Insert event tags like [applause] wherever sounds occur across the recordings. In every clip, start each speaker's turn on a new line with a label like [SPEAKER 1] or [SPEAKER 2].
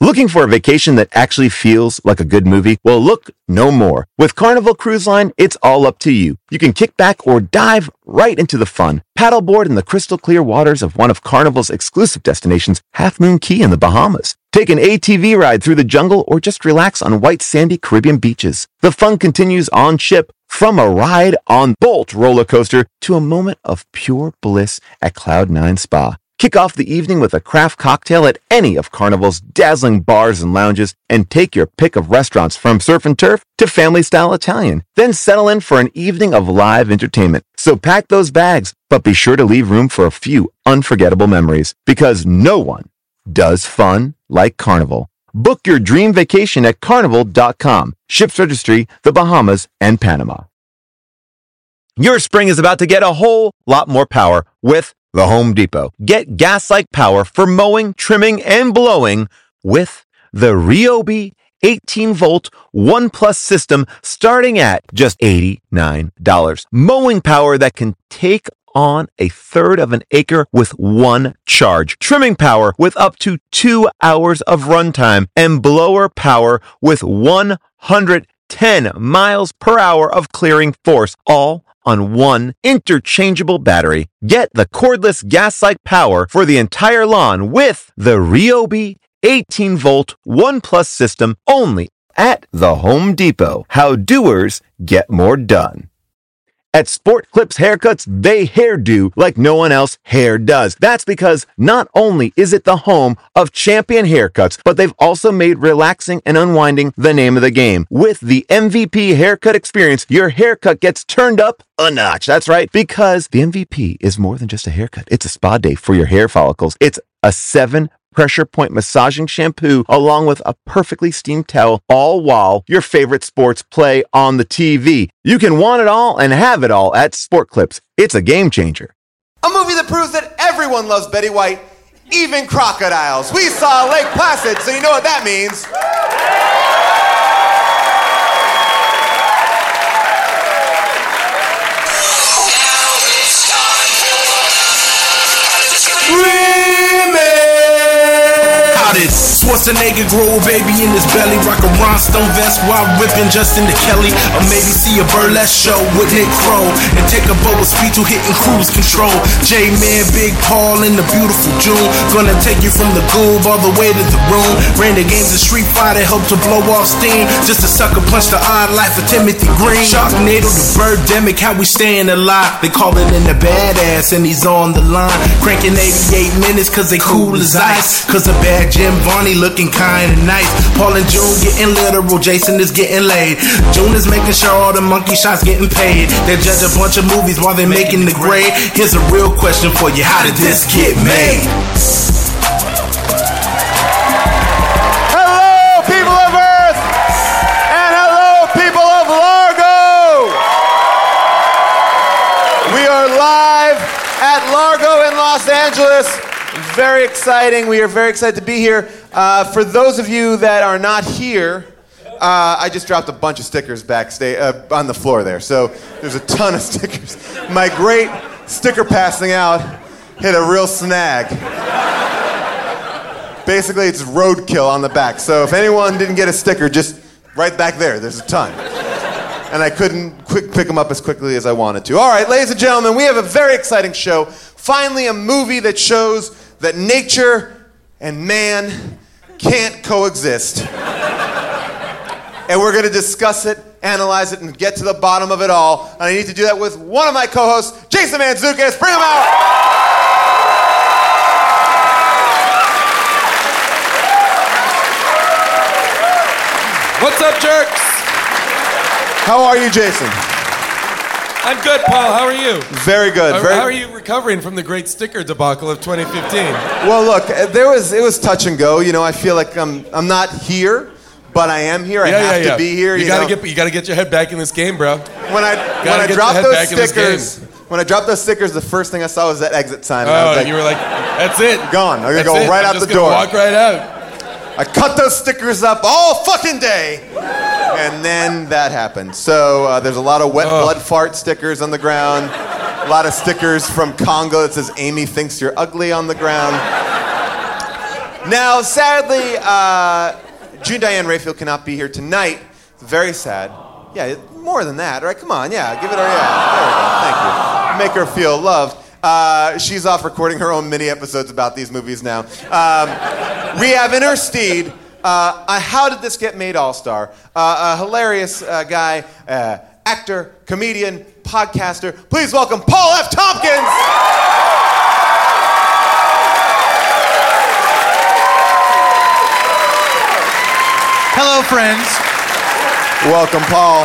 [SPEAKER 1] Looking for a vacation that actually feels like a good movie? Well, look no more. With Carnival Cruise Line, it's all up to you. You can kick back or dive right into the fun. Paddleboard in the crystal clear waters of one of Carnival's exclusive destinations, Half Moon Key in the Bahamas. Take an ATV ride through the jungle or just relax on white sandy Caribbean beaches. The fun continues on ship. From a ride on Bolt roller coaster to a moment of pure bliss at Cloud 9 Spa. Kick off the evening with a craft cocktail at any of Carnival's dazzling bars and lounges, and take your pick of restaurants from surf and turf to family style Italian. Then settle in for an evening of live entertainment. So pack those bags, but be sure to leave room for a few unforgettable memories because no one does fun like Carnival. Book your dream vacation at carnival.com. Ships registry, the Bahamas, and Panama. Your spring is about to get a whole lot more power with the Home Depot. Get gas like power for mowing, trimming, and blowing with the Ryobi 18 volt One Plus system starting at just $89. Mowing power that can take on a third of an acre with one charge, trimming power with up to two hours of runtime, and blower power with 110 miles per hour of clearing force, all on one interchangeable battery. Get the cordless gas-like power for the entire lawn with the Ryobi 18 volt One Plus system only at the Home Depot. How doers get more done. At Sport Clips Haircuts, they hairdo like no one else hair does. That's because not only is it the home of champion haircuts, but they've also made relaxing and unwinding the name of the game. With the MVP haircut experience, your haircut gets turned up a notch. That's right, because the MVP is more than just a haircut. It's a spa day for your hair follicles. It's a seven pressure point massaging shampoo along with a perfectly steamed towel, all while your favorite sports play on the TV. You can want it all and have it all at Sport Clips. It's a game changer.
[SPEAKER 2] A movie that proves that everyone loves Betty White, even crocodiles. We saw Lake Placid, so you know what that means.
[SPEAKER 3] Crowded. Schwarzenegger grow a baby in his belly. Rock a rhinestone vest while ripping Justin to Kelly. Or maybe see a burlesque show with Nick Crow. And take a boat with speed to hitting cruise control. J Man, Big Paul, and the beautiful June. Gonna take you from the goob all the way to the room. Ran the games of Street Fighter, helped to blow off steam. Just to sucker punch the odd life of Timothy Green. Sharknado to Birdemic, how we staying alive. They calling in the badass, and he's on the line. Cranking 88 minutes, cause they cool as ice. Cause the bad Jim Varney looking kinda nice. Paul and June getting literal, Jason is getting laid. June is making sure all the monkey shots getting paid. They judge a bunch of movies while they making the grade. Here's a real question for you how did this get made?
[SPEAKER 2] Hello, people of Earth! And hello, people of Largo! We are live at Largo in Los Angeles. Very exciting. We are very excited to be here. Uh, for those of you that are not here, uh, I just dropped a bunch of stickers backstage uh, on the floor there, so there's a ton of [laughs] stickers. My great sticker passing out hit a real snag basically it's roadkill on the back. So if anyone didn't get a sticker, just right back there. There's a ton. And I couldn't quick pick them up as quickly as I wanted to. All right, ladies and gentlemen, we have a very exciting show. Finally, a movie that shows that nature and man can't coexist. And we're going to discuss it, analyze it, and get to the bottom of it all. And I need to do that with one of my co hosts, Jason Manzukis. Bring him out.
[SPEAKER 4] What's up, jerks?
[SPEAKER 2] How are you, Jason?
[SPEAKER 4] I'm good, Paul. How are you?
[SPEAKER 2] Very good.
[SPEAKER 4] How-
[SPEAKER 2] Very,
[SPEAKER 4] How are you recovering from the great sticker debacle of 2015?
[SPEAKER 2] Well, look, uh, there was it was touch and go. You know, I feel like I'm I'm not here, but I am here. I have to be here.
[SPEAKER 4] You,
[SPEAKER 2] You,
[SPEAKER 4] gotta
[SPEAKER 2] know?
[SPEAKER 4] get you gotta get your head back in this game, bro.
[SPEAKER 2] when I when I
[SPEAKER 4] get your
[SPEAKER 2] dropped
[SPEAKER 4] head
[SPEAKER 2] those
[SPEAKER 4] back in this
[SPEAKER 2] stickers.
[SPEAKER 4] game.
[SPEAKER 2] When I dropped those stickers, the first thing I saw was that exit sign. and I
[SPEAKER 4] Oh,
[SPEAKER 2] was like,
[SPEAKER 4] you were like, that's it.
[SPEAKER 2] Gone. I'm gonna
[SPEAKER 4] That's
[SPEAKER 2] go
[SPEAKER 4] it.
[SPEAKER 2] right
[SPEAKER 4] I'm
[SPEAKER 2] out
[SPEAKER 4] just
[SPEAKER 2] the
[SPEAKER 4] gonna
[SPEAKER 2] door.
[SPEAKER 4] Walk right out.
[SPEAKER 2] I cut those stickers up all fucking day, and then that happened. So uh, there's a lot of wet blood fart stickers on the ground. A lot of stickers from Congo that says Amy thinks you're ugly on the ground. Now, sadly, uh, June Diane Rayfield cannot be here tonight. Very sad. Yeah, it- more than that, right? Come on, yeah, give it her, yeah. There we go, thank you. Make her feel loved. Uh, she's off recording her own mini episodes about these movies now. Um, we have in her steed uh, a How Did This Get Made All Star? Uh, a hilarious uh, guy, uh, actor, comedian, podcaster. Please welcome Paul F. Tompkins!
[SPEAKER 5] Hello, friends.
[SPEAKER 2] Welcome, Paul.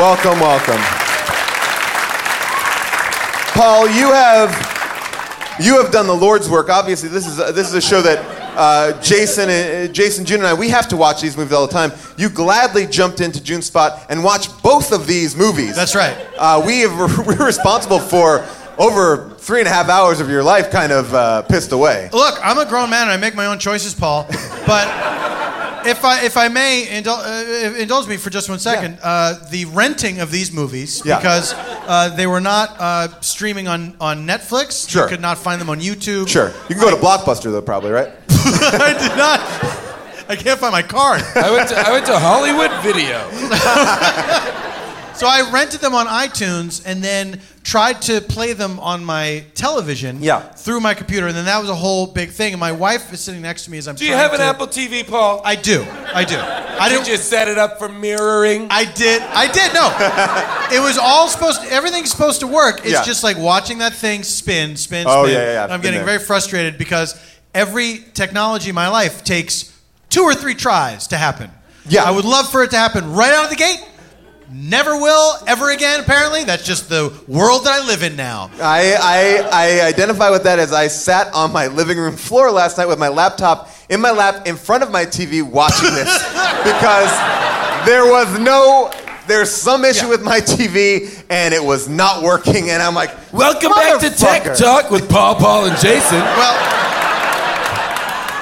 [SPEAKER 2] Welcome, welcome. Paul, you have you have done the Lord's work. Obviously, this is a, this is a show that uh, Jason, and- uh, Jason, June, and I we have to watch these movies all the time. You gladly jumped into June's spot and watched both of these movies.
[SPEAKER 5] That's right.
[SPEAKER 2] Uh, we have, [laughs] we're responsible for over three and a half hours of your life, kind of uh, pissed away.
[SPEAKER 5] Look, I'm a grown man and I make my own choices, Paul. But if I if I may indul- uh, indulge me for just one second, uh, the renting of these movies
[SPEAKER 2] Yeah.
[SPEAKER 5] because uh, they were not uh, streaming on on Netflix.
[SPEAKER 2] Sure.
[SPEAKER 5] You could not find them on YouTube.
[SPEAKER 2] Sure, you can go to Blockbuster though, probably, right?
[SPEAKER 5] [laughs] I did not. I can't find my card.
[SPEAKER 6] I went to, I went to Hollywood Video.
[SPEAKER 5] So I rented them on iTunes and then tried to play them on my television
[SPEAKER 2] Yeah.
[SPEAKER 5] through my computer. And then that was a whole big thing. And my wife is sitting next to me as I'm
[SPEAKER 6] Do you
[SPEAKER 5] trying
[SPEAKER 6] have an
[SPEAKER 5] to-
[SPEAKER 6] Apple TV, Paul?
[SPEAKER 5] I do. I do. I
[SPEAKER 6] I did
[SPEAKER 5] didn't.
[SPEAKER 6] you set it up for mirroring?
[SPEAKER 5] I did. I did.
[SPEAKER 2] [laughs]
[SPEAKER 5] No, it was all supposed. To, everything's supposed to work. It's
[SPEAKER 2] Yeah.
[SPEAKER 5] just like watching that thing spin, spin, spin.
[SPEAKER 2] Oh, yeah, yeah, yeah.
[SPEAKER 5] And I'm
[SPEAKER 2] Been
[SPEAKER 5] getting
[SPEAKER 2] there.
[SPEAKER 5] very frustrated because every technology in my life takes two or three tries to happen.
[SPEAKER 2] Yeah.
[SPEAKER 5] I would love for it to happen right out of the gate. Never will ever again. Apparently, that's just the world that I live in now.
[SPEAKER 2] I, I, I identify with that as I sat on my living room floor last night with my laptop in my lap in front of my TV watching this
[SPEAKER 6] [laughs]
[SPEAKER 2] because there was no, there's some issue with my TV and it was not working. And I'm like,
[SPEAKER 6] Welcome back to Tech
[SPEAKER 2] "Motherfucker."
[SPEAKER 6] Talk with Paul, Paul, and Jason.
[SPEAKER 5] Well,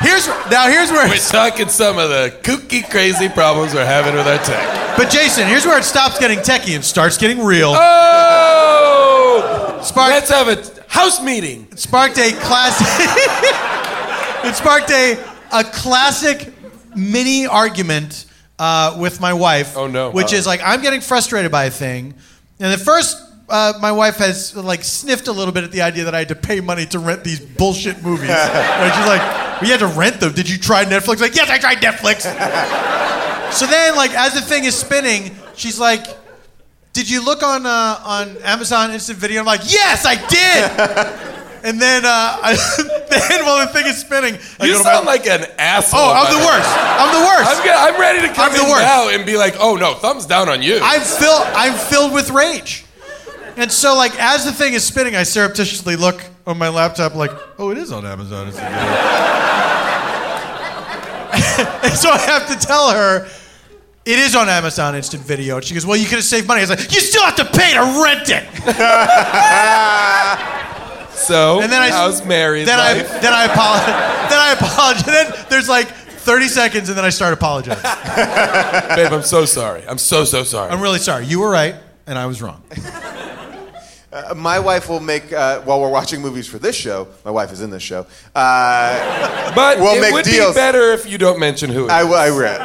[SPEAKER 5] here's now. Here's where.
[SPEAKER 6] We're talking some of the kooky, crazy problems we're having with our tech.
[SPEAKER 5] But Jason, here's where it stops getting techie and starts getting real.
[SPEAKER 6] Oh!
[SPEAKER 5] Spark-
[SPEAKER 6] Let's have a house meeting.
[SPEAKER 5] It sparked a classic. [laughs] it sparked a a classic mini argument uh, with my wife.
[SPEAKER 6] Oh, no.
[SPEAKER 5] Which is like I'm getting frustrated by a thing, and at first. Uh, my wife has like sniffed a little bit at the idea that I had to pay money to rent these
[SPEAKER 6] [laughs]
[SPEAKER 5] bullshit movies. and she's like, "We had to rent them. Did you try Netflix?" Like, yes, I tried Netflix.
[SPEAKER 6] [laughs]
[SPEAKER 5] so then, like, as the thing is spinning, she's like, "Did you look on uh, on Amazon Instant Video?" I'm like, "Yes, I
[SPEAKER 6] [laughs]
[SPEAKER 5] did." And then, uh, [laughs] I, then while the thing is spinning, I
[SPEAKER 6] You
[SPEAKER 5] go to
[SPEAKER 6] sound
[SPEAKER 5] my,
[SPEAKER 6] like an asshole.
[SPEAKER 5] oh, I'm
[SPEAKER 6] by
[SPEAKER 5] the
[SPEAKER 6] way.
[SPEAKER 5] worst. I'm the worst.
[SPEAKER 6] I'm, gonna, I'm ready to come
[SPEAKER 5] I'm the
[SPEAKER 6] in
[SPEAKER 5] worst.
[SPEAKER 6] now and be like, oh no, thumbs down on you.
[SPEAKER 5] I'm filled. I'm filled with rage. And so, like, as the thing is spinning, I surreptitiously look on my laptop, like, oh, it is on Amazon. It's [laughs] and so I have to tell her. It is on Amazon Instant Video. And she goes, Well, you could have saved money. I was like, You still have to pay to rent it.
[SPEAKER 6] so,
[SPEAKER 5] And then I
[SPEAKER 6] how's Mary's
[SPEAKER 5] Then I
[SPEAKER 6] life?
[SPEAKER 5] then I apologize. Then I apologize. Then there's like 30 seconds, and then I start apologizing.
[SPEAKER 6] Babe, I'm so sorry. I'm so so sorry.
[SPEAKER 5] I'm really sorry. You were right, and I was wrong.
[SPEAKER 2] My wife will make, uh, while we're watching movies for this show, my wife is in this show, uh,
[SPEAKER 6] but
[SPEAKER 2] We'll
[SPEAKER 6] it
[SPEAKER 2] make
[SPEAKER 6] would
[SPEAKER 2] deals.
[SPEAKER 6] be better if you don't mention who. It is.
[SPEAKER 2] I, I read.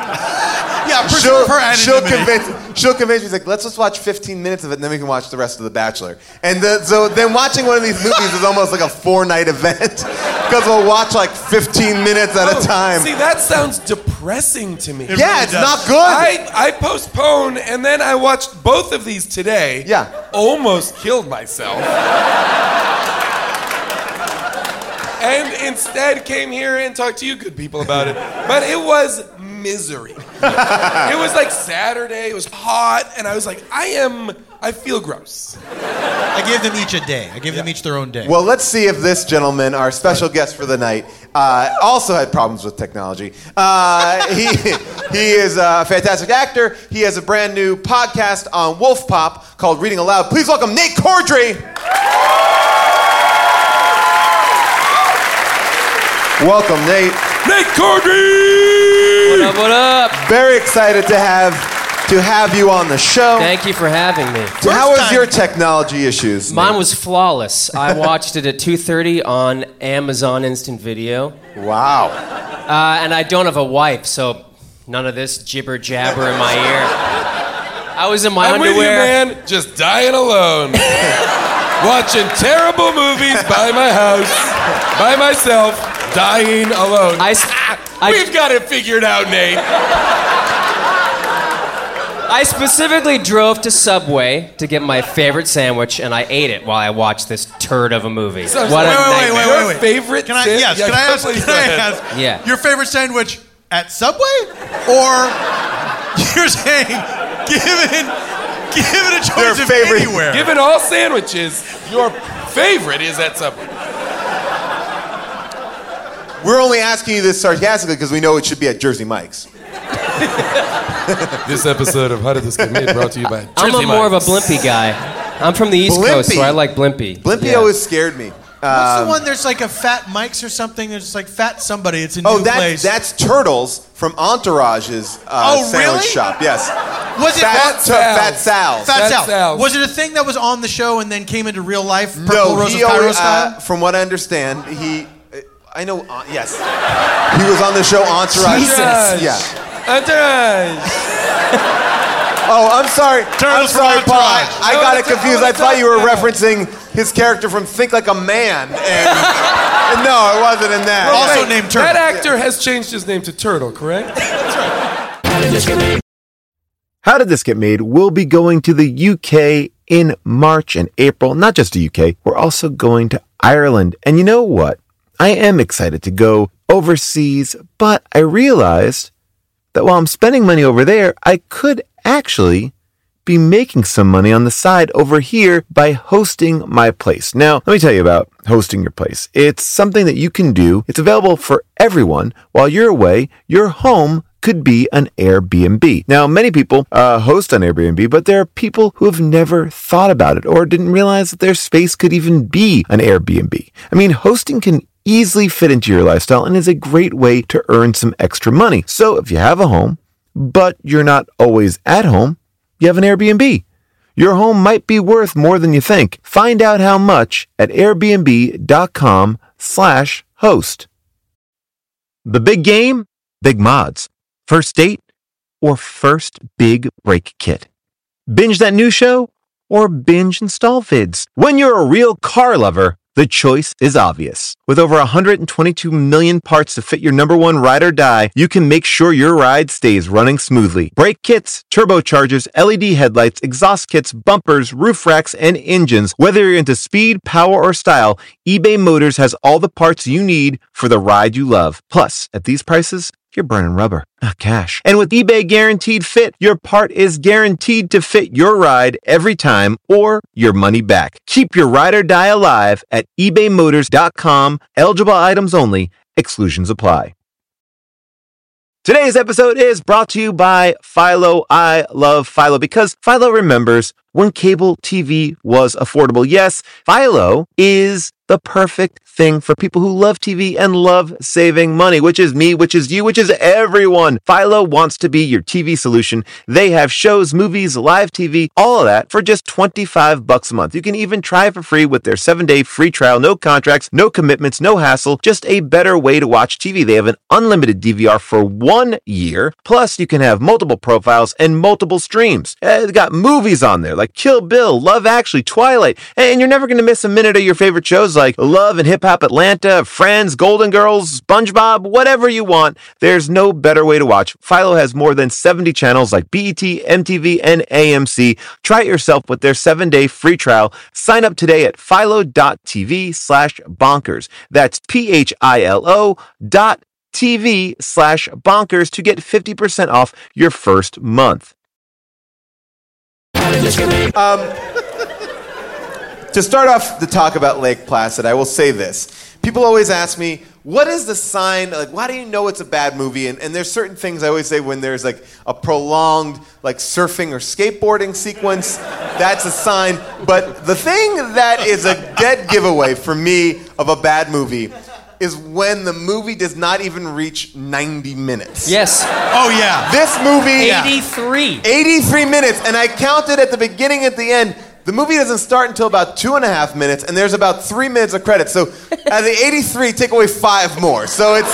[SPEAKER 5] Yeah, for,
[SPEAKER 2] She'll,
[SPEAKER 5] for
[SPEAKER 2] she'll,
[SPEAKER 5] anonymity.
[SPEAKER 2] convince, she'll convince me, she's like, let's just watch 15 minutes of it and then we can watch the rest of The Bachelor. And the, so then watching one of these movies is almost like a four night event [laughs] because we'll watch like 15 minutes at
[SPEAKER 6] Oh,
[SPEAKER 2] a time.
[SPEAKER 6] See, that sounds depressing to me.
[SPEAKER 2] yeah,
[SPEAKER 5] really
[SPEAKER 2] it's
[SPEAKER 5] does.
[SPEAKER 2] not good.
[SPEAKER 6] I, I postponed and then I watched both of these today.
[SPEAKER 2] Yeah.
[SPEAKER 6] Almost killed myself. and instead came here and talked to you good people about it. But it was misery. it was like Saturday, it was hot, and I was like, I am, I feel gross.
[SPEAKER 5] I gave them each a day. I gave them each their own day.
[SPEAKER 2] well, let's see if this gentleman, our special guest for the night, uh, also had problems with technology. Uh, he, [laughs] he is a fantastic actor. He has a brand new podcast on Wolf Pop called Reading Aloud. Please welcome Nate Cordry. Welcome, Nate.
[SPEAKER 6] Nate Cordry!
[SPEAKER 7] What up, what up?
[SPEAKER 2] Very excited to have to to have you on the show.
[SPEAKER 7] Thank you for having me.
[SPEAKER 2] So how was your technology issues?
[SPEAKER 7] Mine was
[SPEAKER 6] [laughs]
[SPEAKER 7] flawless. I watched it at 2:30 on Amazon Instant Video,
[SPEAKER 2] Wow.
[SPEAKER 7] uh, and I don't have a wife, so none of this jibber jabber in my ear. I was in my
[SPEAKER 6] I'm with you,
[SPEAKER 7] underwear.
[SPEAKER 6] man. Just dying alone. Watching terrible movies by my house, by myself, dying alone.
[SPEAKER 7] I s- I-
[SPEAKER 6] We've got it figured out, Nate.
[SPEAKER 7] I specifically drove to Subway to get my favorite sandwich, and I ate it while I watched this turd of a movie.
[SPEAKER 6] So-
[SPEAKER 7] what a
[SPEAKER 6] wait, wait,
[SPEAKER 7] nightmare.
[SPEAKER 6] wait, wait, Your wait. favorite
[SPEAKER 5] Can I,
[SPEAKER 6] sin?
[SPEAKER 5] yes.
[SPEAKER 6] Yeah,
[SPEAKER 5] can I
[SPEAKER 6] go-
[SPEAKER 5] ask?
[SPEAKER 6] please
[SPEAKER 5] Can
[SPEAKER 6] go
[SPEAKER 5] I
[SPEAKER 6] ahead.
[SPEAKER 5] ask?
[SPEAKER 7] Yeah.
[SPEAKER 5] Your favorite sandwich at Subway, or [laughs] you're saying given given a choice
[SPEAKER 2] Their
[SPEAKER 5] of
[SPEAKER 2] favorite-
[SPEAKER 5] anywhere?
[SPEAKER 6] Given all sandwiches, your favorite is at Subway.
[SPEAKER 2] We're only asking you this sarcastically because we know it should be at Jersey Mike's.
[SPEAKER 6] This episode of How Did This Get Made brought to you by
[SPEAKER 7] I'm a
[SPEAKER 6] Jersey
[SPEAKER 7] more of a
[SPEAKER 6] Mike's.
[SPEAKER 7] Blimpie guy. I'm from the East Coast, so
[SPEAKER 2] Blimpie?
[SPEAKER 7] I like Blimpie.
[SPEAKER 2] Blimpie
[SPEAKER 7] Yeah.
[SPEAKER 2] always scared me.
[SPEAKER 5] What's
[SPEAKER 2] Um,
[SPEAKER 5] the one? There's like a Fat Mike's or something. There's like Fat somebody. It's a new
[SPEAKER 2] Oh, that,
[SPEAKER 5] place.
[SPEAKER 2] that's Turtles from Entourage's uh,
[SPEAKER 5] Oh,
[SPEAKER 2] sandwich
[SPEAKER 5] really?
[SPEAKER 2] shop. Yes.
[SPEAKER 5] was it
[SPEAKER 2] Fat,
[SPEAKER 5] Fat,
[SPEAKER 2] Sal. Fat Sal.
[SPEAKER 5] Fat
[SPEAKER 6] Fat
[SPEAKER 5] Sal.
[SPEAKER 6] Sal's.
[SPEAKER 5] Was it a thing that was on the show and then came into real life? Purple
[SPEAKER 2] no,
[SPEAKER 5] Rose
[SPEAKER 2] he
[SPEAKER 5] of Cairo
[SPEAKER 2] always,
[SPEAKER 5] style.
[SPEAKER 2] uh, from what I understand, he. uh, I know. Uh, yes. He was on the show Entourage.
[SPEAKER 6] Jesus.
[SPEAKER 2] Yeah.
[SPEAKER 6] Uh, Entourage.
[SPEAKER 2] Oh, I'm sorry. I'm
[SPEAKER 5] Turtles from
[SPEAKER 2] sorry, Paul. I,
[SPEAKER 5] Entourage.
[SPEAKER 2] I got it
[SPEAKER 6] No, it's-
[SPEAKER 2] confused. I
[SPEAKER 6] it's-
[SPEAKER 2] thought you were
[SPEAKER 6] no.
[SPEAKER 2] referencing his character from Think Like a Man. And, [laughs] and no, it wasn't in that.
[SPEAKER 5] Also
[SPEAKER 2] Wait.
[SPEAKER 5] named Turtle.
[SPEAKER 6] That actor has changed his name to Turtle, correct?
[SPEAKER 1] How Did This Get Made will be going to the UK in March and April. Not just the UK, we're also going to Ireland. And you know what? I am excited to go overseas, but I realized that while I'm spending money over there, I could actually be making some money on the side over here by hosting my place. Now, let me tell you about hosting your place. It's something that you can do. It's available for everyone. While you're away, your home could be an Airbnb. Now, many people uh, host on Airbnb, but there are people who have never thought about it or didn't realize that their space could even be an Airbnb. I mean, hosting can easily fit into your lifestyle and is a great way to earn some extra money. So if you have a home, but you're not always at home, you have an Airbnb. Your home might be worth more than you think. Find out how much at airbnb.com slash host. The big game, big mods, first date, or first big break kit. Binge that new show or binge install vids. When you're a real car lover, the choice is obvious. With over 122 million parts to fit your number one ride or die, you can make sure your ride stays running smoothly. Brake kits, turbochargers, LED headlights, exhaust kits, bumpers, roof racks, and engines. Whether you're into speed, power, or style, eBay Motors has all the parts you need for the ride you love. Plus, at these prices, you're burning rubber, not cash. And with eBay Guaranteed Fit, your part is guaranteed to fit your ride every time or your money back. Keep your ride or die alive at ebaymotors.com. Eligible items only, exclusions apply. Today's episode is brought to you by Philo. I love Philo because Philo remembers when cable TV was affordable. Yes, Philo is the perfect thing for people who love TV and love saving money, which is me, which is you, which is everyone. Philo wants to be your TV solution. They have shows, movies, live TV, all of that for just 25 bucks a month. You can even try it for free with their 7-day free trial, no contracts, no commitments, no hassle, just a better way to watch TV. They have an unlimited DVR for 1 year. Plus, you can have multiple profiles and multiple streams. Uh, They got movies on there like Kill Bill, Love Actually, Twilight, and you're never going to miss a minute of your favorite shows like Love and Hip Hop Atlanta, Friends, Golden Girls, SpongeBob, whatever you want. There's no better way to watch. Philo has more than 70 channels like E BET, MTV, and AMC. Try it yourself with their seven-day free trial. Sign up today at philo.tv slash bonkers. That's P-H-I-L-O dot TV slash bonkers to get 50% off your first month.
[SPEAKER 2] To start off the talk about Lake Placid, I will say this. People always ask me, what is the sign? Like, why do you know it's a bad movie? And, and there's certain things I always say when there's like a prolonged, like surfing or skateboarding sequence, that's a sign. But the thing that is a dead giveaway for me of a bad movie is when the movie does not even reach 90 minutes.
[SPEAKER 7] Yes.
[SPEAKER 5] Oh yeah.
[SPEAKER 2] This movie,
[SPEAKER 7] 83.
[SPEAKER 2] 83 minutes, and I counted at the beginning, at the end. The movie doesn't start until about two and a half minutes, and there's about three minutes of credits.
[SPEAKER 6] [laughs]
[SPEAKER 2] So, out of the 83, take away five more. So it's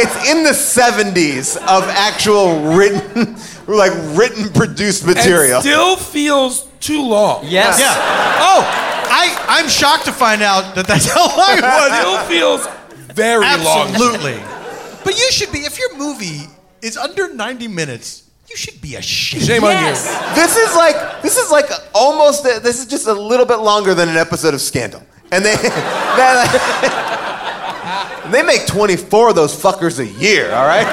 [SPEAKER 2] it's in the 70s of actual written, [laughs] like written produced material.
[SPEAKER 6] And still feels too long.
[SPEAKER 7] Yes.
[SPEAKER 5] Yeah. Oh, I I'm shocked to find out that that's how long it was.
[SPEAKER 6] Still feels very long.
[SPEAKER 5] Absolutely. but you should be if your movie is under 90 minutes, you should be ashamed.
[SPEAKER 6] Shame on you.
[SPEAKER 2] This is like this is like almost this is just a little bit longer than an episode of Scandal, and they [laughs] that- [laughs] they make 24 of those fuckers a year. All right,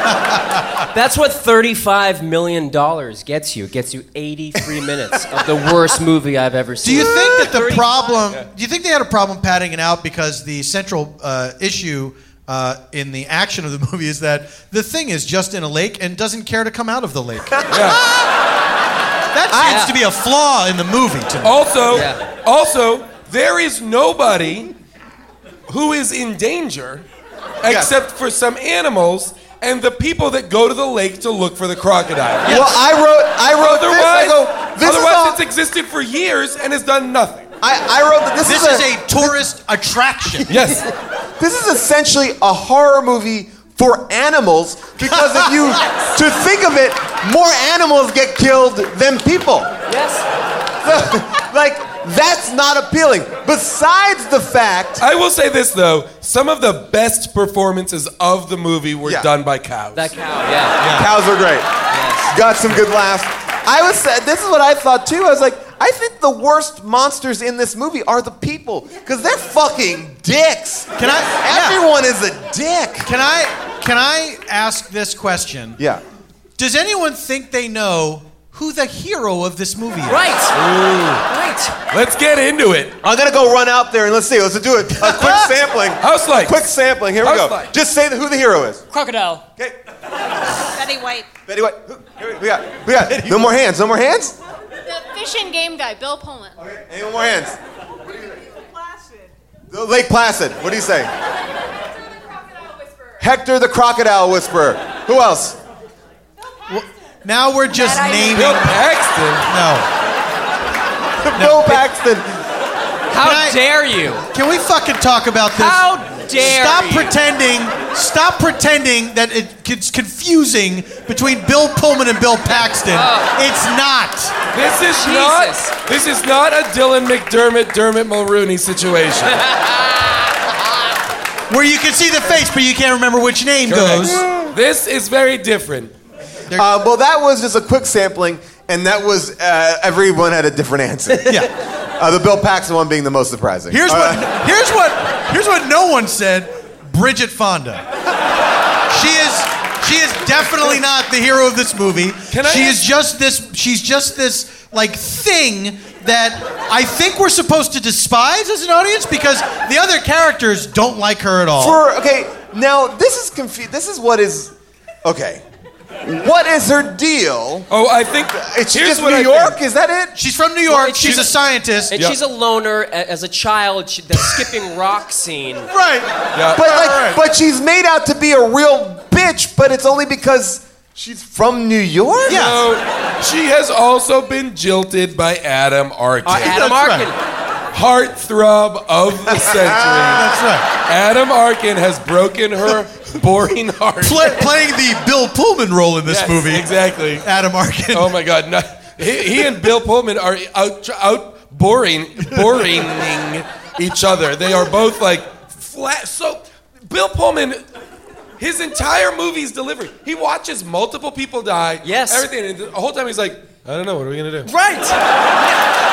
[SPEAKER 7] That's what $35 million gets you. It gets you
[SPEAKER 5] [laughs]
[SPEAKER 7] 83 minutes of the worst movie I've ever
[SPEAKER 5] Do
[SPEAKER 7] seen.
[SPEAKER 5] you think that the problem? Do you think they had a problem padding it out because the central uh, issue uh, in the action of the [laughs] movie is that the thing is just in a lake and doesn't care to come out of the
[SPEAKER 8] [laughs]
[SPEAKER 5] lake? That seems to be a flaw in the movie to me.
[SPEAKER 8] Oh,
[SPEAKER 6] Also,
[SPEAKER 7] Yeah.
[SPEAKER 6] also, there is nobody who is in danger except for some animals and the people that go to the lake to look for the crocodile.
[SPEAKER 2] well I wrote I wrote this. I
[SPEAKER 6] Otherwise,
[SPEAKER 2] go this
[SPEAKER 6] otherwise
[SPEAKER 2] is all,
[SPEAKER 6] it's existed for years and has done nothing.
[SPEAKER 2] I, I wrote that this,
[SPEAKER 5] This is
[SPEAKER 8] [laughs]
[SPEAKER 5] a tourist attraction.
[SPEAKER 6] Yes.
[SPEAKER 2] This is essentially a horror movie for animals because if
[SPEAKER 5] [laughs]
[SPEAKER 2] you to think of it, more animals get killed than people.
[SPEAKER 7] Yes.
[SPEAKER 2] like that's not appealing. Besides the fact
[SPEAKER 6] I will say this though, some of the best performances of the movie were
[SPEAKER 2] Yeah.
[SPEAKER 6] done by cows.
[SPEAKER 7] That cow, yeah.
[SPEAKER 2] cows are great. Got some good laughs. I was sa- this is what I thought too. I was like, I think the worst monsters in this movie are the people because they're fucking dicks.
[SPEAKER 5] Can I- yeah.
[SPEAKER 2] Everyone is a dick.
[SPEAKER 5] Can I can I ask this question?
[SPEAKER 2] Yeah.
[SPEAKER 5] Does anyone think they know who the hero of this movie is?
[SPEAKER 7] Right. Right.
[SPEAKER 6] Let's get into it.
[SPEAKER 2] I'm gonna go run out there and let's see. Let's do it. A
[SPEAKER 5] [laughs]
[SPEAKER 2] quick sampling.
[SPEAKER 6] House lights.
[SPEAKER 2] Quick sampling. Here we
[SPEAKER 6] House
[SPEAKER 2] go.
[SPEAKER 6] lights.
[SPEAKER 2] Just say who the hero is.
[SPEAKER 8] Crocodile.
[SPEAKER 2] Okay.
[SPEAKER 8] Betty White.
[SPEAKER 2] Betty White. Who- here we- We got. We got. No more hands. No more hands.
[SPEAKER 8] The fish and game guy, Bill Pullman.
[SPEAKER 2] Okay. Any more hands? The Lake Placid. What do you say? Hector the Crocodile Whisperer. Who else?
[SPEAKER 5] Now we're just
[SPEAKER 8] That I knew.
[SPEAKER 5] naming.
[SPEAKER 6] Bill Paxton.
[SPEAKER 5] No.
[SPEAKER 2] [laughs] Bill Paxton.
[SPEAKER 7] How
[SPEAKER 5] Can I-
[SPEAKER 7] dare you?
[SPEAKER 5] Can we fucking talk about this?
[SPEAKER 7] How dare
[SPEAKER 5] Stop
[SPEAKER 7] you.
[SPEAKER 5] pretending. Stop pretending that it, it's confusing between Bill Pullman and Bill Paxton.
[SPEAKER 7] Oh.
[SPEAKER 5] It's not.
[SPEAKER 6] This is
[SPEAKER 7] Jesus.
[SPEAKER 6] not this is not a Dylan McDermott, Dermot Mulrooney situation.
[SPEAKER 5] Where you can see the face, but you can't remember which name goes.
[SPEAKER 6] This is very different.
[SPEAKER 2] Uh, well, that was just a quick sampling, and that was uh, everyone had a different answer.
[SPEAKER 5] [laughs] Yeah.
[SPEAKER 2] Uh, the Bill Paxton one being the most surprising.
[SPEAKER 5] Here's
[SPEAKER 2] Uh,
[SPEAKER 5] what. Here's what. Here's what no one said. Bridget Fonda. She is. She is definitely not the hero of this movie.
[SPEAKER 6] Can I
[SPEAKER 5] she
[SPEAKER 6] ask-
[SPEAKER 5] is just this. She's just this like thing that I think we're supposed to despise as an audience because the other characters don't like her at all.
[SPEAKER 2] For okay, now this is confused. This is what is okay. What is her deal?
[SPEAKER 6] Oh, I think
[SPEAKER 2] It's
[SPEAKER 6] here's
[SPEAKER 2] just
[SPEAKER 6] what
[SPEAKER 2] New
[SPEAKER 6] I
[SPEAKER 2] York.
[SPEAKER 6] think.
[SPEAKER 2] Is that it?
[SPEAKER 5] she's from New York.
[SPEAKER 7] it's-
[SPEAKER 5] she's a scientist.
[SPEAKER 7] And she's a loner a- as a child. She, the skipping rock
[SPEAKER 5] [laughs]
[SPEAKER 7] scene.
[SPEAKER 5] right.
[SPEAKER 2] But like, but she's made out to be a real bitch. But it's only because she's from New York.
[SPEAKER 5] Yeah.
[SPEAKER 6] So, she has also been jilted by Adam Arkin,
[SPEAKER 7] Uh, Adam
[SPEAKER 5] That's
[SPEAKER 7] Arkin.
[SPEAKER 6] heartthrob of the century.
[SPEAKER 7] [laughs]
[SPEAKER 5] That's right.
[SPEAKER 6] Adam Arkin has broken her boring heart.
[SPEAKER 5] Play, playing the Bill Pullman role in this
[SPEAKER 6] Yes,
[SPEAKER 5] movie.
[SPEAKER 6] exactly.
[SPEAKER 5] Adam Arkin.
[SPEAKER 6] Oh my God! No, he, he and Bill Pullman are out out boring boringing each other. They are both like flat. So Bill Pullman, his entire movie is delivery. He watches multiple people die.
[SPEAKER 7] Yes.
[SPEAKER 6] everything. And the whole time he's like, I don't know. What are we gonna do?
[SPEAKER 7] Right.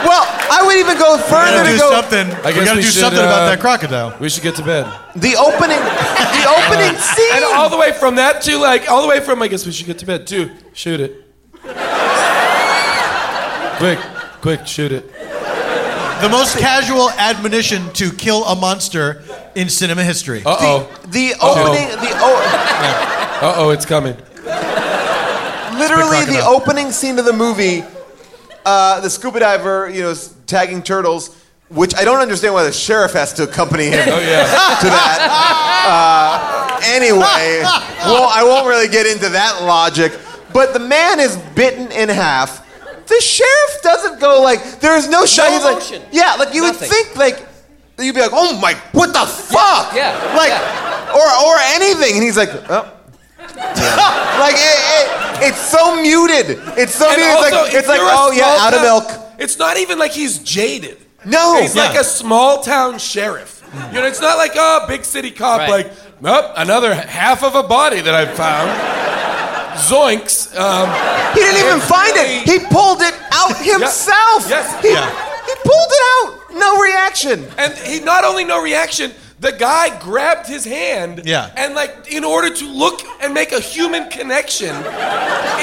[SPEAKER 2] Well, I would even go
[SPEAKER 5] we
[SPEAKER 2] further
[SPEAKER 5] gotta
[SPEAKER 2] to
[SPEAKER 5] do
[SPEAKER 2] go.
[SPEAKER 5] something.
[SPEAKER 6] guess
[SPEAKER 5] we gotta
[SPEAKER 6] we
[SPEAKER 5] do
[SPEAKER 6] should,
[SPEAKER 5] something
[SPEAKER 6] uh,
[SPEAKER 5] about that crocodile.
[SPEAKER 6] We should get to bed.
[SPEAKER 2] The opening, the opening scene.
[SPEAKER 6] [laughs] And all the way from that to like all the way from I guess we should get to bed to shoot it. quick, quick, shoot it.
[SPEAKER 5] The most casual admonition to kill a monster in cinema history.
[SPEAKER 6] Uh oh.
[SPEAKER 2] the opening, the o-
[SPEAKER 6] Uh oh, it's coming.
[SPEAKER 2] literally the
[SPEAKER 5] crocodile.
[SPEAKER 2] opening scene of the movie. Uh, the scuba diver, you know, is tagging turtles. which I don't understand why the sheriff has to accompany him
[SPEAKER 6] Oh,
[SPEAKER 2] to that. Uh,
[SPEAKER 6] [laughs]
[SPEAKER 2] anyway, well, I won't really get into that logic, but the man is bitten in half. The sheriff doesn't go like, there is no shot.
[SPEAKER 7] No
[SPEAKER 2] He's like-
[SPEAKER 7] emotion.
[SPEAKER 2] yeah, like you
[SPEAKER 7] Nothing.
[SPEAKER 2] would think, like, you'd be like, oh my, what the fuck?
[SPEAKER 7] yeah,
[SPEAKER 2] Like,
[SPEAKER 7] yeah.
[SPEAKER 2] or or anything. And he's like, oh. [laughs] like it, it, it's so muted. It's so
[SPEAKER 6] And
[SPEAKER 2] muted. It's
[SPEAKER 6] also,
[SPEAKER 2] like,
[SPEAKER 6] if
[SPEAKER 2] it's like
[SPEAKER 6] you're a
[SPEAKER 2] oh yeah,
[SPEAKER 6] small
[SPEAKER 2] out of
[SPEAKER 6] town-
[SPEAKER 2] milk.
[SPEAKER 6] It's not even like he's jaded.
[SPEAKER 2] No.
[SPEAKER 6] He's like
[SPEAKER 5] Yeah.
[SPEAKER 6] a small town sheriff. You know, it's not like oh, big city cop.
[SPEAKER 7] Right.
[SPEAKER 6] Like, nope, another half of a body that I found. Zoinks. Um,
[SPEAKER 2] He didn't even
[SPEAKER 6] It's
[SPEAKER 2] find
[SPEAKER 6] really-
[SPEAKER 2] it. He pulled it out himself.
[SPEAKER 6] Yes.
[SPEAKER 2] He,
[SPEAKER 6] Yeah.
[SPEAKER 2] he pulled it out. No reaction.
[SPEAKER 6] and he not only no reaction. The guy grabbed his hand.
[SPEAKER 5] Yeah.
[SPEAKER 6] And like, in order to look and make a human connection,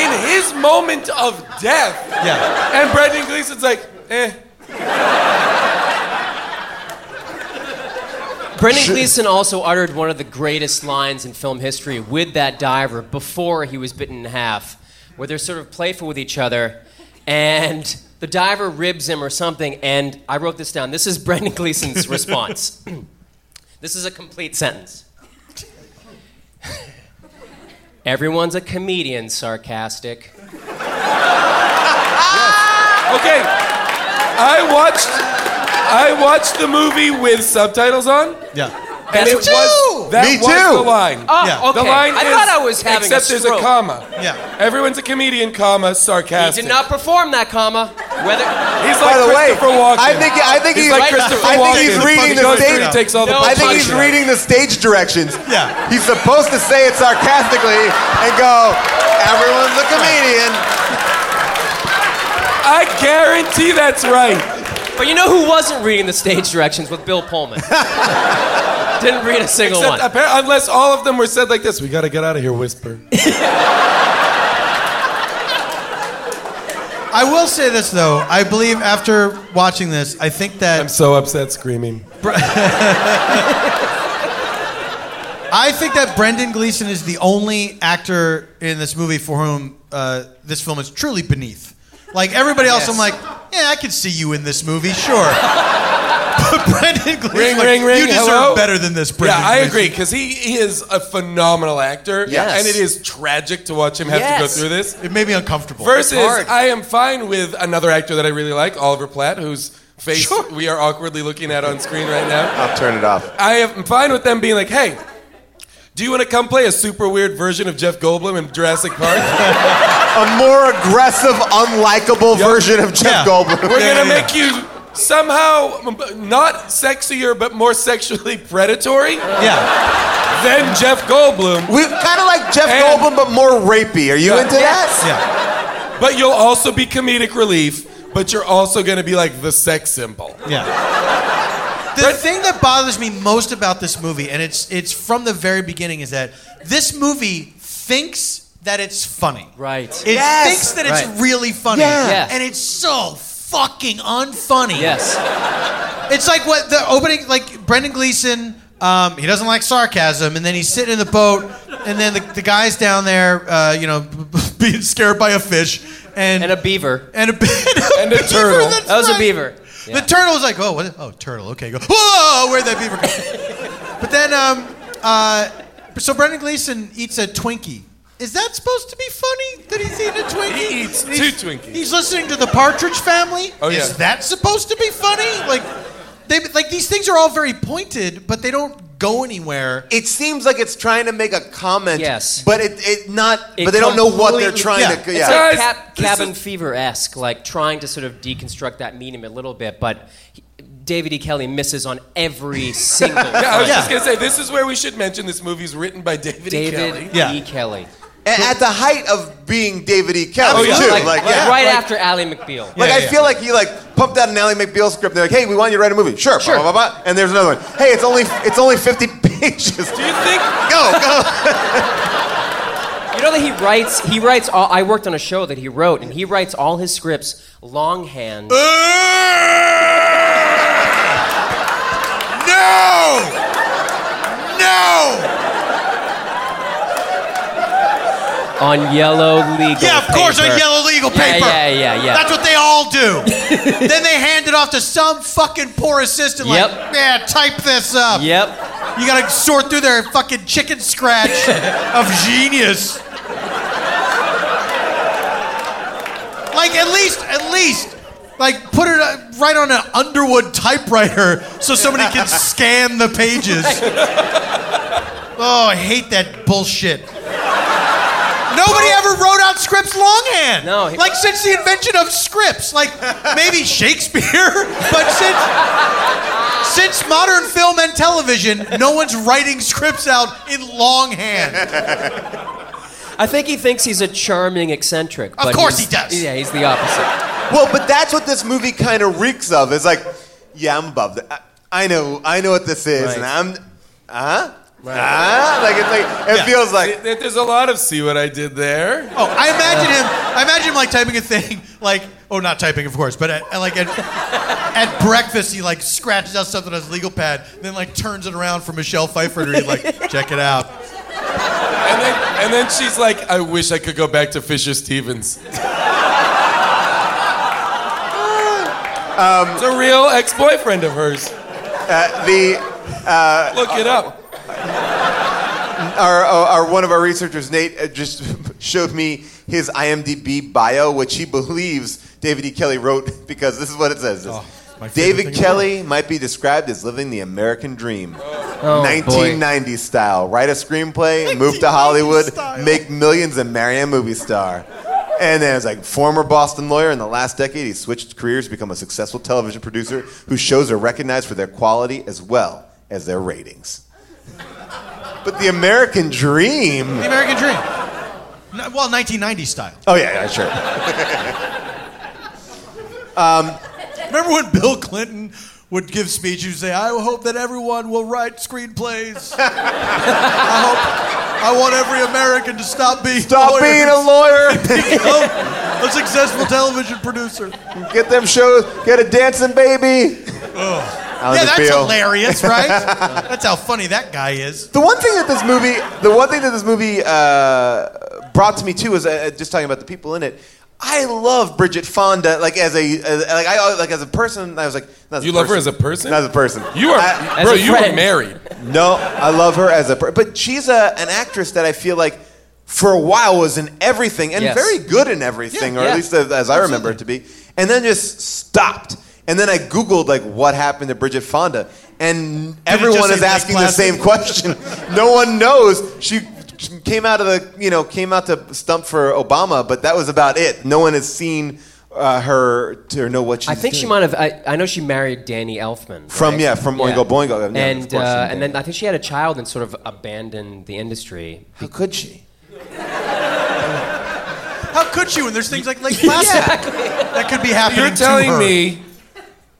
[SPEAKER 6] in his moment of death.
[SPEAKER 5] Yeah.
[SPEAKER 6] And Brendan Gleeson's like, eh.
[SPEAKER 7] Brendan Gleeson also uttered one of the greatest lines in film history with that diver before he was bitten in half, where they're sort of playful with each other, and the diver ribs him or something. And I wrote this down. This is Brendan Gleeson's response. this is a complete sentence. Everyone's a comedian, sarcastic.
[SPEAKER 6] Okay. I watched I watched the movie with subtitles on.
[SPEAKER 5] Yeah.
[SPEAKER 6] And
[SPEAKER 7] Me
[SPEAKER 6] it was
[SPEAKER 7] too.
[SPEAKER 6] that
[SPEAKER 2] Me
[SPEAKER 6] was
[SPEAKER 2] too.
[SPEAKER 6] the line.
[SPEAKER 7] Oh,
[SPEAKER 5] Yeah.
[SPEAKER 7] okay.
[SPEAKER 6] The line is,
[SPEAKER 7] I thought I was having
[SPEAKER 6] except
[SPEAKER 7] a
[SPEAKER 6] there's a
[SPEAKER 7] stroke.
[SPEAKER 6] comma.
[SPEAKER 5] Yeah.
[SPEAKER 6] Everyone's a comedian, comma,
[SPEAKER 7] He
[SPEAKER 6] sarcastic.
[SPEAKER 7] did not perform that comma. Whether
[SPEAKER 6] He's
[SPEAKER 2] By
[SPEAKER 6] like
[SPEAKER 2] the way,
[SPEAKER 6] Christopher Walken.
[SPEAKER 2] I think I think he's
[SPEAKER 6] he's, like
[SPEAKER 7] right
[SPEAKER 6] Christopher
[SPEAKER 7] now.
[SPEAKER 6] Walken.
[SPEAKER 2] I think he's reading
[SPEAKER 6] He goes
[SPEAKER 2] the
[SPEAKER 6] through and
[SPEAKER 2] data.
[SPEAKER 6] takes all the
[SPEAKER 7] No
[SPEAKER 2] I think he's
[SPEAKER 7] punchline.
[SPEAKER 2] reading the stage directions.
[SPEAKER 5] Yeah.
[SPEAKER 2] He's supposed to say it sarcastically and go, "Everyone's a comedian."
[SPEAKER 6] I guarantee that's right.
[SPEAKER 7] But you know who wasn't reading the stage directions with Bill [laughs] Pullman? Didn't read a single
[SPEAKER 6] Except
[SPEAKER 7] one.
[SPEAKER 6] appar- unless all of them were said like this, we gotta get out of here, whisper.
[SPEAKER 5] I will say this though. I believe after watching this, I think
[SPEAKER 6] I'm
[SPEAKER 5] that
[SPEAKER 6] so upset screaming.
[SPEAKER 5] I think that Brendan Gleeson is the only actor in this movie for whom uh, this film is truly beneath. Like everybody else, I'm like, yeah, I could see you in this movie, sure. [laughs] but Brendan Gleeson,
[SPEAKER 6] Ring,
[SPEAKER 5] like,
[SPEAKER 6] ring, ring,
[SPEAKER 5] you deserve
[SPEAKER 6] hello?
[SPEAKER 5] better than this,
[SPEAKER 6] Yeah,
[SPEAKER 5] Brendan.
[SPEAKER 6] I
[SPEAKER 5] Gleeson.
[SPEAKER 6] agree because he, he is a phenomenal actor.
[SPEAKER 7] Yes.
[SPEAKER 6] and it is tragic to watch him have to go
[SPEAKER 7] Yes.
[SPEAKER 6] through this.
[SPEAKER 5] It made me uncomfortable.
[SPEAKER 6] Versus,
[SPEAKER 7] hard.
[SPEAKER 6] I am fine with another actor that I really like, Oliver Platt, whose face
[SPEAKER 5] Sure.
[SPEAKER 6] we are awkwardly looking at on screen right now.
[SPEAKER 2] I'll turn it off.
[SPEAKER 6] I am fine with them being like, "Hey, do you want to come play a super weird version of Jeff Goldblum in Jurassic
[SPEAKER 5] [laughs]
[SPEAKER 6] Park?
[SPEAKER 2] A more aggressive, unlikable version of Jeff
[SPEAKER 5] Yeah.
[SPEAKER 2] Goldblum.
[SPEAKER 6] We're gonna make you." Somehow, m- not sexier, but more sexually predatory
[SPEAKER 5] yeah.
[SPEAKER 6] than Jeff Goldblum.
[SPEAKER 2] We kind of like Jeff
[SPEAKER 6] And-
[SPEAKER 2] Goldblum, but more rapey. Are you
[SPEAKER 6] Yeah.
[SPEAKER 2] into that?
[SPEAKER 5] Yeah.
[SPEAKER 6] But you'll also be comedic relief, but you're also gonna be like the sex symbol.
[SPEAKER 5] Yeah. The thing that bothers me most about this movie, and it's it's from the very beginning, is that this movie thinks that it's funny.
[SPEAKER 7] Right.
[SPEAKER 5] It
[SPEAKER 2] Yes.
[SPEAKER 5] thinks that it's
[SPEAKER 7] Right.
[SPEAKER 5] really funny.
[SPEAKER 2] Yeah.
[SPEAKER 7] Yeah.
[SPEAKER 5] And it's so fucking unfunny.
[SPEAKER 7] Yes.
[SPEAKER 5] It's like what the opening, like Brendan Gleeson. Um, he doesn't like sarcasm, and then he's sitting in the boat, and then the, the guy's down there, uh, you know, [laughs] being scared by a fish, and
[SPEAKER 7] And a beaver.
[SPEAKER 5] and a, and
[SPEAKER 6] [laughs]
[SPEAKER 5] a,
[SPEAKER 6] And a
[SPEAKER 5] beaver,
[SPEAKER 6] turtle.
[SPEAKER 5] that's
[SPEAKER 7] That was a
[SPEAKER 5] right.
[SPEAKER 7] beaver.
[SPEAKER 5] The turtle's like, oh, what? Oh, turtle. Okay, go. Whoa, where'd that beaver go?
[SPEAKER 6] [laughs]
[SPEAKER 5] but then, um, uh, so Brendan Gleeson eats a Twinkie. Is that supposed to be funny that he's eating a Twinkie?
[SPEAKER 6] He eats
[SPEAKER 5] And he's-
[SPEAKER 6] two Twinkies.
[SPEAKER 5] He's listening to the Partridge Family.
[SPEAKER 6] Oh, yeah.
[SPEAKER 5] Is that supposed to be funny? Like, they like these things are all very pointed, but they don't go anywhere.
[SPEAKER 2] It seems like it's trying to make a comment.
[SPEAKER 7] Yes.
[SPEAKER 2] But it, it not.
[SPEAKER 7] It
[SPEAKER 2] but they don't know what they're
[SPEAKER 7] completely-
[SPEAKER 2] trying
[SPEAKER 5] yeah.
[SPEAKER 2] to.
[SPEAKER 7] It's
[SPEAKER 2] Yeah.
[SPEAKER 7] like
[SPEAKER 6] Guys,
[SPEAKER 7] cap,
[SPEAKER 6] this
[SPEAKER 7] cabin
[SPEAKER 6] is-
[SPEAKER 7] fever esque, like trying to sort of deconstruct that medium a little bit, but he- David E. Kelly misses on [laughs] every single.
[SPEAKER 6] Yeah, I was just
[SPEAKER 5] Yeah.
[SPEAKER 6] gonna say this is where we should mention this movie's written by David, E. Kelly.
[SPEAKER 7] David
[SPEAKER 5] Yeah.
[SPEAKER 7] E. Kelly.
[SPEAKER 2] And at the height of being David E. Kelly
[SPEAKER 6] Oh, yeah.
[SPEAKER 2] too.
[SPEAKER 7] Like,
[SPEAKER 2] Like,
[SPEAKER 7] like
[SPEAKER 2] yeah.
[SPEAKER 7] right after Ally McBeal.
[SPEAKER 2] Like
[SPEAKER 5] Yeah,
[SPEAKER 2] I
[SPEAKER 5] yeah,
[SPEAKER 2] feel like he like pumped out an Ally McBeal script. They're like, hey, we want you to write a movie. Sure.
[SPEAKER 7] Sure.
[SPEAKER 2] Blah, blah, blah, blah. And there's another one. Hey, it's only it's only
[SPEAKER 1] [laughs]
[SPEAKER 2] 50 pages.
[SPEAKER 6] Do you think?
[SPEAKER 2] go go.
[SPEAKER 7] You know that he writes. He writes. All, I worked on a show that he wrote, and he writes all his scripts longhand.
[SPEAKER 5] No, no.
[SPEAKER 7] on yellow legal.
[SPEAKER 5] Yeah, of course,
[SPEAKER 7] paper.
[SPEAKER 5] on yellow legal
[SPEAKER 7] Yeah,
[SPEAKER 5] paper.
[SPEAKER 7] Yeah, yeah, yeah.
[SPEAKER 5] That's what they all
[SPEAKER 7] [laughs]
[SPEAKER 5] do. then they hand it off to some fucking poor assistant. Like,
[SPEAKER 7] Yep.
[SPEAKER 5] yeah, type this up.
[SPEAKER 7] Yep.
[SPEAKER 5] You gotta sort through their fucking chicken
[SPEAKER 7] [laughs]
[SPEAKER 5] scratch of genius. Like at least, at least, like put it uh, right on an Underwood typewriter so somebody can scan the pages. Oh, I hate that bullshit. Nobody ever wrote out scripts longhand.
[SPEAKER 7] No, he-
[SPEAKER 5] like since the invention of scripts, like maybe Shakespeare, [laughs] but since since modern film and television, no one's writing scripts out in longhand.
[SPEAKER 7] I think he thinks he's a charming eccentric.
[SPEAKER 5] Of
[SPEAKER 7] but
[SPEAKER 5] course
[SPEAKER 7] he's-
[SPEAKER 5] he does.
[SPEAKER 7] Yeah, he's the
[SPEAKER 1] [laughs]
[SPEAKER 7] opposite.
[SPEAKER 1] Well, but that's what this movie kind of reeks of. It's like, yeah, I'm above that. I, I know, I know what this is,
[SPEAKER 7] Right.
[SPEAKER 1] and I'm, huh? Huh? Like it's like it feels like
[SPEAKER 6] There- There's a lot of see what I did there.
[SPEAKER 5] Oh, I imagine him. I imagine him like typing a thing, like oh, not typing, of course, but at, at, like at, at breakfast, he like scratches out something on his legal pad, then like turns it around for Michelle Pfeiffer to
[SPEAKER 1] [laughs]
[SPEAKER 5] read, like check it out.
[SPEAKER 6] And then, and then she's like, I wish I could go back to Fisher [laughs] Stevens. it's a real ex boyfriend of hers.
[SPEAKER 1] uh, the
[SPEAKER 6] Look it up.
[SPEAKER 1] our, our, our- one of our researchers, Nate, uh, just [laughs] showed me his IMDb bio, which he believes David E. Kelly wrote [laughs] because this is what it says. It says,
[SPEAKER 5] Oh, my favorite
[SPEAKER 1] David
[SPEAKER 5] thing
[SPEAKER 1] Kelly might be described as living the American dream.
[SPEAKER 7] Oh, boy.
[SPEAKER 1] 1990s style. Write a screenplay, move to Hollywood,
[SPEAKER 5] style.
[SPEAKER 1] make millions, and marry a movie star. And then it's like former Boston lawyer. In the last decade, he switched careers to become a successful television producer whose shows are recognized for their quality as well as their ratings. But the American dream.
[SPEAKER 5] The American Dream. No, well, 1990 style.
[SPEAKER 1] Oh yeah, yeah, sure.
[SPEAKER 5] [laughs]
[SPEAKER 1] Um,
[SPEAKER 5] Remember when Bill Clinton would give speeches and say, I hope that everyone will
[SPEAKER 1] [laughs]
[SPEAKER 5] write screenplays. I hope I want every American to stop being
[SPEAKER 1] Stop
[SPEAKER 5] lawyers
[SPEAKER 1] being a lawyer.
[SPEAKER 5] and become Oh, a successful television producer.
[SPEAKER 1] [laughs] Get them shows. Get a dancing baby. How does
[SPEAKER 5] yeah,
[SPEAKER 1] it
[SPEAKER 5] that's
[SPEAKER 1] feel? [laughs]
[SPEAKER 5] hilarious, right? that's how funny that guy is.
[SPEAKER 1] The one thing that this movie, the one thing that this movie uh, brought to me too is uh, just talking about the people in it. I love Bridget Fonda, like as a as, like I like as a person. I was like, not as
[SPEAKER 6] You
[SPEAKER 1] a
[SPEAKER 6] love her
[SPEAKER 1] person.
[SPEAKER 6] as a person?
[SPEAKER 1] Not as a person.
[SPEAKER 6] You are,
[SPEAKER 1] I-
[SPEAKER 7] As
[SPEAKER 6] bro,
[SPEAKER 7] a
[SPEAKER 6] you were
[SPEAKER 7] friend.
[SPEAKER 6] married.
[SPEAKER 1] no, I love her as a person, but she's a, an actress that I feel like for a while was in everything and
[SPEAKER 7] Yes.
[SPEAKER 1] very good in everything,
[SPEAKER 7] Yeah,
[SPEAKER 1] or
[SPEAKER 7] yeah.
[SPEAKER 1] at least as, as I remember it to be, and then just stopped. And then I googled like what happened to Bridget Fonda, and everyone
[SPEAKER 5] say
[SPEAKER 1] is
[SPEAKER 5] Blake
[SPEAKER 1] asking the
[SPEAKER 5] Classen?
[SPEAKER 1] same question. [laughs] no one knows she came out of the you know came out to stump for Obama, but that was about it. No one has seen uh, her to know what she's.
[SPEAKER 7] I think she
[SPEAKER 1] doing.
[SPEAKER 7] might have. I, I know she married Danny Elfman. right?
[SPEAKER 1] From, yeah, from Oingo Boingo. Yeah, of
[SPEAKER 7] and
[SPEAKER 1] course,
[SPEAKER 7] uh,
[SPEAKER 1] from
[SPEAKER 7] and then I think she had a child and sort of abandoned the industry.
[SPEAKER 1] How could she?
[SPEAKER 5] How could you? And there's things like Lake Placid that could be happening
[SPEAKER 6] You're
[SPEAKER 5] to
[SPEAKER 6] telling
[SPEAKER 5] her.
[SPEAKER 6] me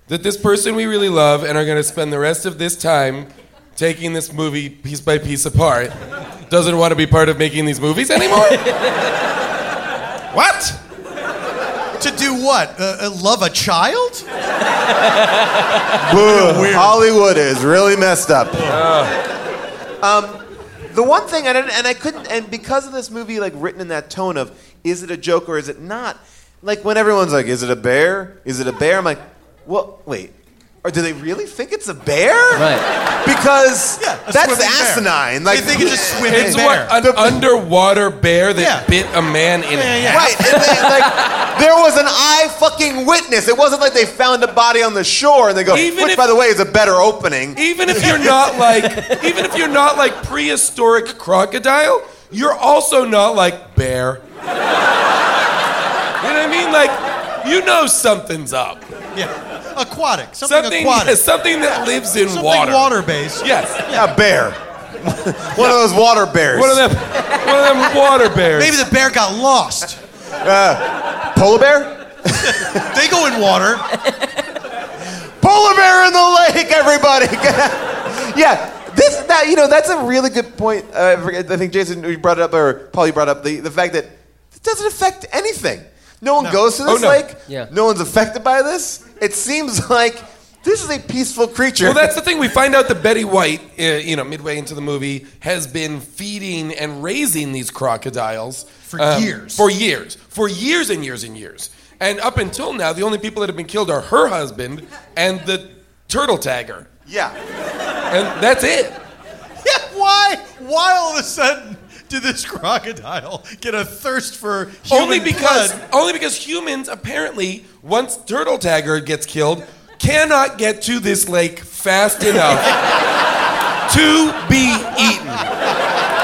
[SPEAKER 6] that this person we really love and are going to spend the rest of this time taking this movie piece by piece apart doesn't want to be part of making these movies
[SPEAKER 5] [laughs]
[SPEAKER 6] anymore? what?
[SPEAKER 5] To do what? Uh, uh, love a child?
[SPEAKER 1] Boo. Hollywood is really messed up. Um, the one thing, I didn't, and I couldn't, and because of this movie, like written in that tone of, is it a joke or is it not? Like when everyone's like, is it a bear? Is it a bear? I'm like, well, wait, or do they really think it's a bear?
[SPEAKER 7] Right.
[SPEAKER 1] Because
[SPEAKER 5] Yeah, a
[SPEAKER 1] that's
[SPEAKER 5] swimming bear.
[SPEAKER 1] asinine.
[SPEAKER 5] They
[SPEAKER 1] Like
[SPEAKER 5] think it's a
[SPEAKER 1] [laughs]
[SPEAKER 5] swimming
[SPEAKER 6] It's
[SPEAKER 5] bear.
[SPEAKER 6] what, an underwater bear that
[SPEAKER 5] Yeah.
[SPEAKER 6] bit a man in
[SPEAKER 5] Yeah, yeah.
[SPEAKER 1] Right, and they, like, there was an
[SPEAKER 5] [laughs]
[SPEAKER 1] eye fucking witness. It wasn't like they found a body on the shore and they go,
[SPEAKER 6] Even
[SPEAKER 1] which
[SPEAKER 6] if-
[SPEAKER 1] by the way is a better opening.
[SPEAKER 6] Even if you're not like, even if you're not like prehistoric crocodile, you're also not like bear. You know what I mean? Like, you know something's up.
[SPEAKER 5] Yeah. Aquatic. Something,
[SPEAKER 6] Something,
[SPEAKER 5] aquatic.
[SPEAKER 6] [laughs] something that lives in
[SPEAKER 5] Something
[SPEAKER 6] water.
[SPEAKER 5] based.
[SPEAKER 6] Yes.
[SPEAKER 1] A bear. [laughs] One of those water bears.
[SPEAKER 6] One of them, one of them [laughs] water bears.
[SPEAKER 5] Maybe the bear got lost.
[SPEAKER 1] Polar bear?
[SPEAKER 5] They go in water.
[SPEAKER 1] Polar bear in the lake, everybody! [laughs] yeah, this, that, you know, that's a really good point. Uh, I, forget, I think Jason, you brought it up, or Paul, you brought up the, the fact that it doesn't affect anything. No one goes to this
[SPEAKER 6] no.
[SPEAKER 1] lake.
[SPEAKER 7] Yeah.
[SPEAKER 1] No one's affected by this. It seems [laughs] like
[SPEAKER 2] This is a peaceful creature.
[SPEAKER 6] Well, that's the thing. We find out that Betty White, uh, you know, midway into the movie, has been feeding and raising these crocodiles um,
[SPEAKER 5] For years.
[SPEAKER 6] For years. For years and years and years. And up until now, the only people that have been killed are her husband and the turtle tagger.
[SPEAKER 2] yeah.
[SPEAKER 6] And that's it.
[SPEAKER 5] Yeah, why? Why all of a sudden did this [laughs] crocodile get a thirst for human
[SPEAKER 6] only because
[SPEAKER 5] blood?
[SPEAKER 6] only because humans apparently once turtle tagger gets killed cannot get to this lake fast enough [laughs] to be eaten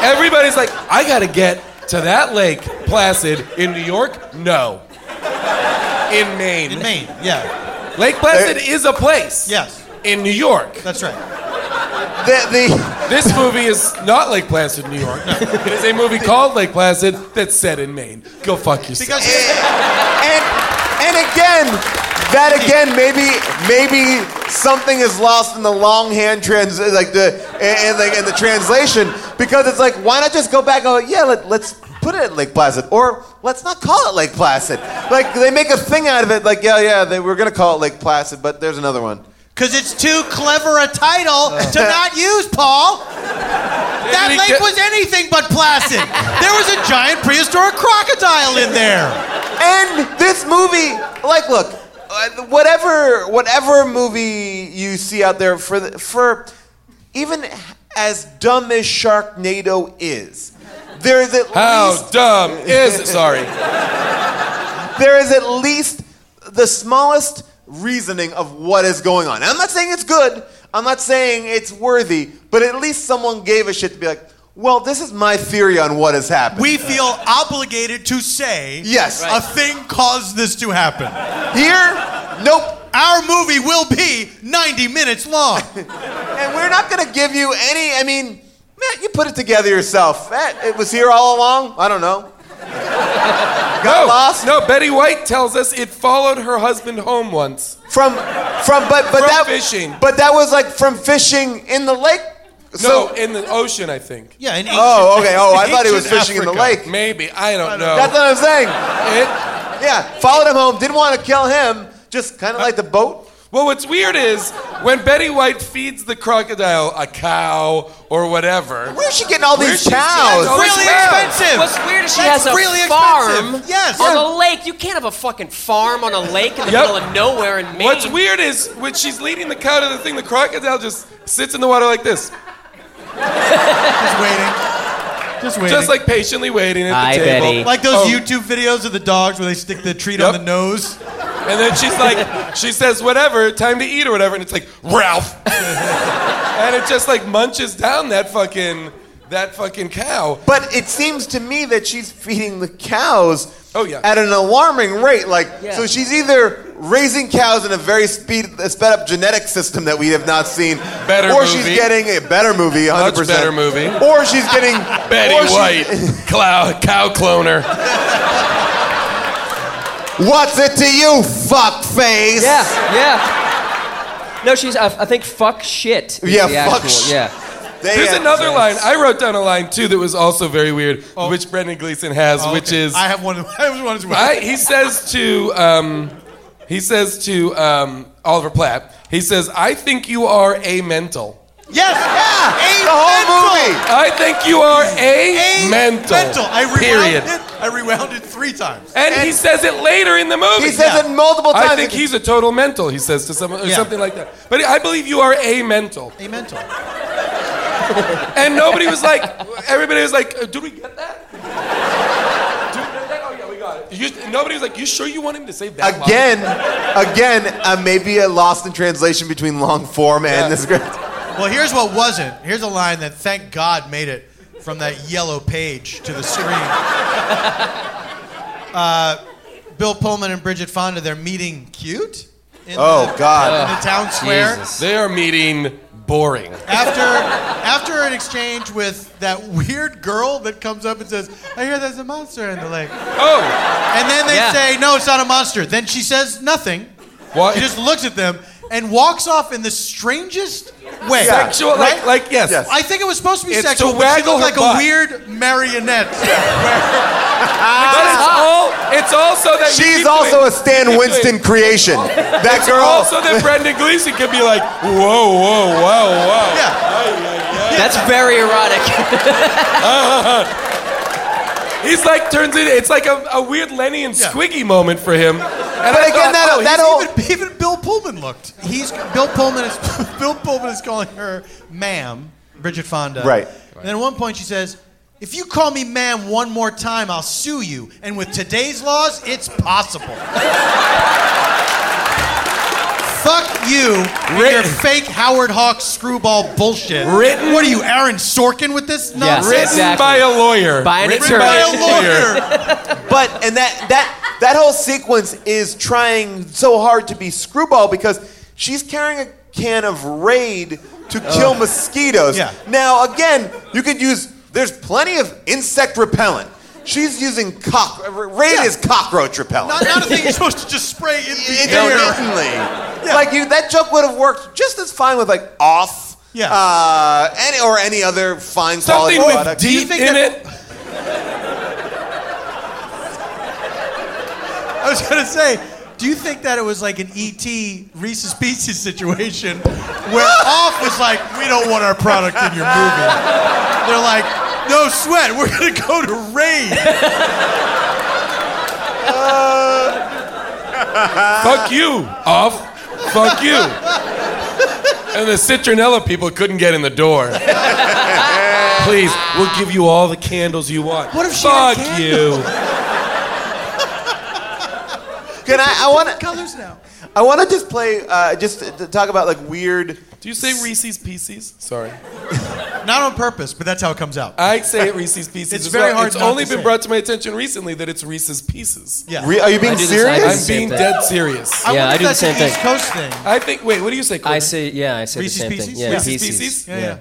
[SPEAKER 6] everybody's like i gotta get to that lake placid in new york no in maine,
[SPEAKER 5] in Maine? Yeah,
[SPEAKER 6] lake placid is a place
[SPEAKER 5] Yes.
[SPEAKER 6] in new york
[SPEAKER 5] that's right.
[SPEAKER 2] The, the,
[SPEAKER 6] this movie is not lake placid new york it is a movie called lake placid that's set in maine go fuck yourself
[SPEAKER 5] Because
[SPEAKER 2] and, and again, that again, maybe maybe something is lost in the longhand trans like the and, and like in the translation because it's like why not just go back and go, yeah let, let's put it at Lake Placid or let's not call it Lake Placid like they make a thing out of it like yeah yeah they were gonna call it Lake Placid but there's another one
[SPEAKER 5] because it's too clever a title to
[SPEAKER 2] Uh.
[SPEAKER 5] not use, Paul. That
[SPEAKER 6] we
[SPEAKER 5] lake
[SPEAKER 6] get-
[SPEAKER 5] was anything but placid. there was a giant prehistoric crocodile in there.
[SPEAKER 2] And this movie, like, look, uh, whatever whatever movie you see out there for the, for even as dumb as Sharknado is, there is at
[SPEAKER 6] How
[SPEAKER 2] least
[SPEAKER 6] dumb is it? Sorry.
[SPEAKER 2] there is at least the smallest reasoning of what is going on. And I'm not saying it's good. I'm not saying it's worthy, but at least someone gave a shit to be like, well, this is my theory on what has happened.
[SPEAKER 5] We feel obligated to say
[SPEAKER 2] Yes.
[SPEAKER 5] a thing caused this to happen.
[SPEAKER 2] Here, nope.
[SPEAKER 5] Our movie will be 90 minutes long.
[SPEAKER 2] And we're not going to give you any. I mean, Matt, you put it together yourself. Matt, it was here all along. I don't know.
[SPEAKER 6] no,
[SPEAKER 2] lost?
[SPEAKER 6] Oh, no. Betty White tells us it followed her husband home once.
[SPEAKER 2] From, from, but, but
[SPEAKER 6] From
[SPEAKER 2] that
[SPEAKER 6] fishing.
[SPEAKER 2] But that was like from fishing in the lake.
[SPEAKER 6] No, in the ocean, I think.
[SPEAKER 5] Yeah, in ancient,
[SPEAKER 2] Oh, okay. Oh, I thought he was
[SPEAKER 5] ancient
[SPEAKER 2] fishing in the
[SPEAKER 5] Africa.
[SPEAKER 2] lake.
[SPEAKER 6] Maybe I don't know.
[SPEAKER 2] That's what I'm saying.
[SPEAKER 6] It-
[SPEAKER 2] Yeah, followed him home. Didn't want to kill him. Just kind of
[SPEAKER 6] Uh,
[SPEAKER 2] like the boat.
[SPEAKER 6] well, what's weird is when Betty White feeds the crocodile a cow or whatever.
[SPEAKER 2] Where's she getting all these
[SPEAKER 6] Where's she getting all
[SPEAKER 2] cows?
[SPEAKER 6] these-
[SPEAKER 5] Really
[SPEAKER 6] Wow.
[SPEAKER 5] expensive.
[SPEAKER 7] What's weird is she
[SPEAKER 5] That's
[SPEAKER 7] has a
[SPEAKER 5] really
[SPEAKER 7] farm
[SPEAKER 5] expensive. Yes.
[SPEAKER 7] on a lake. You can't have a fucking farm on a lake in the
[SPEAKER 6] Yep.
[SPEAKER 7] middle of nowhere in Maine.
[SPEAKER 6] What's weird is when she's leading the cow to the thing, the crocodile just sits in the water like this,
[SPEAKER 5] Just waiting. Just waiting.
[SPEAKER 6] just like patiently waiting at the
[SPEAKER 7] Hi,
[SPEAKER 6] table.
[SPEAKER 7] Betty.
[SPEAKER 5] Like those
[SPEAKER 6] Oh.
[SPEAKER 5] YouTube videos of the dogs where they stick the treat on
[SPEAKER 6] Yep.
[SPEAKER 5] the nose.
[SPEAKER 6] And then she's like, she says whatever, time to eat or whatever, and it's like Ralph, and it just like munches down that fucking that fucking cow.
[SPEAKER 2] But it seems to me that she's feeding the cows
[SPEAKER 6] Oh, yeah.
[SPEAKER 2] at an alarming rate. Like
[SPEAKER 7] Yeah.
[SPEAKER 2] so she's either raising cows in a very speed sped up genetic system that we have not seen.
[SPEAKER 6] Better
[SPEAKER 2] or
[SPEAKER 6] movie.
[SPEAKER 2] she's getting a better movie, 100 percent
[SPEAKER 6] better movie.
[SPEAKER 2] Or she's getting
[SPEAKER 6] [laughs] Betty
[SPEAKER 2] or she-
[SPEAKER 6] White, cow, cow cloner.
[SPEAKER 2] What's it to you, fuckface?
[SPEAKER 7] Yeah, yeah. No, she's. I, I think fuck shit. is
[SPEAKER 2] Yeah,
[SPEAKER 7] the
[SPEAKER 2] fuck
[SPEAKER 7] actual-
[SPEAKER 2] shit.
[SPEAKER 7] Yeah.
[SPEAKER 2] They-
[SPEAKER 6] There's another line. I wrote down a line too that was also very weird, which Brendan Gleeson has,
[SPEAKER 5] Oh,
[SPEAKER 6] which
[SPEAKER 5] okay.
[SPEAKER 6] is
[SPEAKER 5] I have one. [laughs] I have one as well.
[SPEAKER 6] I, he says to um, he says to um, Oliver Platt. He says, "I think you are a mental.
[SPEAKER 5] Yes.
[SPEAKER 2] Yeah,
[SPEAKER 5] A
[SPEAKER 2] the whole
[SPEAKER 5] mental.
[SPEAKER 2] movie.
[SPEAKER 6] I think you are a,
[SPEAKER 5] A
[SPEAKER 6] mental.
[SPEAKER 5] mental. I rewound
[SPEAKER 6] period."
[SPEAKER 5] it. I rewound it three times.
[SPEAKER 6] And, he says it later in the movie.
[SPEAKER 2] He says it multiple times.
[SPEAKER 6] I think he's a total mental, he says to someone, or
[SPEAKER 5] Yeah.
[SPEAKER 6] something like that. But I believe you are a mental.
[SPEAKER 5] A mental.
[SPEAKER 6] [laughs] And nobody was like, everybody was like, uh, did we get that? Did we get that? Oh, yeah, we got it. You- nobody was like, you sure you want him to say that? line?"
[SPEAKER 2] again, again, uh, maybe a lost in translation between long form and this great.
[SPEAKER 5] Well, here's what wasn't. Here's a line that thank God made it from that yellow page to the
[SPEAKER 2] [laughs]
[SPEAKER 5] screen. uh, Bill Pullman and Bridget Fonda. They're meeting cute. In
[SPEAKER 2] Oh
[SPEAKER 5] the,
[SPEAKER 2] God.
[SPEAKER 5] In the town square.
[SPEAKER 7] Jesus.
[SPEAKER 6] They are meeting boring.
[SPEAKER 5] after after an exchange with that weird girl that comes up and says, "I hear there's a monster in the lake,"
[SPEAKER 6] Oh,
[SPEAKER 5] and then they
[SPEAKER 7] Yeah.
[SPEAKER 5] say, "No, it's not a monster." Then she says nothing.
[SPEAKER 6] what?
[SPEAKER 5] She just looks at them and walks off in the strangest way.
[SPEAKER 2] Yeah.
[SPEAKER 6] Sexual,
[SPEAKER 5] Right?
[SPEAKER 6] like, like yes.
[SPEAKER 2] Yes.
[SPEAKER 5] I think it was supposed to be
[SPEAKER 6] It's to
[SPEAKER 5] sexual, but she
[SPEAKER 6] waggle
[SPEAKER 5] looked
[SPEAKER 6] her
[SPEAKER 5] like
[SPEAKER 6] butt.
[SPEAKER 5] a weird marionette.
[SPEAKER 6] But it's all, It's also that you keep
[SPEAKER 2] Ah. She's
[SPEAKER 6] doing-
[SPEAKER 2] also a Stan
[SPEAKER 6] you keep
[SPEAKER 2] Winston
[SPEAKER 6] doing-
[SPEAKER 2] creation. That girl.
[SPEAKER 6] Also, that Brendan Gleeson could be like, whoa, whoa, whoa, whoa.
[SPEAKER 5] Yeah.
[SPEAKER 7] That's very erotic.
[SPEAKER 6] He's like turns it. It's like a, a weird Lenny and
[SPEAKER 5] Yeah.
[SPEAKER 6] Squiggy moment for him. And
[SPEAKER 2] But again, that,
[SPEAKER 5] Oh,
[SPEAKER 2] that
[SPEAKER 5] he's
[SPEAKER 2] old.
[SPEAKER 5] even, even Bill Pullman looked. He's Bill Pullman is [laughs] Bill Pullman is calling her ma'am, Bridget Fonda.
[SPEAKER 2] Right.
[SPEAKER 5] And then at one point she says, "If you call me ma'am one more time, I'll sue you." And with today's laws, it's possible. [laughs] Fuck you and
[SPEAKER 6] Written-
[SPEAKER 5] your fake Howard Hawks screwball bullshit.
[SPEAKER 6] Written-
[SPEAKER 5] What are you, Aaron Sorkin, with this nonsense?
[SPEAKER 6] written
[SPEAKER 7] exactly.
[SPEAKER 6] by a lawyer.
[SPEAKER 7] By an
[SPEAKER 6] written
[SPEAKER 7] attorney.
[SPEAKER 6] by
[SPEAKER 5] By a [laughs]
[SPEAKER 6] [laughs]
[SPEAKER 5] lawyer.
[SPEAKER 2] But and that that that whole sequence is trying so hard to be screwball because she's carrying a can of Raid to kill mosquitoes.
[SPEAKER 5] Oh. Yeah.
[SPEAKER 2] Now again, you could use. There's plenty of insect repellent. She's using cock. Raid
[SPEAKER 5] Yeah.
[SPEAKER 2] is cockroach repellent.
[SPEAKER 5] Not, not a thing you're supposed to just spray in the air.
[SPEAKER 2] intermittently. Like you, that joke would have worked just as fine with like off,
[SPEAKER 5] Yeah.
[SPEAKER 2] uh, any or any other fine
[SPEAKER 6] Something
[SPEAKER 2] quality
[SPEAKER 6] with
[SPEAKER 2] product.
[SPEAKER 5] Do you
[SPEAKER 6] deep
[SPEAKER 5] think
[SPEAKER 6] in
[SPEAKER 5] that-
[SPEAKER 6] it.
[SPEAKER 5] I was gonna say, do you think that it was like an ET Reese's Pieces situation where Off was like, we don't want our product in your movie? They're like, no sweat, we're gonna go to Raid.
[SPEAKER 6] Fuck you, off. Fuck you. And the citronella people couldn't get in the door. Please, we'll give you all the candles you want.
[SPEAKER 5] What if she had
[SPEAKER 6] Fuck you.
[SPEAKER 2] Can I? I want to.
[SPEAKER 5] Colors now.
[SPEAKER 2] I want to just play. Uh, just to- to talk about like weird.
[SPEAKER 6] Do you say Reese's Pieces? Sorry.
[SPEAKER 5] Not on purpose, but that's how it comes out.
[SPEAKER 7] Uh,
[SPEAKER 6] I say it Reese's Pieces.
[SPEAKER 5] It's
[SPEAKER 6] as
[SPEAKER 5] very
[SPEAKER 6] well.
[SPEAKER 5] hard
[SPEAKER 6] It's
[SPEAKER 5] not
[SPEAKER 6] only
[SPEAKER 5] to
[SPEAKER 6] been
[SPEAKER 5] say.
[SPEAKER 6] brought to my attention recently that it's Reese's Pieces.
[SPEAKER 5] Yeah.
[SPEAKER 2] Re- are you being
[SPEAKER 7] I do the
[SPEAKER 2] serious?
[SPEAKER 7] same
[SPEAKER 6] I'm being
[SPEAKER 7] thing.
[SPEAKER 6] dead serious.
[SPEAKER 5] I
[SPEAKER 7] Yeah,
[SPEAKER 5] wonder
[SPEAKER 7] I
[SPEAKER 5] if
[SPEAKER 7] do the
[SPEAKER 5] that's
[SPEAKER 7] same
[SPEAKER 5] an
[SPEAKER 7] thing.
[SPEAKER 5] East Coast thing.
[SPEAKER 6] I think. Wait, what do you say?
[SPEAKER 7] I
[SPEAKER 6] Corbin?
[SPEAKER 7] say, yeah, I say
[SPEAKER 5] Reese's
[SPEAKER 7] the same
[SPEAKER 5] Pieces?
[SPEAKER 7] thing. Yeah,
[SPEAKER 5] Reese's
[SPEAKER 7] Pieces.
[SPEAKER 6] Pieces?
[SPEAKER 5] Yeah, yeah.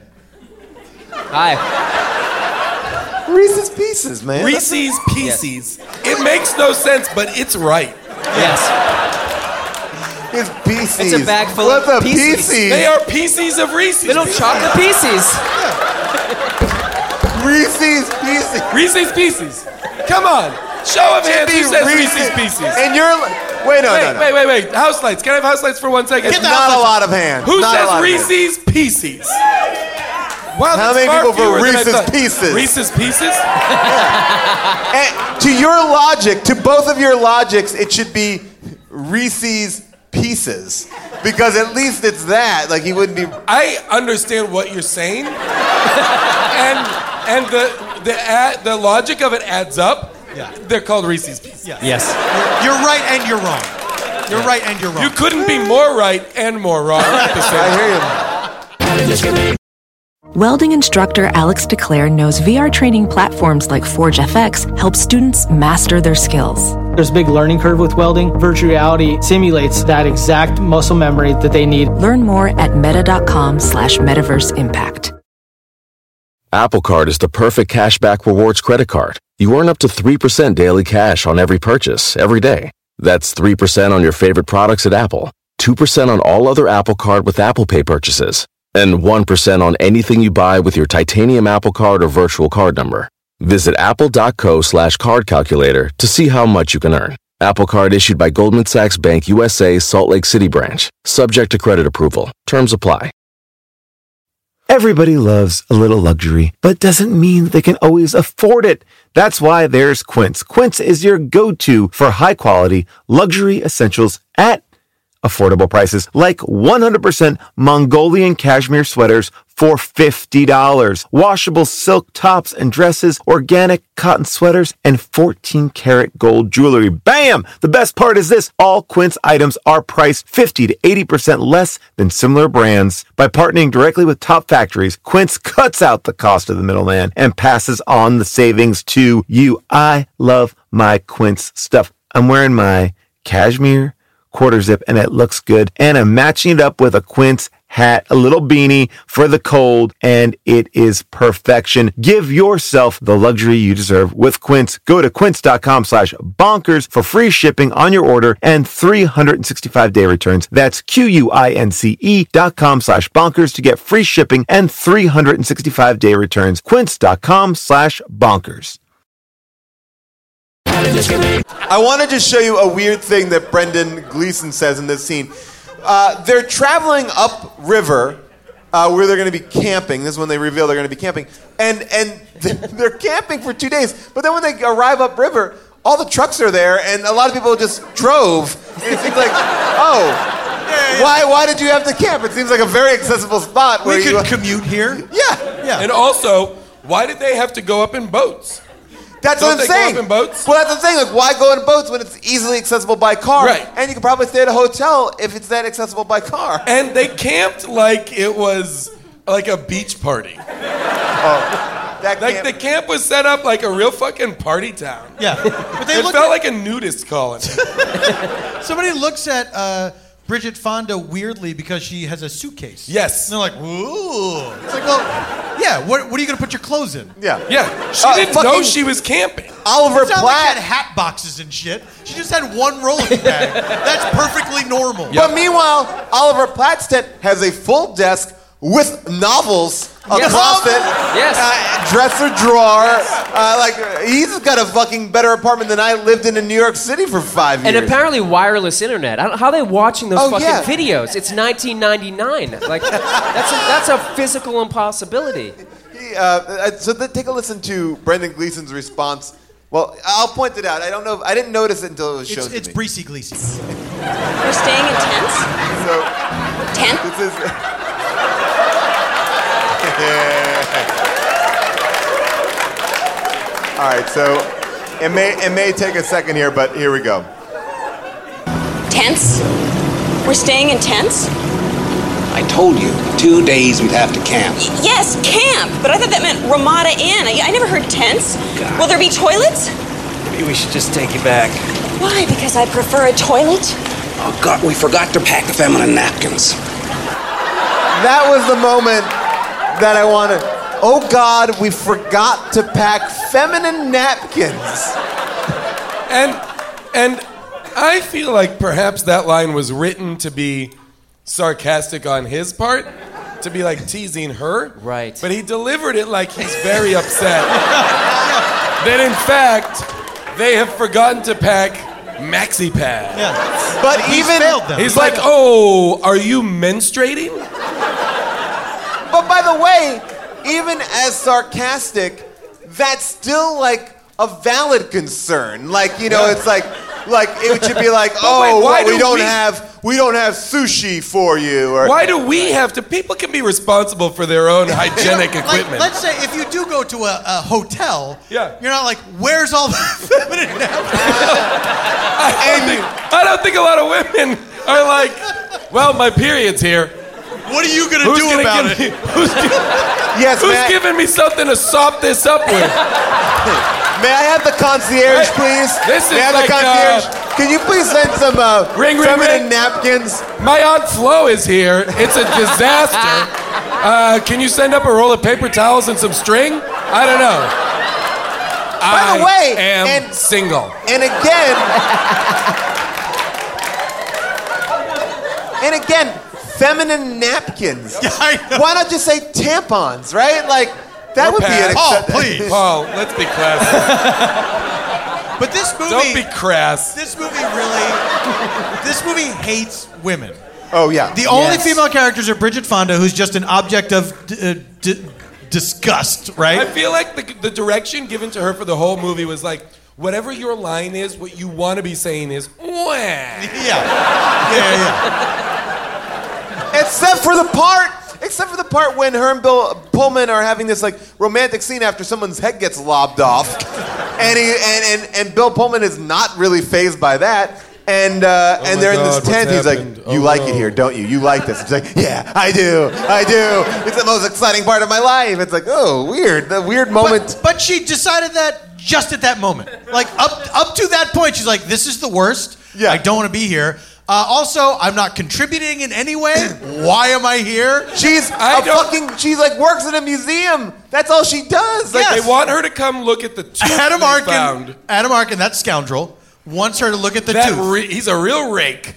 [SPEAKER 7] Hi.
[SPEAKER 2] Reese's Pieces, man.
[SPEAKER 6] Reese's Pieces. It makes no sense, but it's right.
[SPEAKER 7] Yes.
[SPEAKER 2] It's Pieces.
[SPEAKER 7] It's a bag full
[SPEAKER 2] What
[SPEAKER 7] of
[SPEAKER 2] the
[SPEAKER 7] pieces.
[SPEAKER 6] They
[SPEAKER 2] Pieces?
[SPEAKER 6] are pieces of Reese's.
[SPEAKER 7] Little chocolate pieces.
[SPEAKER 2] Reese's Pieces.
[SPEAKER 6] Reese's Pieces. Come on. Show of hands who says Reese's Pieces.
[SPEAKER 2] And you're. li- Wait, no,
[SPEAKER 6] wait,
[SPEAKER 2] no, no.
[SPEAKER 6] wait, wait, wait. House lights. Can I have house lights for one second?
[SPEAKER 2] It's not a lot of hands.
[SPEAKER 6] Who
[SPEAKER 2] Not a lot
[SPEAKER 6] says
[SPEAKER 2] of hands.
[SPEAKER 6] Reese's Pieces? Wow,
[SPEAKER 2] How
[SPEAKER 6] that's
[SPEAKER 2] many
[SPEAKER 6] far
[SPEAKER 2] people vote
[SPEAKER 6] fewer than I
[SPEAKER 2] Reese's
[SPEAKER 6] thought.
[SPEAKER 2] Pieces?
[SPEAKER 6] Reese's Pieces?
[SPEAKER 2] And to your logic, to both of your logics, it should be Reese's Pieces. Because at least it's that. Like, he wouldn't be.
[SPEAKER 6] I understand what you're saying, [laughs] and and the the ad, the logic of it adds up.
[SPEAKER 5] Yeah.
[SPEAKER 6] They're called Reese's Pieces.
[SPEAKER 5] Yeah.
[SPEAKER 7] Yes.
[SPEAKER 5] You're right and you're wrong. You're right and you're wrong.
[SPEAKER 6] You couldn't be more right and more wrong at the same time.
[SPEAKER 2] I hear you.
[SPEAKER 9] Welding instructor Alex DeClaire knows VR training platforms like Forge FX help students master their skills.
[SPEAKER 10] There's a big learning curve with welding. Virtual reality simulates that exact muscle memory that they need.
[SPEAKER 9] Learn more at meta.com slash metaverse impact.
[SPEAKER 1] Apple Card is the perfect cashback rewards credit card. You earn up to 3% daily cash on every purchase, every day. That's 3% on your favorite products at Apple, 2% on all other Apple Card with Apple Pay purchases, and 1% on anything you buy with your titanium Apple Card or virtual card number. Visit apple.co slash card calculator to see how much you can earn. Apple Card issued by Goldman Sachs Bank USA, Salt Lake City branch. Subject to credit approval. Terms apply. Everybody loves a little luxury, but doesn't mean they can always afford it. That's why there's Quince. Quince is your go to for high quality luxury essentials at affordable prices, like 100% Mongolian cashmere sweaters for $50, washable silk tops and dresses, organic cotton sweaters, and 14 karat gold jewelry. Bam! The best part is this all Quince items are priced 50 to 80% less than similar brands. By partnering directly with top factories, Quince cuts out the cost of the middleman and passes on the savings to you. I love my Quince stuff. I'm wearing my cashmere quarter zip and it looks good. And I'm matching it up with a quince hat, a little beanie for the cold, and it is perfection. Give yourself the luxury you deserve with Quince. Go to quince.com slash bonkers for free shipping on your order and 365 day returns. That's Q-U-I-N-C-E E dot com slash bonkers to get free shipping and 365 day returns. Quince.com slash bonkers.
[SPEAKER 7] this could be.
[SPEAKER 2] I want to just show you a weird thing that Brendan Gleeson says in this scene. Uh, they're traveling up river uh, where they're going to be camping. This is when they reveal they're going to be camping, and and [laughs] th- they're camping for two days. But then when they arrive up river, all the trucks are there, and a lot of people just drove. And it seems like, oh. Why, why did you have to camp? It seems like a very accessible spot where
[SPEAKER 5] We
[SPEAKER 2] you.
[SPEAKER 5] could commute
[SPEAKER 7] [laughs]
[SPEAKER 5] here.
[SPEAKER 2] yeah, yeah.
[SPEAKER 6] And also, why did they have to go up in boats?
[SPEAKER 2] That's
[SPEAKER 6] Don't
[SPEAKER 2] what I'm
[SPEAKER 6] they go
[SPEAKER 2] saying.
[SPEAKER 6] up in boats?
[SPEAKER 2] Well, that's the thing. Like, why go in boats when it's easily accessible by car?
[SPEAKER 6] Right.
[SPEAKER 2] And you can probably stay at a hotel if it's that accessible by
[SPEAKER 6] [laughs]
[SPEAKER 2] car.
[SPEAKER 6] And they camped like it was like a beach party.
[SPEAKER 2] That
[SPEAKER 6] Like the
[SPEAKER 2] can't-
[SPEAKER 6] camp was set up like a real fucking party town.
[SPEAKER 5] Yeah. But they
[SPEAKER 6] It
[SPEAKER 5] look
[SPEAKER 6] felt like a nudist colony.
[SPEAKER 5] somebody looks at uh, Bridget Fonda weirdly because she has a suitcase.
[SPEAKER 6] Yes.
[SPEAKER 5] And they're like, ooh. It's like, well, yeah, what, what are you going to put your clothes in?
[SPEAKER 2] yeah.
[SPEAKER 6] Yeah, she
[SPEAKER 2] Uh,
[SPEAKER 6] didn't know
[SPEAKER 2] fucking-
[SPEAKER 6] she was camping.
[SPEAKER 2] Oliver
[SPEAKER 5] It's not like she
[SPEAKER 2] Platt.
[SPEAKER 5] had hat boxes and shit. She just had one rolling bag. That's perfectly normal.
[SPEAKER 2] But meanwhile, Oliver Platt's tent has a full desk with novels across it.
[SPEAKER 7] Yes.
[SPEAKER 2] Uh, dresser drawer. Uh, like he's got a fucking better apartment than I lived in in New York City for five years.
[SPEAKER 7] And apparently wireless internet. I don't, how are they watching those
[SPEAKER 2] Oh,
[SPEAKER 7] fucking
[SPEAKER 2] yeah.
[SPEAKER 7] videos? It's 1999. Like that's a, that's a physical impossibility.
[SPEAKER 2] He, uh, uh, so th- take a listen to Brendan Gleeson's response. Well, I'll point it out. I don't know. If, I didn't notice it until it was shown
[SPEAKER 5] It's,
[SPEAKER 2] to
[SPEAKER 5] it's
[SPEAKER 2] me.
[SPEAKER 5] Breesy Gleesy.
[SPEAKER 8] We're staying in tents.
[SPEAKER 2] So
[SPEAKER 8] Tent.
[SPEAKER 2] this is. [laughs] All right. So it may it may take a second here, but here we go.
[SPEAKER 8] Tents. We're staying in tents.
[SPEAKER 3] I told you, two days we'd have to camp.
[SPEAKER 8] Yes, camp. But I thought that meant Ramada Inn. I, I never heard tents. Will there be toilets?
[SPEAKER 3] Maybe we should just take it back.
[SPEAKER 8] Why? Because I prefer a toilet.
[SPEAKER 3] Oh God, we forgot to pack the feminine napkins.
[SPEAKER 2] That was the moment that I wanted. Oh God, we forgot to pack feminine napkins.
[SPEAKER 6] And and I feel like perhaps that line was written to be sarcastic on his part, to be like teasing her.
[SPEAKER 7] Right.
[SPEAKER 6] But he delivered it like he's very upset [laughs] that in fact they have forgotten to pack maxi pads.
[SPEAKER 5] Yeah.
[SPEAKER 2] But even
[SPEAKER 5] failed them.
[SPEAKER 6] He's like, "Oh, are you menstruating?"
[SPEAKER 2] But by the way, even as sarcastic, that's still like a valid concern. Like you know, it's like like it should be
[SPEAKER 6] [laughs]
[SPEAKER 2] like, oh,
[SPEAKER 6] wait, why
[SPEAKER 2] well, we
[SPEAKER 6] do
[SPEAKER 2] don't
[SPEAKER 6] we-
[SPEAKER 2] have we don't have sushi for you, or
[SPEAKER 6] Why do we have to? People can be responsible for their
[SPEAKER 5] [laughs]
[SPEAKER 6] own hygienic equipment.
[SPEAKER 5] Like, let's say if you do go to a, a hotel,
[SPEAKER 6] Yeah.
[SPEAKER 5] you're not like, where's all the feminine napkins?
[SPEAKER 6] I don't, think, I don't think a lot of women are like, well, my period's here.
[SPEAKER 5] What are you gonna
[SPEAKER 6] Who's
[SPEAKER 5] do
[SPEAKER 6] gonna
[SPEAKER 5] about
[SPEAKER 6] give
[SPEAKER 5] it?
[SPEAKER 6] me- who's gi-
[SPEAKER 2] yes,
[SPEAKER 6] who's
[SPEAKER 2] may, I-
[SPEAKER 6] giving me something to sop this up with?
[SPEAKER 2] may I have the concierge,
[SPEAKER 6] Hey,
[SPEAKER 2] please?
[SPEAKER 6] this is
[SPEAKER 2] may I have
[SPEAKER 6] like, uh,
[SPEAKER 2] the concierge? Can you please send some uh,
[SPEAKER 6] Ring, ring,
[SPEAKER 2] feminine
[SPEAKER 6] ring.
[SPEAKER 2] napkins?
[SPEAKER 6] My aunt Flo is here. It's a disaster. Uh, can you send up a roll of paper towels and some string? I don't know.
[SPEAKER 2] By the
[SPEAKER 6] I
[SPEAKER 2] way,
[SPEAKER 6] am
[SPEAKER 2] and-
[SPEAKER 6] single.
[SPEAKER 2] And again, and again, feminine napkins.
[SPEAKER 5] Yeah, [laughs] I know.
[SPEAKER 2] Why not just say tampons, right? Like that would be an
[SPEAKER 6] pads.
[SPEAKER 5] Oh,
[SPEAKER 2] accept-
[SPEAKER 5] please.
[SPEAKER 6] Paul, let's be
[SPEAKER 2] [laughs]
[SPEAKER 6] classy.
[SPEAKER 5] But this movie,
[SPEAKER 6] Don't be crass.
[SPEAKER 5] this movie really, this movie hates women.
[SPEAKER 2] Oh yeah.
[SPEAKER 5] The only
[SPEAKER 7] Yes.
[SPEAKER 5] female characters are Bridget Fonda, who's just an object of d- uh, d- disgust,
[SPEAKER 6] I
[SPEAKER 5] right?
[SPEAKER 6] feel like the, the direction given to her for the whole movie was like, whatever your line is, what you want to be saying is, wah.
[SPEAKER 5] [laughs] yeah. Yeah, yeah, yeah.
[SPEAKER 2] except for the part, except for the part when her and Bill Pullman are having this like romantic scene after someone's head gets lobbed off, and he and and, and Bill Pullman is not really phased by that. And uh,
[SPEAKER 6] Oh
[SPEAKER 2] and
[SPEAKER 6] my
[SPEAKER 2] they're in
[SPEAKER 6] God,
[SPEAKER 2] this
[SPEAKER 6] what's
[SPEAKER 2] tent. He's
[SPEAKER 6] happened?
[SPEAKER 2] like, "You
[SPEAKER 6] Oh
[SPEAKER 2] like
[SPEAKER 6] no."
[SPEAKER 2] it here, don't you? You like this?" It's like, "Yeah, I do, I do. It's the most exciting part of my life." It's like, "Oh, weird, the weird moment."
[SPEAKER 5] But, but she decided that just at that moment. Like up up to that point, she's like, "This is the worst.
[SPEAKER 2] Yeah.
[SPEAKER 5] I don't want to be here." Uh, also, I'm not contributing in any way. Why am I here?
[SPEAKER 2] She's
[SPEAKER 6] I
[SPEAKER 2] a
[SPEAKER 6] don't-
[SPEAKER 2] fucking. She's like works in a museum. That's all she does. Like,
[SPEAKER 5] Yes.
[SPEAKER 6] They want her to come look at the tooth [laughs]
[SPEAKER 5] Adam
[SPEAKER 6] they
[SPEAKER 5] Arkin,
[SPEAKER 6] found.
[SPEAKER 5] Adam Arkin, that scoundrel, wants her to look at the
[SPEAKER 6] That
[SPEAKER 5] tooth.
[SPEAKER 6] re- he's a real rake,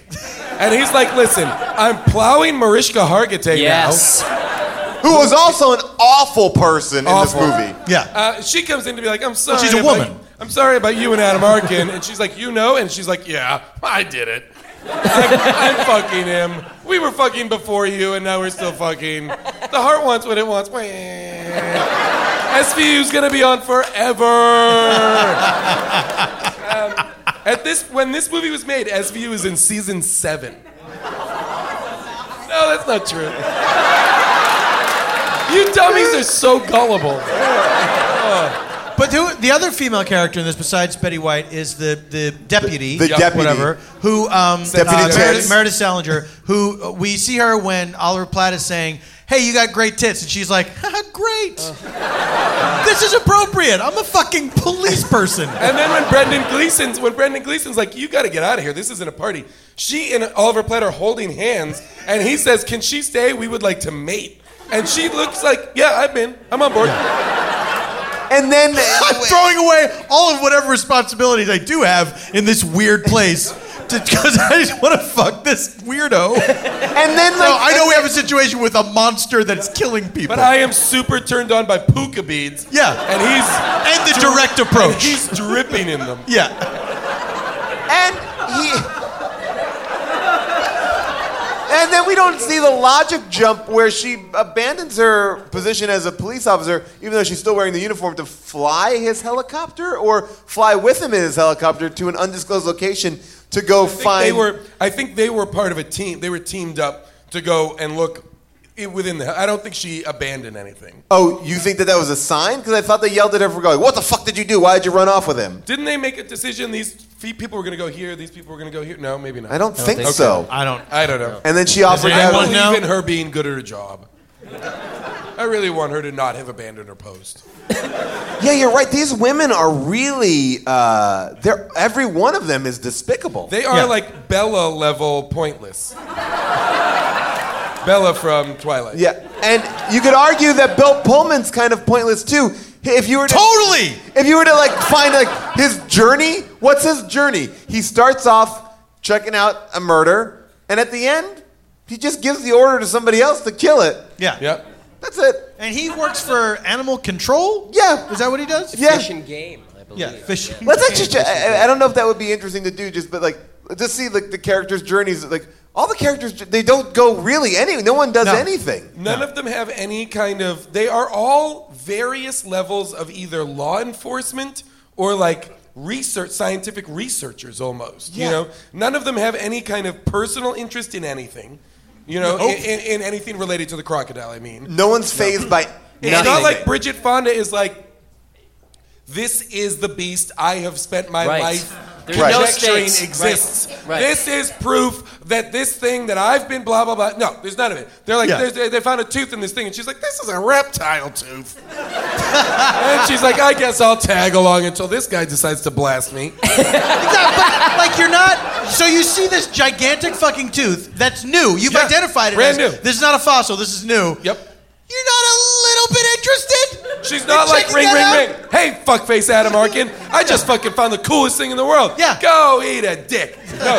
[SPEAKER 6] and he's like, "Listen, I'm plowing Mariska Hargitay
[SPEAKER 7] Yes.
[SPEAKER 2] Who was also an awful person in
[SPEAKER 6] Awful.
[SPEAKER 2] this movie.
[SPEAKER 5] yeah.
[SPEAKER 6] now." Uh, she comes in to be like, "I'm sorry."
[SPEAKER 5] she's a
[SPEAKER 6] but
[SPEAKER 5] woman.
[SPEAKER 6] I'm sorry about you and Adam Arkin. And she's like, You know? And she's like, Yeah, I did it. I'm, I'm fucking him. We were fucking before you, and now we're still fucking. The heart wants what it wants. Wah. SVU's gonna be on forever. Um, at this, when this movie was made, SVU was in season seven. No, that's not true. You dummies are so gullible.
[SPEAKER 5] But who, the other female character in this, besides Betty White, is the the deputy,
[SPEAKER 2] The- the deputy.
[SPEAKER 5] whatever, who um,
[SPEAKER 2] Deputy
[SPEAKER 5] uh,
[SPEAKER 2] Ted.
[SPEAKER 5] Meredith, Meredith Salinger, who uh, we see her when Oliver Platt is saying, "Hey, you got great tits," and she's like, Haha, "Great, this is appropriate. I'm a fucking police person."
[SPEAKER 6] And then when Brendan Gleason's when Brendan Gleason's like, "You got to get out of here. This isn't a party." She and Oliver Platt are holding hands, and he says, "Can she stay? We would like to mate." And she looks like, "Yeah, I've been. I'm on board."
[SPEAKER 2] And then
[SPEAKER 5] [laughs] I'm throwing away all of whatever responsibilities I do have in this weird place because I just want to fuck this
[SPEAKER 6] [laughs]
[SPEAKER 5] weirdo.
[SPEAKER 2] and then like
[SPEAKER 5] So I know we have a situation with a monster that's killing people.
[SPEAKER 6] But I am super turned on by puka beads.
[SPEAKER 5] Yeah.
[SPEAKER 6] and he's
[SPEAKER 5] and the
[SPEAKER 6] dri-
[SPEAKER 5] direct
[SPEAKER 6] and
[SPEAKER 5] approach.
[SPEAKER 6] he's dripping
[SPEAKER 2] [laughs]
[SPEAKER 6] in them.
[SPEAKER 5] Yeah.
[SPEAKER 2] and he And then we don't see the logic jump where she abandons her position as a police officer, even though she's still wearing the uniform, to fly his helicopter or fly with him in his helicopter to an undisclosed location to go
[SPEAKER 6] I think
[SPEAKER 2] find.
[SPEAKER 6] They were. I think they were part of a team. They were teamed up to go and look i- within the. I don't think she abandoned anything.
[SPEAKER 2] oh, you think that that was a sign? Because I thought they yelled at her for going, What the fuck did you do? Why did you run off with him?
[SPEAKER 6] Didn't they make a decision? These fe- people were going to go here. These people were going to go here. No, maybe not.
[SPEAKER 2] I don't, think, so.
[SPEAKER 5] I don't.
[SPEAKER 6] I don't know.
[SPEAKER 2] And then she offered to
[SPEAKER 6] I
[SPEAKER 2] have
[SPEAKER 5] anyone
[SPEAKER 6] believe
[SPEAKER 5] know?
[SPEAKER 6] in her being good at her job. I really want her to not have abandoned her post.
[SPEAKER 2] Yeah, you're right. These women are really. Uh, they're every one of them is despicable.
[SPEAKER 6] They are like Bella level pointless. Bella from Twilight.
[SPEAKER 2] yeah, and you could argue that Bill Pullman's kind of pointless too. If you were to,
[SPEAKER 5] Totally.
[SPEAKER 2] if you were to like find like his journey, what's his journey? He starts off checking out a murder, and at the end, he just gives the order to somebody else to kill it.
[SPEAKER 5] Yeah.
[SPEAKER 6] Yep.
[SPEAKER 2] That's it.
[SPEAKER 5] And he works for animal control?
[SPEAKER 2] Yeah.
[SPEAKER 5] Is that what he does?
[SPEAKER 2] Yeah.
[SPEAKER 7] Fish and game, I believe.
[SPEAKER 5] Yeah, fishing.
[SPEAKER 2] Let's actually. ju- I, I don't know if that would be interesting to do, just but like just see like the characters' journeys. Like all the characters, they don't go really anywhere. No one does
[SPEAKER 5] No.
[SPEAKER 2] anything.
[SPEAKER 6] None of them have any kind of. They are all various levels of either law enforcement or like research, scientific researchers almost. You
[SPEAKER 2] Yeah.
[SPEAKER 6] know, none of them have any kind of personal interest in anything. You know, in, in, in anything related to the crocodile. I mean,
[SPEAKER 2] No one's phased by.
[SPEAKER 6] It's not like Bridget Fonda is like, this is the beast I have spent my
[SPEAKER 7] Right.
[SPEAKER 6] life
[SPEAKER 7] There's
[SPEAKER 2] Right. no
[SPEAKER 6] conjecturing
[SPEAKER 7] stakes.
[SPEAKER 6] exists.
[SPEAKER 7] Right. Right.
[SPEAKER 6] This is proof that this thing that I've been blah, blah, blah. No, there's none of it. They're like,
[SPEAKER 5] Yeah.
[SPEAKER 6] there's- they- they found a tooth in this thing, and she's like, this is a reptile tooth. [laughs] and she's like, I guess I'll tag along until this guy decides to blast me.
[SPEAKER 5] but, like you're not. So you see this gigantic fucking tooth that's new. You've
[SPEAKER 6] Yeah,
[SPEAKER 5] identified it.
[SPEAKER 6] brand
[SPEAKER 5] as,
[SPEAKER 6] new.
[SPEAKER 5] This is not a fossil. This is new.
[SPEAKER 6] Yep.
[SPEAKER 5] You're not a little bit interested.
[SPEAKER 6] She's
[SPEAKER 5] in
[SPEAKER 6] not like
[SPEAKER 5] checking
[SPEAKER 6] ring, ring,
[SPEAKER 5] that [laughs]
[SPEAKER 6] ring.
[SPEAKER 5] out?
[SPEAKER 6] Hey, fuckface Adam Arkin, I just fucking found the coolest thing in the world.
[SPEAKER 5] Yeah.
[SPEAKER 6] Go eat a dick. No.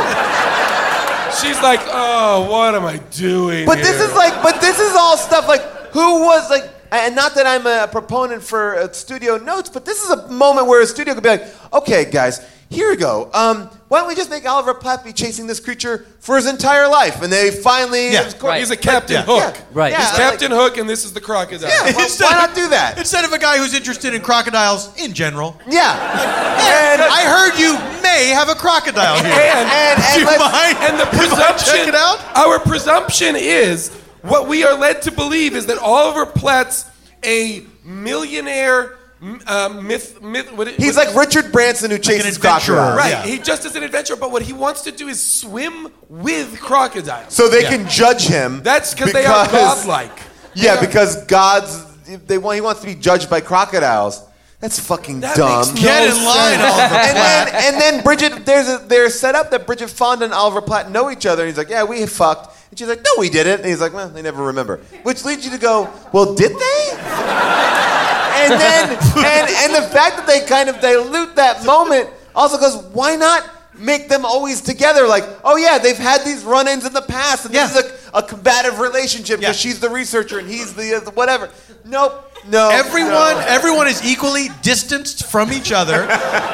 [SPEAKER 6] She's like, oh, what am I doing?
[SPEAKER 2] But this
[SPEAKER 6] here?"
[SPEAKER 2] is like, but this is all stuff like who was like, and not that I'm a proponent for uh, studio notes, but this is a moment where a studio could be like, okay, guys, here we go. Um, why don't we just make Oliver Platt be chasing this creature for his entire life? And they finally,
[SPEAKER 5] Yeah,
[SPEAKER 2] of course-
[SPEAKER 7] right.
[SPEAKER 6] He's a Captain
[SPEAKER 5] Yeah.
[SPEAKER 6] Hook.
[SPEAKER 2] Yeah.
[SPEAKER 7] Right.
[SPEAKER 2] Yeah,
[SPEAKER 7] He's
[SPEAKER 2] I'm like-
[SPEAKER 6] Captain Hook, and this is the crocodile.
[SPEAKER 2] Yeah. Why-
[SPEAKER 5] Instead
[SPEAKER 2] why
[SPEAKER 5] of-
[SPEAKER 2] not do that?
[SPEAKER 5] Instead of a guy who's interested in crocodiles in [laughs] general.
[SPEAKER 2] yeah. And,
[SPEAKER 5] I heard you may have a crocodile here.
[SPEAKER 6] And,
[SPEAKER 2] and,
[SPEAKER 5] Do
[SPEAKER 2] and
[SPEAKER 6] [laughs]
[SPEAKER 5] you
[SPEAKER 2] let's-
[SPEAKER 5] mind?
[SPEAKER 6] [laughs] and the
[SPEAKER 5] if I
[SPEAKER 6] presumption.
[SPEAKER 5] check it out?
[SPEAKER 6] Our presumption is what we are led to believe is that Oliver Platt's a millionaire m- uh, myth. myth what,
[SPEAKER 2] he's
[SPEAKER 6] what-
[SPEAKER 2] like Richard Branson who chases
[SPEAKER 5] adventurer.
[SPEAKER 2] crocodiles.
[SPEAKER 6] Right.
[SPEAKER 5] Yeah.
[SPEAKER 6] He just is an adventurer, but what he wants to do is swim with crocodiles.
[SPEAKER 2] So they can judge him.
[SPEAKER 6] That's because they are
[SPEAKER 2] because-
[SPEAKER 6] godlike.
[SPEAKER 2] Yeah,
[SPEAKER 6] They are-
[SPEAKER 2] because God's they want he wants to be judged by crocodiles. That's fucking
[SPEAKER 6] That
[SPEAKER 2] dumb.
[SPEAKER 6] makes no
[SPEAKER 5] Get in
[SPEAKER 6] sense.
[SPEAKER 5] line, Oliver.
[SPEAKER 2] and then and then Bridget there's a they're set up that Bridget Fonda and Oliver Platt know each other and he's like, Yeah, we fucked. And she's like, No, we didn't. And he's like, Well, they never remember. Which leads you to go, Well, did they? and then and and the fact that they kind of dilute that moment also goes, why not make them always together? Like, oh yeah, they've had these run-ins in the past, and this
[SPEAKER 5] Yeah.
[SPEAKER 2] is a, a combative relationship
[SPEAKER 5] Yeah.
[SPEAKER 2] because she's the researcher and he's the uh, the whatever. Nope. No,
[SPEAKER 5] Everyone,
[SPEAKER 2] no.
[SPEAKER 5] everyone is equally distanced from each other.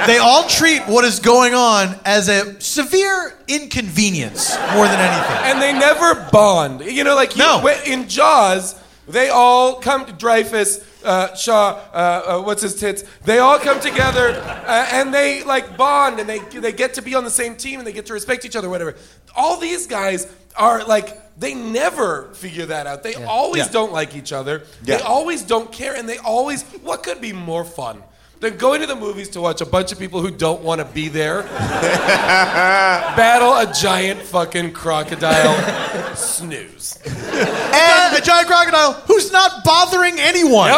[SPEAKER 5] they all treat what is going on as a severe inconvenience more than anything.
[SPEAKER 6] and they never bond. You know, like you,
[SPEAKER 5] No.
[SPEAKER 6] when- in Jaws, they all come to Dreyfus. Uh, Shaw, uh, uh, what's his tits? They all come together uh, and they like bond and they they get to be on the same team and they get to respect each other, whatever. All these guys are like they never figure that out. They always don't like each other.
[SPEAKER 2] Yeah.
[SPEAKER 6] They always don't care and they always what could be more fun than going to the movies to watch a bunch of people who don't want to be there battle a giant fucking crocodile snooze.
[SPEAKER 5] And a giant crocodile who's not bothering anyone.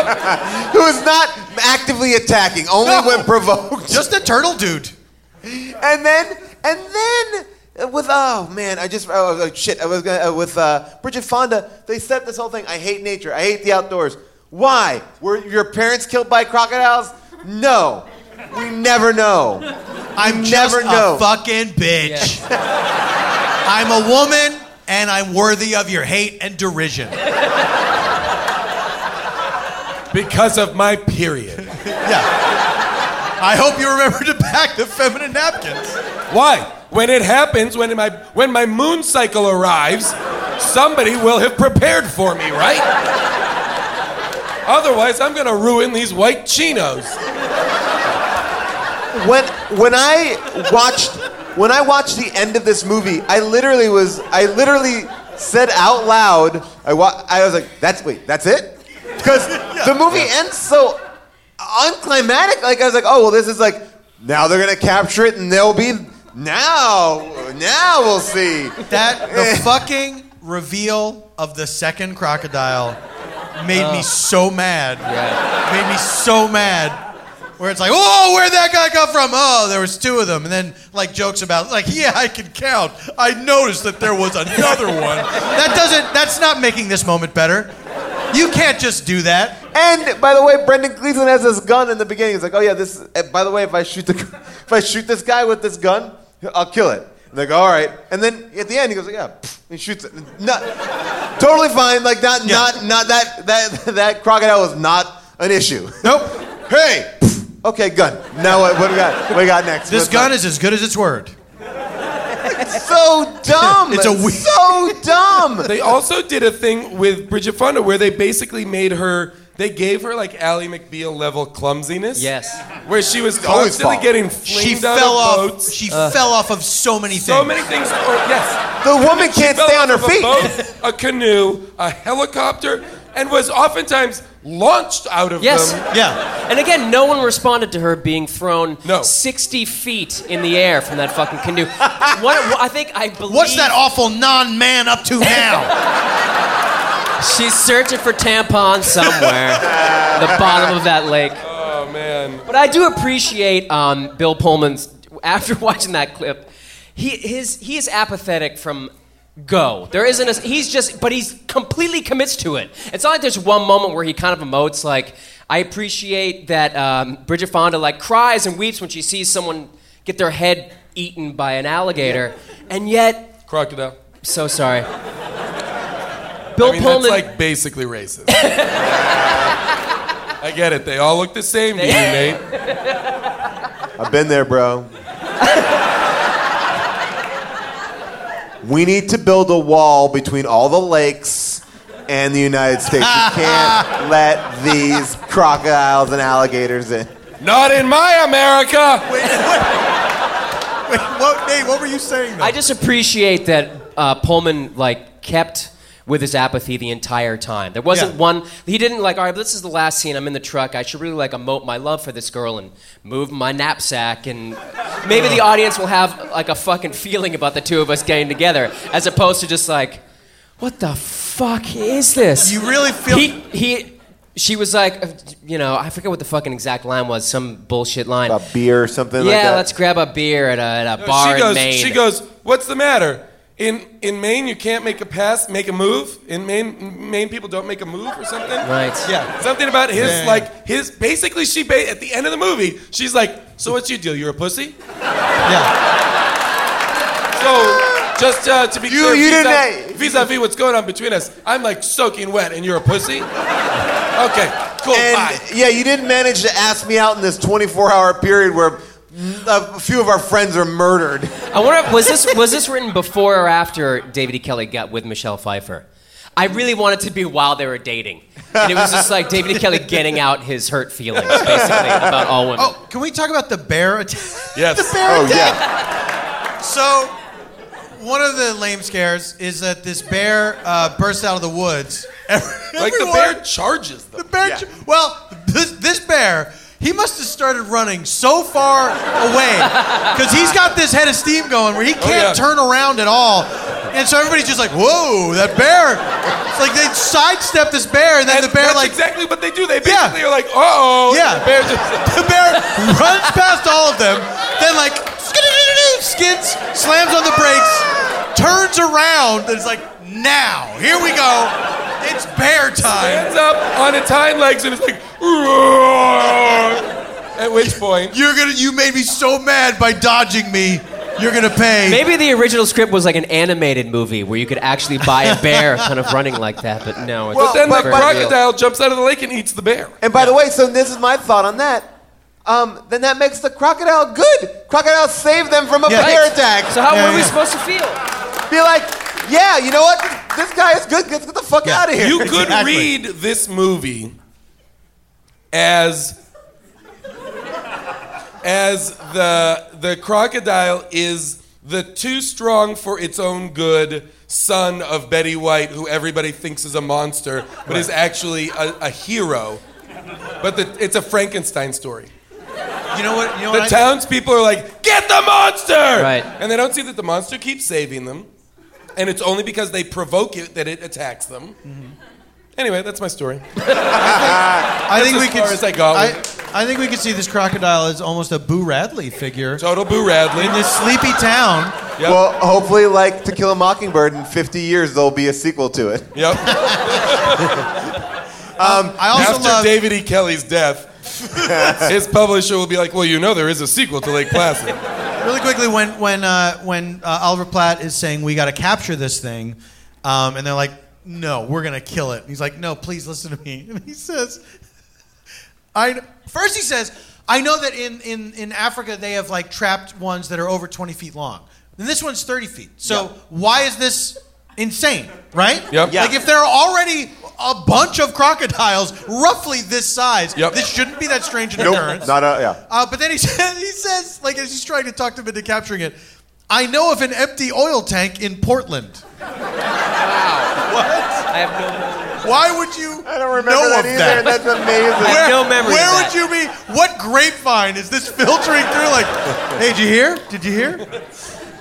[SPEAKER 2] Who is not actively attacking, only
[SPEAKER 5] No.
[SPEAKER 2] when provoked.
[SPEAKER 5] Just a turtle dude.
[SPEAKER 2] [laughs] and then and then uh, with oh man i just oh, oh, shit i was gonna uh, with uh, bridget fonda they set this whole thing i hate nature i hate the outdoors why were your parents killed by crocodiles no we never know
[SPEAKER 5] I'm
[SPEAKER 2] never
[SPEAKER 5] just
[SPEAKER 2] know.
[SPEAKER 5] a fucking bitch. [laughs] I'm a woman and I'm worthy of your hate and derision.
[SPEAKER 6] Because of my period.
[SPEAKER 5] Yeah. I hope you remember to pack the feminine napkins.
[SPEAKER 6] Why? When it happens, when my when my moon cycle arrives, somebody will have prepared for me, right? Otherwise, I'm gonna ruin these white chinos.
[SPEAKER 2] when when I watched when I watched the end of this movie, I literally was I literally said out loud I wa- I was like that's wait that's it because the movie ends so unclimatic like I was like oh well this is like now they're gonna capture it and they'll be now now we'll see
[SPEAKER 6] [laughs]
[SPEAKER 2] Eh.
[SPEAKER 5] That the fucking reveal of the second crocodile made
[SPEAKER 6] Oh.
[SPEAKER 5] me so mad. Made me so mad. Where it's like, oh, where'd that guy come from? Oh, there was two of them, and then like jokes about like, [laughs] yeah, I can count. I noticed that there was another one. That doesn't. That's not making this moment better. You can't just do that.
[SPEAKER 2] and by the way Brendan Cleveland has this gun in the beginning he's like oh yeah this eh, by the way if I shoot the [laughs] if I shoot this guy with this gun I'll kill it and they go all right and then at the end he goes yeah [laughs] pff, and shoots it not totally fine. Like not
[SPEAKER 5] Yeah.
[SPEAKER 2] not not that [laughs] that that crocodile was not an issue. [laughs]
[SPEAKER 5] Nope.
[SPEAKER 2] Hey. [laughs] Okay, gun. Now what, what we got? What we got next?
[SPEAKER 5] This
[SPEAKER 2] What's
[SPEAKER 5] gun
[SPEAKER 2] next?
[SPEAKER 5] is as good as its word.
[SPEAKER 2] so dumb.
[SPEAKER 5] It's a we-
[SPEAKER 2] so dumb.
[SPEAKER 5] [laughs]
[SPEAKER 6] They also did a thing with Bridget Fonda where they basically made her. They gave her like Ally McBeal level clumsiness.
[SPEAKER 7] Yes.
[SPEAKER 6] Where she was
[SPEAKER 2] always
[SPEAKER 6] constantly
[SPEAKER 2] fall.
[SPEAKER 6] getting
[SPEAKER 5] She
[SPEAKER 6] flinged out
[SPEAKER 5] fell
[SPEAKER 6] of
[SPEAKER 5] off.
[SPEAKER 6] boats. Uh.
[SPEAKER 5] She fell off of so many things.
[SPEAKER 6] So many things. Or, yes.
[SPEAKER 2] The woman can't
[SPEAKER 6] fell
[SPEAKER 2] stay on her
[SPEAKER 6] off of
[SPEAKER 2] feet.
[SPEAKER 6] A, boat, a canoe, a helicopter, and was oftentimes launched out of
[SPEAKER 7] Yes.
[SPEAKER 6] them.
[SPEAKER 5] Yeah.
[SPEAKER 7] And again, no one responded to her being thrown
[SPEAKER 6] No.
[SPEAKER 7] 60 feet in the air from that fucking canoe. what, what- I think I believe
[SPEAKER 5] What's that awful non-man up to now?
[SPEAKER 7] she's searching for tampons somewhere, at the bottom of that lake.
[SPEAKER 6] Oh man.
[SPEAKER 7] But I do appreciate um, Bill Pullman's. After [laughs] watching that clip, he his he is apathetic from go. There isn't a he's just, but he's completely commits to it. It's not like there's one moment where he kind of emotes. Like I appreciate that um, Bridget Fonda like cries and weeps when she sees someone get their head eaten by an alligator, and yet
[SPEAKER 6] Crocodile.
[SPEAKER 7] so
[SPEAKER 6] [laughs]
[SPEAKER 7] sorry. Bill
[SPEAKER 6] I mean,
[SPEAKER 7] Pullman.
[SPEAKER 6] that's like basically racist. [laughs] I get it. They all look the same to you, Nate.
[SPEAKER 2] I've been there, bro. we need to build a wall between all the lakes and the United States. You
[SPEAKER 7] [laughs]
[SPEAKER 2] can't let these crocodiles and alligators in.
[SPEAKER 6] Not in my America.
[SPEAKER 5] Wait, what? Wait, what, Nate? What were you saying? Though?
[SPEAKER 7] I just appreciate that uh, Pullman like kept with his apathy the entire time. There wasn't
[SPEAKER 5] Yeah.
[SPEAKER 7] one. He didn't like. All right, this is the last scene. I'm in the truck. I should really like emote my love for this girl and move my knapsack, and maybe the audience will have like a fucking feeling about the two of us getting together, as opposed to just like, what the fuck is this?
[SPEAKER 5] You really feel-
[SPEAKER 7] he he. She was like, uh, you know, I forget what the fucking exact line was, some bullshit line.
[SPEAKER 2] A beer or something like that.
[SPEAKER 7] yeah, let's grab a beer at a, at a bar
[SPEAKER 6] she goes.
[SPEAKER 7] in Maine.
[SPEAKER 6] She goes. What's the matter? In in Maine, you can't make a pass, make a move. In Maine, Maine people don't make a move or something.
[SPEAKER 7] Right.
[SPEAKER 5] Yeah.
[SPEAKER 6] Something about his
[SPEAKER 5] Yeah.
[SPEAKER 6] like his. Basically, she ba- at the end of the movie, she's like, "So what's your deal? You're a pussy."
[SPEAKER 5] Yeah.
[SPEAKER 6] [laughs] So just uh, to be
[SPEAKER 2] You-
[SPEAKER 6] clear,
[SPEAKER 2] you
[SPEAKER 6] vis-
[SPEAKER 2] didn't-
[SPEAKER 6] vis-a-vis what's going on between us, I'm like soaking wet, and you're a pussy. Okay, cool.
[SPEAKER 2] And
[SPEAKER 6] bye.
[SPEAKER 2] yeah, you didn't manage to ask me out in this 24-hour period where mm, a few of our friends are murdered.
[SPEAKER 7] I wonder was this was this written before or after David E. Kelly got with Michelle Pfeiffer? I really wanted to be while they were dating, and it was just like David E. Kelly getting out his hurt feelings basically about all women.
[SPEAKER 5] Oh, can we talk about the
[SPEAKER 6] [laughs]
[SPEAKER 5] bear attack?
[SPEAKER 6] Yes.
[SPEAKER 5] the bear
[SPEAKER 2] Oh
[SPEAKER 5] attack.
[SPEAKER 2] yeah.
[SPEAKER 5] So, one of the lame scares is that this bear uh, bursts out of the woods. [laughs]
[SPEAKER 6] Like the bear charges them.
[SPEAKER 5] The bear. Well, this, this bear, he must have started running so far away because he's got this head of steam going where he
[SPEAKER 6] Oh,
[SPEAKER 5] can't
[SPEAKER 6] yeah.
[SPEAKER 5] turn around at all. And so everybody's just like, "Whoa, that bear!" It's like they sidestep this bear, and then
[SPEAKER 6] And
[SPEAKER 5] the bear
[SPEAKER 6] that's
[SPEAKER 5] like
[SPEAKER 6] exactly what they do. They
[SPEAKER 5] Yeah.
[SPEAKER 6] basically are like, uh oh.
[SPEAKER 5] Yeah.
[SPEAKER 6] The bear just
[SPEAKER 5] the bear runs past all of them, then like skids, slams on the brakes, turns around, and it's like, "Now, here we go, it's bear time."
[SPEAKER 6] stands up on its hind legs and it's like, "Roar." at which point,
[SPEAKER 5] You're gonna, you made me so mad by dodging me. You're gonna pay.
[SPEAKER 7] Maybe the original script was like an animated movie where you could actually buy a bear kind of running like that, but no. It's
[SPEAKER 6] but then the
[SPEAKER 7] very real.
[SPEAKER 6] crocodile jumps out of the lake and eats the bear.
[SPEAKER 2] And by the way, so this is my thought on that. Um, then that makes the crocodile good. Crocodiles saved them from a
[SPEAKER 5] Yeah.
[SPEAKER 2] bear attack.
[SPEAKER 7] So how
[SPEAKER 5] Yeah,
[SPEAKER 7] were we
[SPEAKER 5] yeah.
[SPEAKER 7] supposed to feel?
[SPEAKER 2] Be like, yeah, you know what? This guy is good. Let's get the fuck
[SPEAKER 5] Yeah.
[SPEAKER 2] out of here.
[SPEAKER 6] You could
[SPEAKER 5] Exactly.
[SPEAKER 6] read this movie as as the the crocodile is the too strong for its own good son of Betty White, who everybody thinks is a monster, but is actually a, a hero. But the, it's a Frankenstein story.
[SPEAKER 5] You know what? You know
[SPEAKER 6] The
[SPEAKER 5] what? I-
[SPEAKER 6] townspeople are like, "Get the monster!"
[SPEAKER 7] Right.
[SPEAKER 6] And they don't see that the monster keeps saving them, and it's only because they provoke it that it attacks them.
[SPEAKER 5] Mm-hmm.
[SPEAKER 6] Anyway, that's my story.
[SPEAKER 5] I think
[SPEAKER 6] as
[SPEAKER 5] we could.
[SPEAKER 6] far as I got
[SPEAKER 5] I,
[SPEAKER 6] with
[SPEAKER 5] I think we could see this crocodile as almost a Boo Radley figure
[SPEAKER 6] Total Boo Radley.
[SPEAKER 5] in this sleepy town.
[SPEAKER 6] Yep.
[SPEAKER 2] Well, hopefully, like To Kill a Mockingbird, in 50 years there'll be a sequel to it.
[SPEAKER 6] Yep.
[SPEAKER 5] I [laughs] also
[SPEAKER 6] After
[SPEAKER 5] love.
[SPEAKER 6] David E. Kelly's
[SPEAKER 5] [laughs]
[SPEAKER 6] death, his publisher will be like, "Well, you know, there is a sequel to Lake
[SPEAKER 5] [laughs]
[SPEAKER 6] Placid."
[SPEAKER 5] really quickly when when uh, when uh, Oliver Platt is saying we got to capture this thing, um, and they're like, no, we're gonna kill it. And he's like, no, please listen to me. [laughs] And he says, I kn- first he says, I know that in in in Africa they have like trapped ones that are over twenty feet long, and this one's thirty feet. So why is this? Insane, right?
[SPEAKER 6] Yep. Yeah.
[SPEAKER 5] Like if there are already a bunch of crocodiles roughly this size,
[SPEAKER 6] Yep.
[SPEAKER 5] this shouldn't be that strange an occurrence.
[SPEAKER 2] Not a, yeah.
[SPEAKER 5] Uh, but then he [laughs] says, he says, like, as he's trying to talk them into capturing it, I know of an empty oil tank in Portland. Wow.
[SPEAKER 7] I have no,
[SPEAKER 5] What? Why would you
[SPEAKER 2] I don't remember
[SPEAKER 5] know
[SPEAKER 2] that
[SPEAKER 5] of
[SPEAKER 2] either.
[SPEAKER 5] that?
[SPEAKER 2] That's amazing.
[SPEAKER 7] I have no memory. of
[SPEAKER 5] Where would
[SPEAKER 7] that.
[SPEAKER 5] you be? What grapevine is this filtering through? Like, hey, did you hear? Did you hear?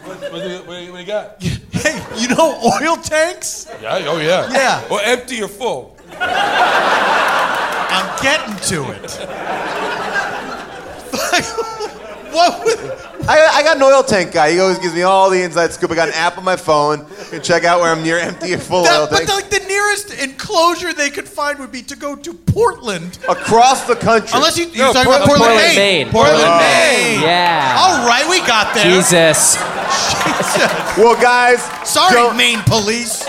[SPEAKER 6] What, what, do- what do you got?
[SPEAKER 5] Hey, you know oil tanks?
[SPEAKER 6] Yeah. Oh yeah.
[SPEAKER 5] Yeah.
[SPEAKER 6] Well, empty or full.
[SPEAKER 5] I'm getting to it. [laughs] what would,
[SPEAKER 2] [laughs] I, I got an oil tank guy. He always gives me all the inside scoop. I got an app on my phone. You can check out where I'm near empty or full
[SPEAKER 5] that,
[SPEAKER 2] oil
[SPEAKER 5] but
[SPEAKER 2] tanks.
[SPEAKER 5] like the nearest enclosure they could find would be to go to Portland
[SPEAKER 2] Across the country.
[SPEAKER 5] Unless you, you're
[SPEAKER 6] No,
[SPEAKER 5] talking about
[SPEAKER 6] Portland-
[SPEAKER 5] Portland,
[SPEAKER 7] Portland,
[SPEAKER 5] Maine.
[SPEAKER 7] Maine.
[SPEAKER 5] Portland,
[SPEAKER 7] Portland,
[SPEAKER 5] Maine.
[SPEAKER 7] Yeah.
[SPEAKER 5] All right, we got there.
[SPEAKER 7] Jesus.
[SPEAKER 5] Jesus.
[SPEAKER 2] well, guys,
[SPEAKER 5] [laughs] Sorry,
[SPEAKER 2] don't,
[SPEAKER 5] Maine [laughs] police.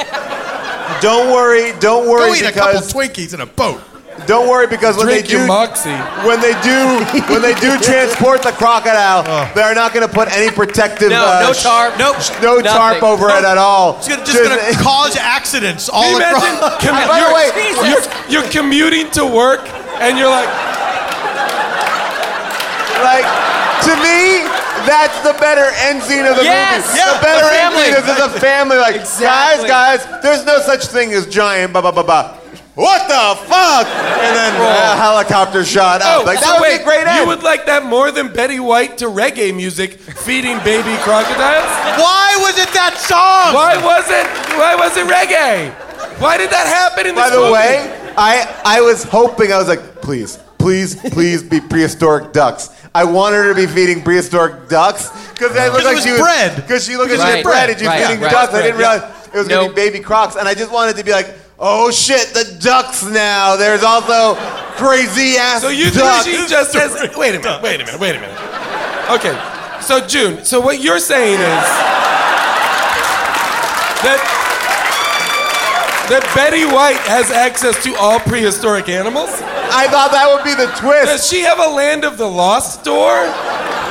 [SPEAKER 2] don't worry. Don't
[SPEAKER 5] Go
[SPEAKER 2] worry
[SPEAKER 5] eat a couple
[SPEAKER 2] because
[SPEAKER 5] Twinkies in a boat.
[SPEAKER 2] don't worry because when
[SPEAKER 6] Drink
[SPEAKER 2] they do
[SPEAKER 6] your moxie.
[SPEAKER 2] when they do when they
[SPEAKER 5] [laughs]
[SPEAKER 2] do transport the crocodile,
[SPEAKER 5] Oh.
[SPEAKER 2] they're not going to put any protective
[SPEAKER 7] No,
[SPEAKER 2] uh,
[SPEAKER 7] no
[SPEAKER 2] sh-
[SPEAKER 7] tarp. Nope.
[SPEAKER 2] no tarp
[SPEAKER 7] Nothing.
[SPEAKER 2] over it at all.
[SPEAKER 5] It's gonna, just going to cause accidents all
[SPEAKER 6] Can you
[SPEAKER 5] across. [laughs]
[SPEAKER 2] By
[SPEAKER 6] imagine? Commu-
[SPEAKER 2] the
[SPEAKER 6] you're,
[SPEAKER 2] way,
[SPEAKER 6] you're, you're commuting to work, and you're like,
[SPEAKER 2] [laughs] Like, to me, that's the better end scene of the
[SPEAKER 7] Yes!
[SPEAKER 2] movie.
[SPEAKER 7] Yeah,
[SPEAKER 2] the better
[SPEAKER 7] the
[SPEAKER 2] end
[SPEAKER 7] family.
[SPEAKER 2] scene is that the family. Like,
[SPEAKER 7] Exactly.
[SPEAKER 2] guys, guys, there's no such thing as giant, blah, blah, blah, blah. What the fuck? And then a helicopter shot up. like, that
[SPEAKER 6] Oh, so
[SPEAKER 2] would
[SPEAKER 6] wait,
[SPEAKER 2] be a great
[SPEAKER 6] You
[SPEAKER 2] end.
[SPEAKER 6] would like that more than Betty White to reggae music feeding baby crocodiles?
[SPEAKER 5] Why was it that song?
[SPEAKER 6] Why was it? Why was it reggae? Why did that happen in this
[SPEAKER 2] By the
[SPEAKER 6] movie?
[SPEAKER 2] way, I, I was hoping, I was like, please, please, please be prehistoric ducks. I wanted her to be feeding prehistoric ducks because that looked
[SPEAKER 5] it
[SPEAKER 2] like
[SPEAKER 5] was
[SPEAKER 2] she was
[SPEAKER 5] bread.
[SPEAKER 2] Because she looked like she
[SPEAKER 7] Right,
[SPEAKER 2] was bread and she was
[SPEAKER 7] right,
[SPEAKER 2] feeding
[SPEAKER 7] right,
[SPEAKER 2] ducks. I
[SPEAKER 7] right,
[SPEAKER 2] didn't
[SPEAKER 7] yeah.
[SPEAKER 2] realize it was going to
[SPEAKER 7] Nope.
[SPEAKER 2] be baby crocs, and I just wanted to be like, oh shit, the ducks now. There's also crazy ass
[SPEAKER 6] so
[SPEAKER 2] [laughs]
[SPEAKER 6] you think
[SPEAKER 2] ducks.
[SPEAKER 6] she
[SPEAKER 2] [laughs]
[SPEAKER 6] just says? Wait a minute. Wait a minute. Wait a minute. Okay. So June. So what you're saying is that that Betty White has access to all prehistoric animals?
[SPEAKER 2] I thought that would be the twist.
[SPEAKER 6] Does she have a Land of the Lost door?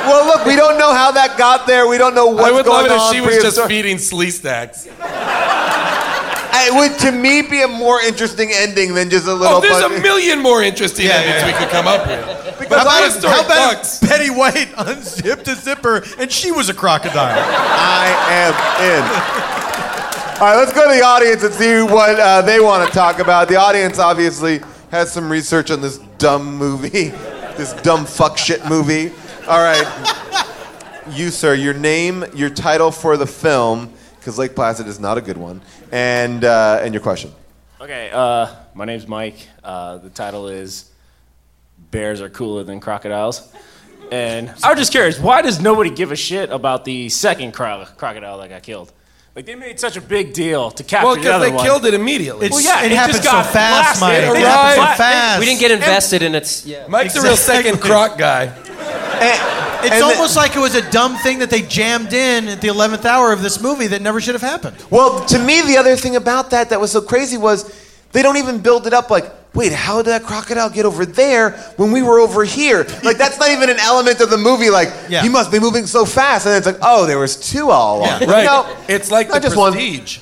[SPEAKER 2] Well, look, we don't know how that got there. We don't know what's
[SPEAKER 6] I would love
[SPEAKER 2] going
[SPEAKER 6] it if
[SPEAKER 2] on.
[SPEAKER 6] she was just
[SPEAKER 2] prehistor-
[SPEAKER 6] feeding flea stacks.
[SPEAKER 2] It would, to me, be a more interesting ending than just a little.
[SPEAKER 6] Oh, there's
[SPEAKER 2] bunch-
[SPEAKER 6] a million more interesting
[SPEAKER 5] Yeah,
[SPEAKER 6] endings
[SPEAKER 5] yeah,
[SPEAKER 6] we could come up with.
[SPEAKER 2] Because
[SPEAKER 6] But
[SPEAKER 2] I-
[SPEAKER 6] prehistoric
[SPEAKER 5] How about
[SPEAKER 6] ducks.
[SPEAKER 5] if Betty White unzipped a zipper and she was a [laughs] crocodile?
[SPEAKER 2] I am in. All right, let's go to the audience and see what uh, they want to talk about. The audience obviously has some research on this dumb movie, [laughs] this dumb fuck shit movie. All right, you sir, your name, your title for the film, because Lake Placid is not a good one, and uh, and your question.
[SPEAKER 11] Okay, uh, my name's Mike. Uh, the title is Bears Are Cooler Than Crocodiles. And I'm just curious, why does nobody give a shit about the second cro- crocodile that got killed? Like, they made such a big deal to capture
[SPEAKER 6] Well,
[SPEAKER 11] the
[SPEAKER 6] because
[SPEAKER 11] other
[SPEAKER 6] they
[SPEAKER 11] one.
[SPEAKER 6] killed it immediately.
[SPEAKER 5] It's-
[SPEAKER 11] yeah,
[SPEAKER 5] it,
[SPEAKER 11] it
[SPEAKER 5] happened
[SPEAKER 11] just got
[SPEAKER 5] so fast, Mike.
[SPEAKER 11] blasted.
[SPEAKER 5] It
[SPEAKER 6] It
[SPEAKER 5] happened so
[SPEAKER 6] arrived.
[SPEAKER 5] fast.
[SPEAKER 7] We didn't get invested in its. Yeah.
[SPEAKER 6] Mike's a real second
[SPEAKER 5] Exactly.
[SPEAKER 6] croc guy.
[SPEAKER 5] It's
[SPEAKER 2] And the-
[SPEAKER 5] almost like it was a dumb thing that they jammed in at the 11th hour of this movie that never should have happened.
[SPEAKER 2] Well, to me, the other thing about that that was so crazy was they don't even build it up like, wait, how did that crocodile get over there when we were over here? Like, that's not even an element of the movie. Like,
[SPEAKER 5] Yeah.
[SPEAKER 2] he must be moving so fast. And it's like, oh, there was two all along.
[SPEAKER 5] Yeah.
[SPEAKER 6] Right.
[SPEAKER 2] No,
[SPEAKER 6] it's like
[SPEAKER 2] not
[SPEAKER 6] the
[SPEAKER 2] just one.
[SPEAKER 6] prestige.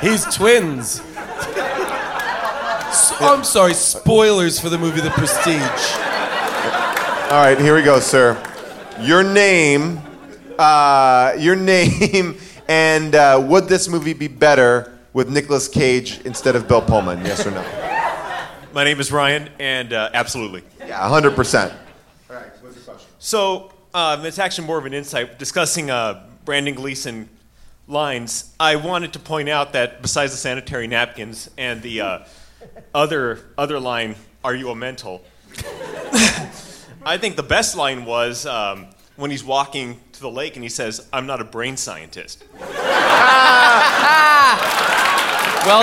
[SPEAKER 6] He's twins. So- I'm sorry, spoilers for the movie The Prestige.
[SPEAKER 2] All right, here we go, sir. Your name, uh, your [laughs] name, and uh, would this movie be better with Nicolas Cage instead of Bill Pullman? Yes [laughs] or no?
[SPEAKER 9] My name is Ryan, and uh, absolutely.
[SPEAKER 2] Yeah, 100%.
[SPEAKER 9] So um, it's actually more of an insight discussing uh, Brandon Gleason lines. I wanted to point out that besides the sanitary napkins and the uh, other other line, "Are you a mental?" I think the best line was um, when he's walking to the lake and he says, "I'm not a brain scientist."
[SPEAKER 7] Well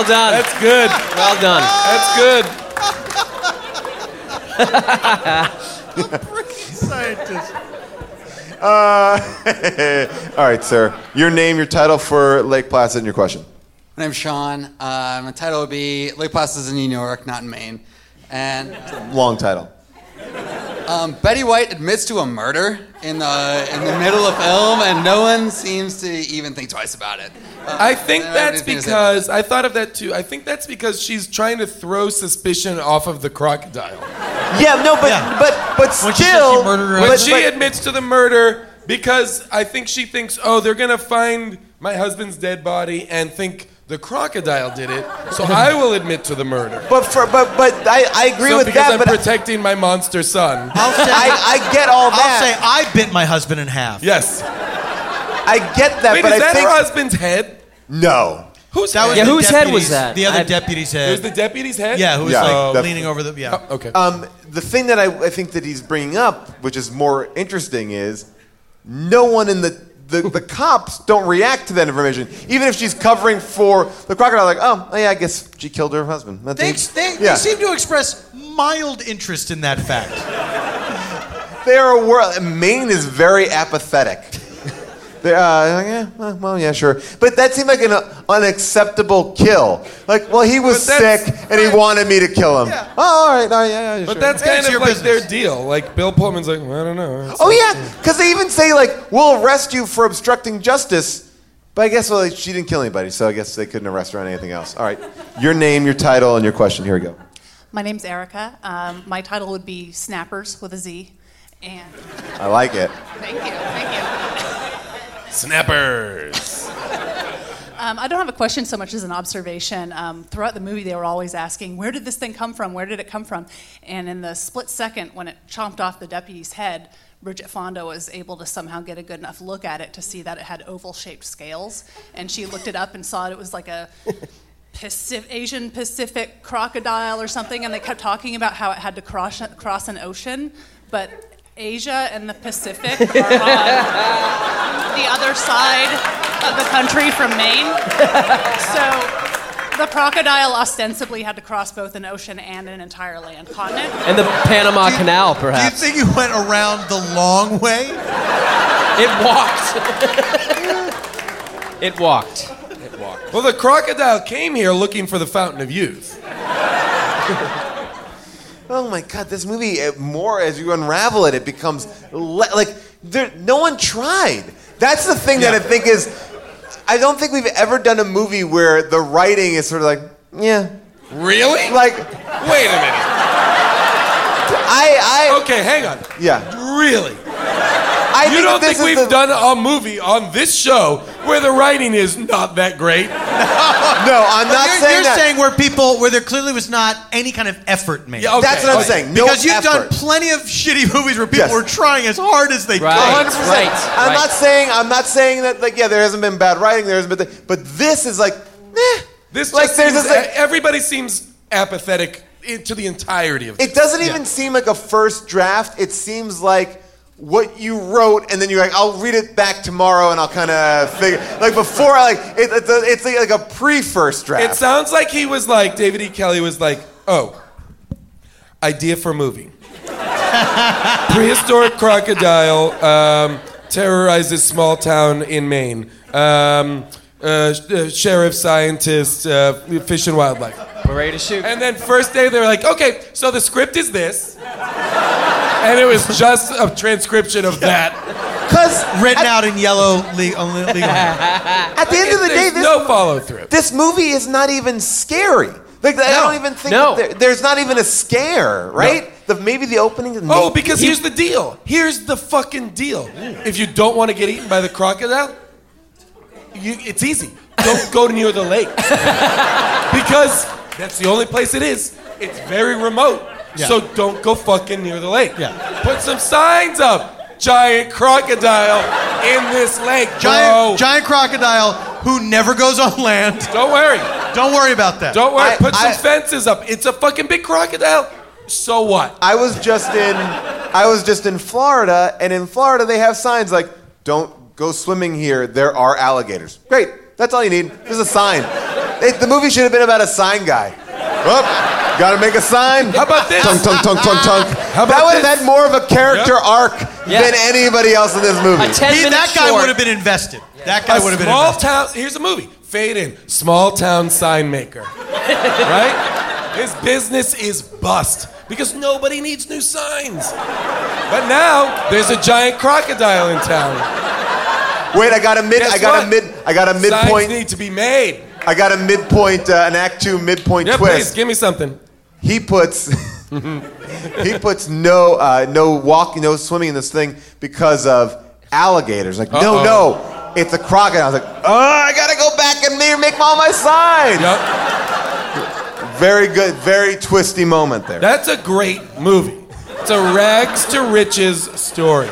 [SPEAKER 7] done.
[SPEAKER 6] That's good.
[SPEAKER 7] well done.
[SPEAKER 6] That's good.
[SPEAKER 2] Uh, all right, sir. Your name, your title for Lake Placid, and your question.
[SPEAKER 11] My name's Sean. Uh, my title would be Lake Placid is in New York, not in Maine. And
[SPEAKER 2] Long title.
[SPEAKER 11] um, Betty White admits to a murder in the in the middle of film, and no one seems to even think twice about it.
[SPEAKER 6] I think
[SPEAKER 11] Uh,
[SPEAKER 6] that's
[SPEAKER 11] everything is-
[SPEAKER 6] because I thought of that too. I think that's because she's trying to throw suspicion off of the crocodile.
[SPEAKER 2] Yeah, no, but
[SPEAKER 5] Yeah.
[SPEAKER 2] but but
[SPEAKER 5] When she said
[SPEAKER 2] still,
[SPEAKER 5] she murdered her
[SPEAKER 6] But,
[SPEAKER 5] But-
[SPEAKER 6] she admits to the murder because I think she thinks, oh, they're gonna find my husband's dead body and think the crocodile did it. So I will admit to the murder.
[SPEAKER 2] but for, but but I, I agree
[SPEAKER 6] So
[SPEAKER 2] with
[SPEAKER 6] because
[SPEAKER 2] that,
[SPEAKER 6] I'm
[SPEAKER 2] but
[SPEAKER 6] protecting my monster son.
[SPEAKER 5] I'll say,
[SPEAKER 2] I, I get all
[SPEAKER 5] I'll say
[SPEAKER 2] that.
[SPEAKER 5] I bit my husband in half.
[SPEAKER 6] Yes.
[SPEAKER 2] I get that,
[SPEAKER 6] Wait,
[SPEAKER 2] but
[SPEAKER 6] is
[SPEAKER 2] I
[SPEAKER 6] that
[SPEAKER 2] think
[SPEAKER 6] her husband's head?
[SPEAKER 2] no.
[SPEAKER 6] Who's
[SPEAKER 5] That was
[SPEAKER 7] Yeah,
[SPEAKER 5] the
[SPEAKER 7] whose head was
[SPEAKER 5] deputy's-
[SPEAKER 7] that?
[SPEAKER 5] The other
[SPEAKER 7] I-
[SPEAKER 5] deputy's
[SPEAKER 6] It was
[SPEAKER 5] head.
[SPEAKER 6] the deputy's head?
[SPEAKER 5] yeah, who was
[SPEAKER 2] Yeah,
[SPEAKER 5] like
[SPEAKER 2] that-
[SPEAKER 5] leaning over the yeah.
[SPEAKER 6] Oh, okay.
[SPEAKER 2] Um, the thing that I, I think that he's bringing up, which is more interesting, is no one in the the, the cops don't react to that information. Even if she's covering for the crocodile, like, oh, yeah, I guess she killed her husband. That's
[SPEAKER 5] They,
[SPEAKER 2] it.
[SPEAKER 5] they,
[SPEAKER 2] Yeah.
[SPEAKER 5] they seem to express mild interest in that fact.
[SPEAKER 2] They're a world. Maine is very apathetic. They're, uh, like, eh, well, well, yeah, sure. But that seemed like an uh, unacceptable kill. Like, well, he was
[SPEAKER 6] But that's-
[SPEAKER 2] sick and he wanted me to kill him.
[SPEAKER 5] Yeah.
[SPEAKER 2] Oh, all right, all right, yeah, yeah, sure.
[SPEAKER 6] but that's
[SPEAKER 5] Hey,
[SPEAKER 6] kind
[SPEAKER 5] it's
[SPEAKER 6] of
[SPEAKER 5] your
[SPEAKER 6] like their
[SPEAKER 5] business.
[SPEAKER 6] deal. Like Bill Pullman's like, well, I don't know.
[SPEAKER 2] Oh yeah, because they even say like, we'll arrest you for obstructing justice. But I guess well, like, she didn't kill anybody, so I guess they couldn't arrest her on anything else. All right, your name, your title, and your question. Here we go.
[SPEAKER 11] My name's Erica. Um, my title would be Snappers with a Z. And
[SPEAKER 2] I like it.
[SPEAKER 11] thank you, thank you.
[SPEAKER 6] Snappers.
[SPEAKER 11] Um, I don't have a question so much as an observation. Um, throughout the movie, they were always asking, "Where did this thing come from? Where did it come from?" And in the split second when it chomped off the deputy's head, Bridget Fonda was able to somehow get a good enough look at it to see that it had oval-shaped scales, and she looked it up and saw it. It was like a Pacific, Asian Pacific crocodile or something, and they kept talking about how it had to cross, cross an ocean, but Asia and the Pacific are on the other side of the country from Maine. So the crocodile ostensibly had to cross both an ocean and an entire land continent.
[SPEAKER 7] And the Panama Canal, perhaps.
[SPEAKER 5] Do you think he went around the long way?
[SPEAKER 7] [laughs] it walked. it walked. It walked.
[SPEAKER 6] Well, the crocodile came here looking for the fountain of youth.
[SPEAKER 2] Oh my god, this movie uh, more as you unravel it, it becomes le- like there, no one tried. That's the thing that I think is. I don't think we've ever done a movie where the writing is sort of like, yeah,
[SPEAKER 6] Really?
[SPEAKER 2] like
[SPEAKER 6] Wait a minute.
[SPEAKER 2] I, I,
[SPEAKER 6] Okay, hang on.
[SPEAKER 2] yeah.
[SPEAKER 6] Really?
[SPEAKER 2] I
[SPEAKER 6] Oh, You
[SPEAKER 2] think
[SPEAKER 6] don't
[SPEAKER 2] this
[SPEAKER 6] think
[SPEAKER 2] is
[SPEAKER 6] we've
[SPEAKER 2] the-
[SPEAKER 6] done a movie on this show where the writing is not that great?
[SPEAKER 2] No, I'm not
[SPEAKER 5] you're,
[SPEAKER 2] saying
[SPEAKER 5] you're
[SPEAKER 2] that.
[SPEAKER 5] saying where people where there clearly was not any kind of effort made.
[SPEAKER 6] Yeah, okay.
[SPEAKER 2] That's what I'm
[SPEAKER 6] okay.
[SPEAKER 2] saying. No
[SPEAKER 5] Because you've done
[SPEAKER 2] effort.
[SPEAKER 5] plenty of shitty movies where people
[SPEAKER 2] Yes.
[SPEAKER 5] were trying as hard as they
[SPEAKER 7] Right.
[SPEAKER 5] could.
[SPEAKER 2] 100%.
[SPEAKER 7] Right,
[SPEAKER 2] I'm
[SPEAKER 7] right.
[SPEAKER 2] not saying I'm not saying that like yeah there hasn't been bad writing there hasn't been th- but this is like eh.
[SPEAKER 6] This
[SPEAKER 2] like
[SPEAKER 6] just seems, eh,
[SPEAKER 2] this, like,
[SPEAKER 6] everybody seems apathetic in- to the entirety of it.
[SPEAKER 2] It doesn't even seem like a first draft. It seems like what you wrote, and then you're like, I'll read it back tomorrow, and I'll kind of figure. Like before, I like it, it's a- it's like a pre-first draft.
[SPEAKER 6] It sounds like he was like David E. Kelly was like, oh, idea for a movie. [laughs] Prehistoric crocodile um, terrorizes small town in Maine. Um, uh, sh- uh, sheriff, scientist, uh, fish and wildlife.
[SPEAKER 7] We're ready to shoot.
[SPEAKER 6] And then first day they were like, okay, so the script is this, and it was just a transcription of that.
[SPEAKER 2] Because
[SPEAKER 5] Written
[SPEAKER 2] at,
[SPEAKER 5] out in yellow legal. only legal language.
[SPEAKER 2] at the end of the day,
[SPEAKER 6] There's
[SPEAKER 2] this
[SPEAKER 6] no follow through.
[SPEAKER 2] this movie is not even scary. Like I don't even think
[SPEAKER 7] No.
[SPEAKER 2] that there, there's not even a scare, right? The, maybe the opening.
[SPEAKER 6] Oh, because here's the deal. Here's the fucking deal. If you don't want to get eaten by the crocodile, you, it's easy. Don't go near the lake. because that's the only place it is. It's very remote. So don't go fucking near the lake.
[SPEAKER 5] Yeah.
[SPEAKER 6] Put some signs up. Giant crocodile in this lake, bro.
[SPEAKER 5] Giant, giant crocodile who never goes on land.
[SPEAKER 6] Don't worry.
[SPEAKER 5] Don't worry about that.
[SPEAKER 6] Don't worry.
[SPEAKER 2] I-
[SPEAKER 6] put some
[SPEAKER 2] I-
[SPEAKER 6] fences up. It's a fucking big crocodile. So what?
[SPEAKER 2] I was just in I was just in Florida, and in Florida they have signs like "Don't go swimming here. There are alligators." Great, that's all you need. There's a sign. It, the movie should have been about a sign guy. Oh, gotta make a sign.
[SPEAKER 6] How about this?
[SPEAKER 2] Tunk, tunk, tunk, tunk, tunk.
[SPEAKER 6] How
[SPEAKER 2] that
[SPEAKER 6] about
[SPEAKER 2] would have
[SPEAKER 6] this?
[SPEAKER 2] had more of a character arc
[SPEAKER 7] Yeah.
[SPEAKER 2] than anybody else in this movie.
[SPEAKER 7] A 10
[SPEAKER 5] He-
[SPEAKER 7] minute
[SPEAKER 5] that guy
[SPEAKER 7] short.
[SPEAKER 5] would have been invested. That guy
[SPEAKER 6] A
[SPEAKER 5] would have been
[SPEAKER 6] small
[SPEAKER 5] invested.
[SPEAKER 6] town. Here's a movie. Fade in. Small town sign maker. right? His business is bust because nobody needs new signs. But now there's a giant crocodile in town.
[SPEAKER 2] Wait, I got a mid.
[SPEAKER 6] Guess
[SPEAKER 2] I got
[SPEAKER 6] what?
[SPEAKER 2] a mid. I got a
[SPEAKER 6] Signs
[SPEAKER 2] midpoint.
[SPEAKER 6] need to be made.
[SPEAKER 2] I got a midpoint. Uh, an act two midpoint
[SPEAKER 6] Yeah,
[SPEAKER 2] twist.
[SPEAKER 6] please give me something.
[SPEAKER 2] he puts [laughs] he puts no uh, no walking, no swimming in this thing because of alligators. Like no,
[SPEAKER 6] Uh-oh.
[SPEAKER 2] no, it's a crocodile. I was like, oh, I gotta go back and ma- make all my signs.
[SPEAKER 6] Yep.
[SPEAKER 2] Very good, very twisty moment there.
[SPEAKER 6] That's a great movie. It's a rags to riches story.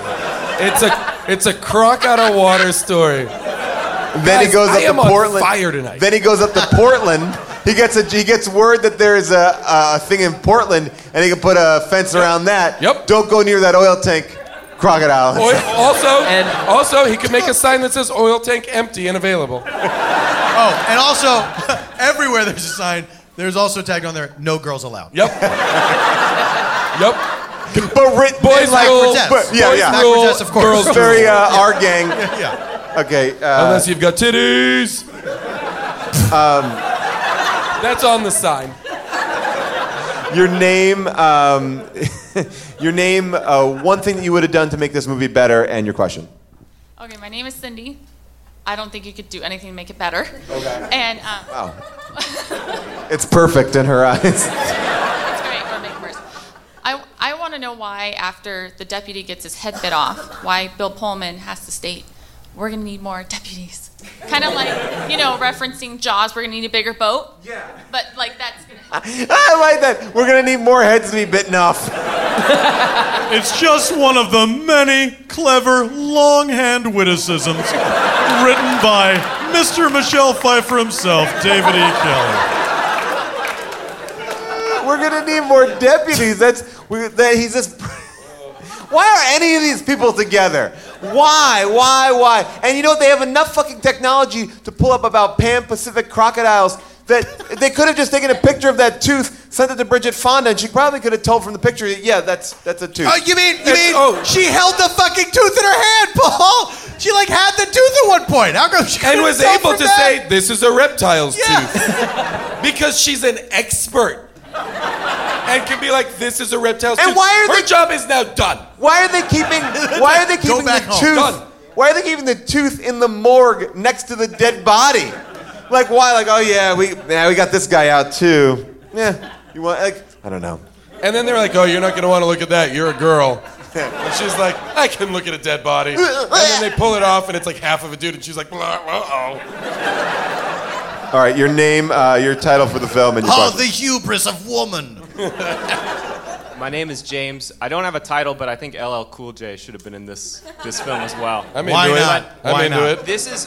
[SPEAKER 6] It's a it's a croc out of water story.
[SPEAKER 2] then he
[SPEAKER 6] Guys,
[SPEAKER 2] goes
[SPEAKER 6] I
[SPEAKER 2] up
[SPEAKER 6] am
[SPEAKER 2] to
[SPEAKER 6] on
[SPEAKER 2] Portland.
[SPEAKER 6] fire tonight.
[SPEAKER 2] Then he goes up
[SPEAKER 6] [laughs]
[SPEAKER 2] to Portland. He gets a he gets word that there is a, a thing in Portland, and he can put a fence around that.
[SPEAKER 6] Yep.
[SPEAKER 2] Don't go near that oil tank, crocodile.
[SPEAKER 6] Oil, also,
[SPEAKER 7] And-
[SPEAKER 6] also, he could make a sign that says "oil tank empty and available."
[SPEAKER 5] Oh, and also, [laughs] everywhere there's a sign, there's also tagged on there, no girls allowed.
[SPEAKER 6] Yep. yep.
[SPEAKER 2] [laughs] but written
[SPEAKER 6] Boys
[SPEAKER 2] like
[SPEAKER 6] rule.
[SPEAKER 5] Yes.
[SPEAKER 2] but- yeah,
[SPEAKER 6] Boys
[SPEAKER 2] yeah.
[SPEAKER 6] rule.
[SPEAKER 5] Backwards, yes, of course.
[SPEAKER 6] Girls
[SPEAKER 5] It's
[SPEAKER 2] very
[SPEAKER 6] rule.
[SPEAKER 2] uh, our gang.
[SPEAKER 5] Yeah.
[SPEAKER 2] Okay. Uh,
[SPEAKER 6] Unless you've got titties. Um.
[SPEAKER 2] Um,
[SPEAKER 6] That's on the sign.
[SPEAKER 2] your name, um, [laughs] your name, uh, one thing that you would have done to make this movie better, and your question.
[SPEAKER 11] Okay, my name is Cindy. I don't think you could do anything to make it better. Okay. And um, [laughs]
[SPEAKER 2] It's perfect in her eyes.
[SPEAKER 11] it's great. Or make it worse. I, I want to know why after the deputy gets his head bit off, why Bill Pullman has to state, "We're gonna need more deputies." Kind of like you know referencing Jaws. We're gonna need a bigger boat. Yeah. But like that's gonna. Help.
[SPEAKER 2] [laughs] I like that. We're gonna need more heads to be bitten off.
[SPEAKER 5] It's just one of the many clever longhand witticisms written by Mr. Michelle Pfeiffer himself, David E. Kelly.
[SPEAKER 2] We're gonna need more deputies. That's we, that he's just. [laughs] Why are any of these people together? Why? Why? Why? And you know what? They have enough fucking technology to pull up about Pan Pacific crocodiles that they could have just taken a picture of that tooth, sent it to Bridget Fonda, and she probably could have told from the picture, yeah, that's that's a tooth.
[SPEAKER 5] Oh, you mean you
[SPEAKER 6] It's-
[SPEAKER 5] mean
[SPEAKER 6] oh.
[SPEAKER 5] she held the fucking tooth in her hand, Paul? She like had the tooth at one point. How come she
[SPEAKER 6] and
[SPEAKER 5] couldn't
[SPEAKER 6] was
[SPEAKER 5] tell
[SPEAKER 6] able
[SPEAKER 5] from
[SPEAKER 6] to
[SPEAKER 5] that?
[SPEAKER 6] say this is a reptile's
[SPEAKER 5] Yeah.
[SPEAKER 6] tooth because she's an expert and can be like this is a reptile's
[SPEAKER 2] And
[SPEAKER 6] tooth.
[SPEAKER 2] why are
[SPEAKER 6] Her
[SPEAKER 2] they-
[SPEAKER 6] job is now done.
[SPEAKER 2] Why are they
[SPEAKER 6] [laughs]
[SPEAKER 2] keeping? Why are they
[SPEAKER 6] Go
[SPEAKER 2] keeping
[SPEAKER 6] back
[SPEAKER 2] the
[SPEAKER 6] home. Done.
[SPEAKER 2] tooth? Why are they keeping the tooth in the morgue next to the dead body? Like why? Like oh yeah, we yeah we got this guy out too. Yeah, you want like I don't know.
[SPEAKER 6] And then they're like, oh, you're not going to want to look at that. You're a girl. And she's like, I can look at a dead body. And then they pull it off, and it's like half of a dude, and she's like, uh oh.
[SPEAKER 2] All right, your name, uh, your title for the film, and your
[SPEAKER 5] Oh,
[SPEAKER 2] budget.
[SPEAKER 5] the hubris of woman.
[SPEAKER 12] My name is James. I don't have a title, but I think LL Cool J should have been in this this film as well.
[SPEAKER 6] I'm Why into it. not? I'm Why into not? it.
[SPEAKER 12] This is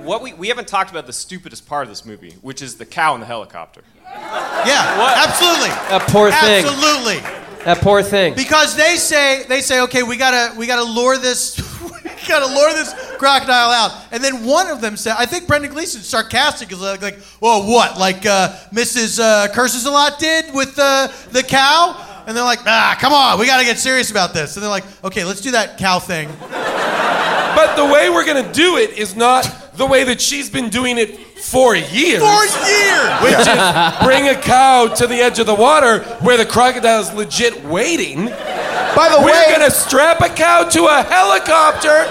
[SPEAKER 12] what we we haven't talked about the stupidest part of this movie, which is the cow in the helicopter.
[SPEAKER 5] Yeah, absolutely. That
[SPEAKER 7] poor thing.
[SPEAKER 5] Absolutely.
[SPEAKER 7] That poor thing.
[SPEAKER 5] Because they say they say, okay, we gotta we gotta lure this [laughs] we gotta lure this crocodile out. And then one of them said, I think Brendan Gleeson sarcastic is like, like well, what? Like uh, Mrs. Uh, Curses a lot did with uh, the cow. And they're like, ah, come on, we gotta get serious about this. And they're like, okay, let's do that cow thing.
[SPEAKER 6] But the way we're going to do it is not the way that she's been doing it for years.
[SPEAKER 5] For years.
[SPEAKER 6] Which is bring a cow to the edge of the water where the crocodile's legit waiting.
[SPEAKER 2] By the
[SPEAKER 6] We're
[SPEAKER 2] way-
[SPEAKER 6] going to strap a cow to a helicopter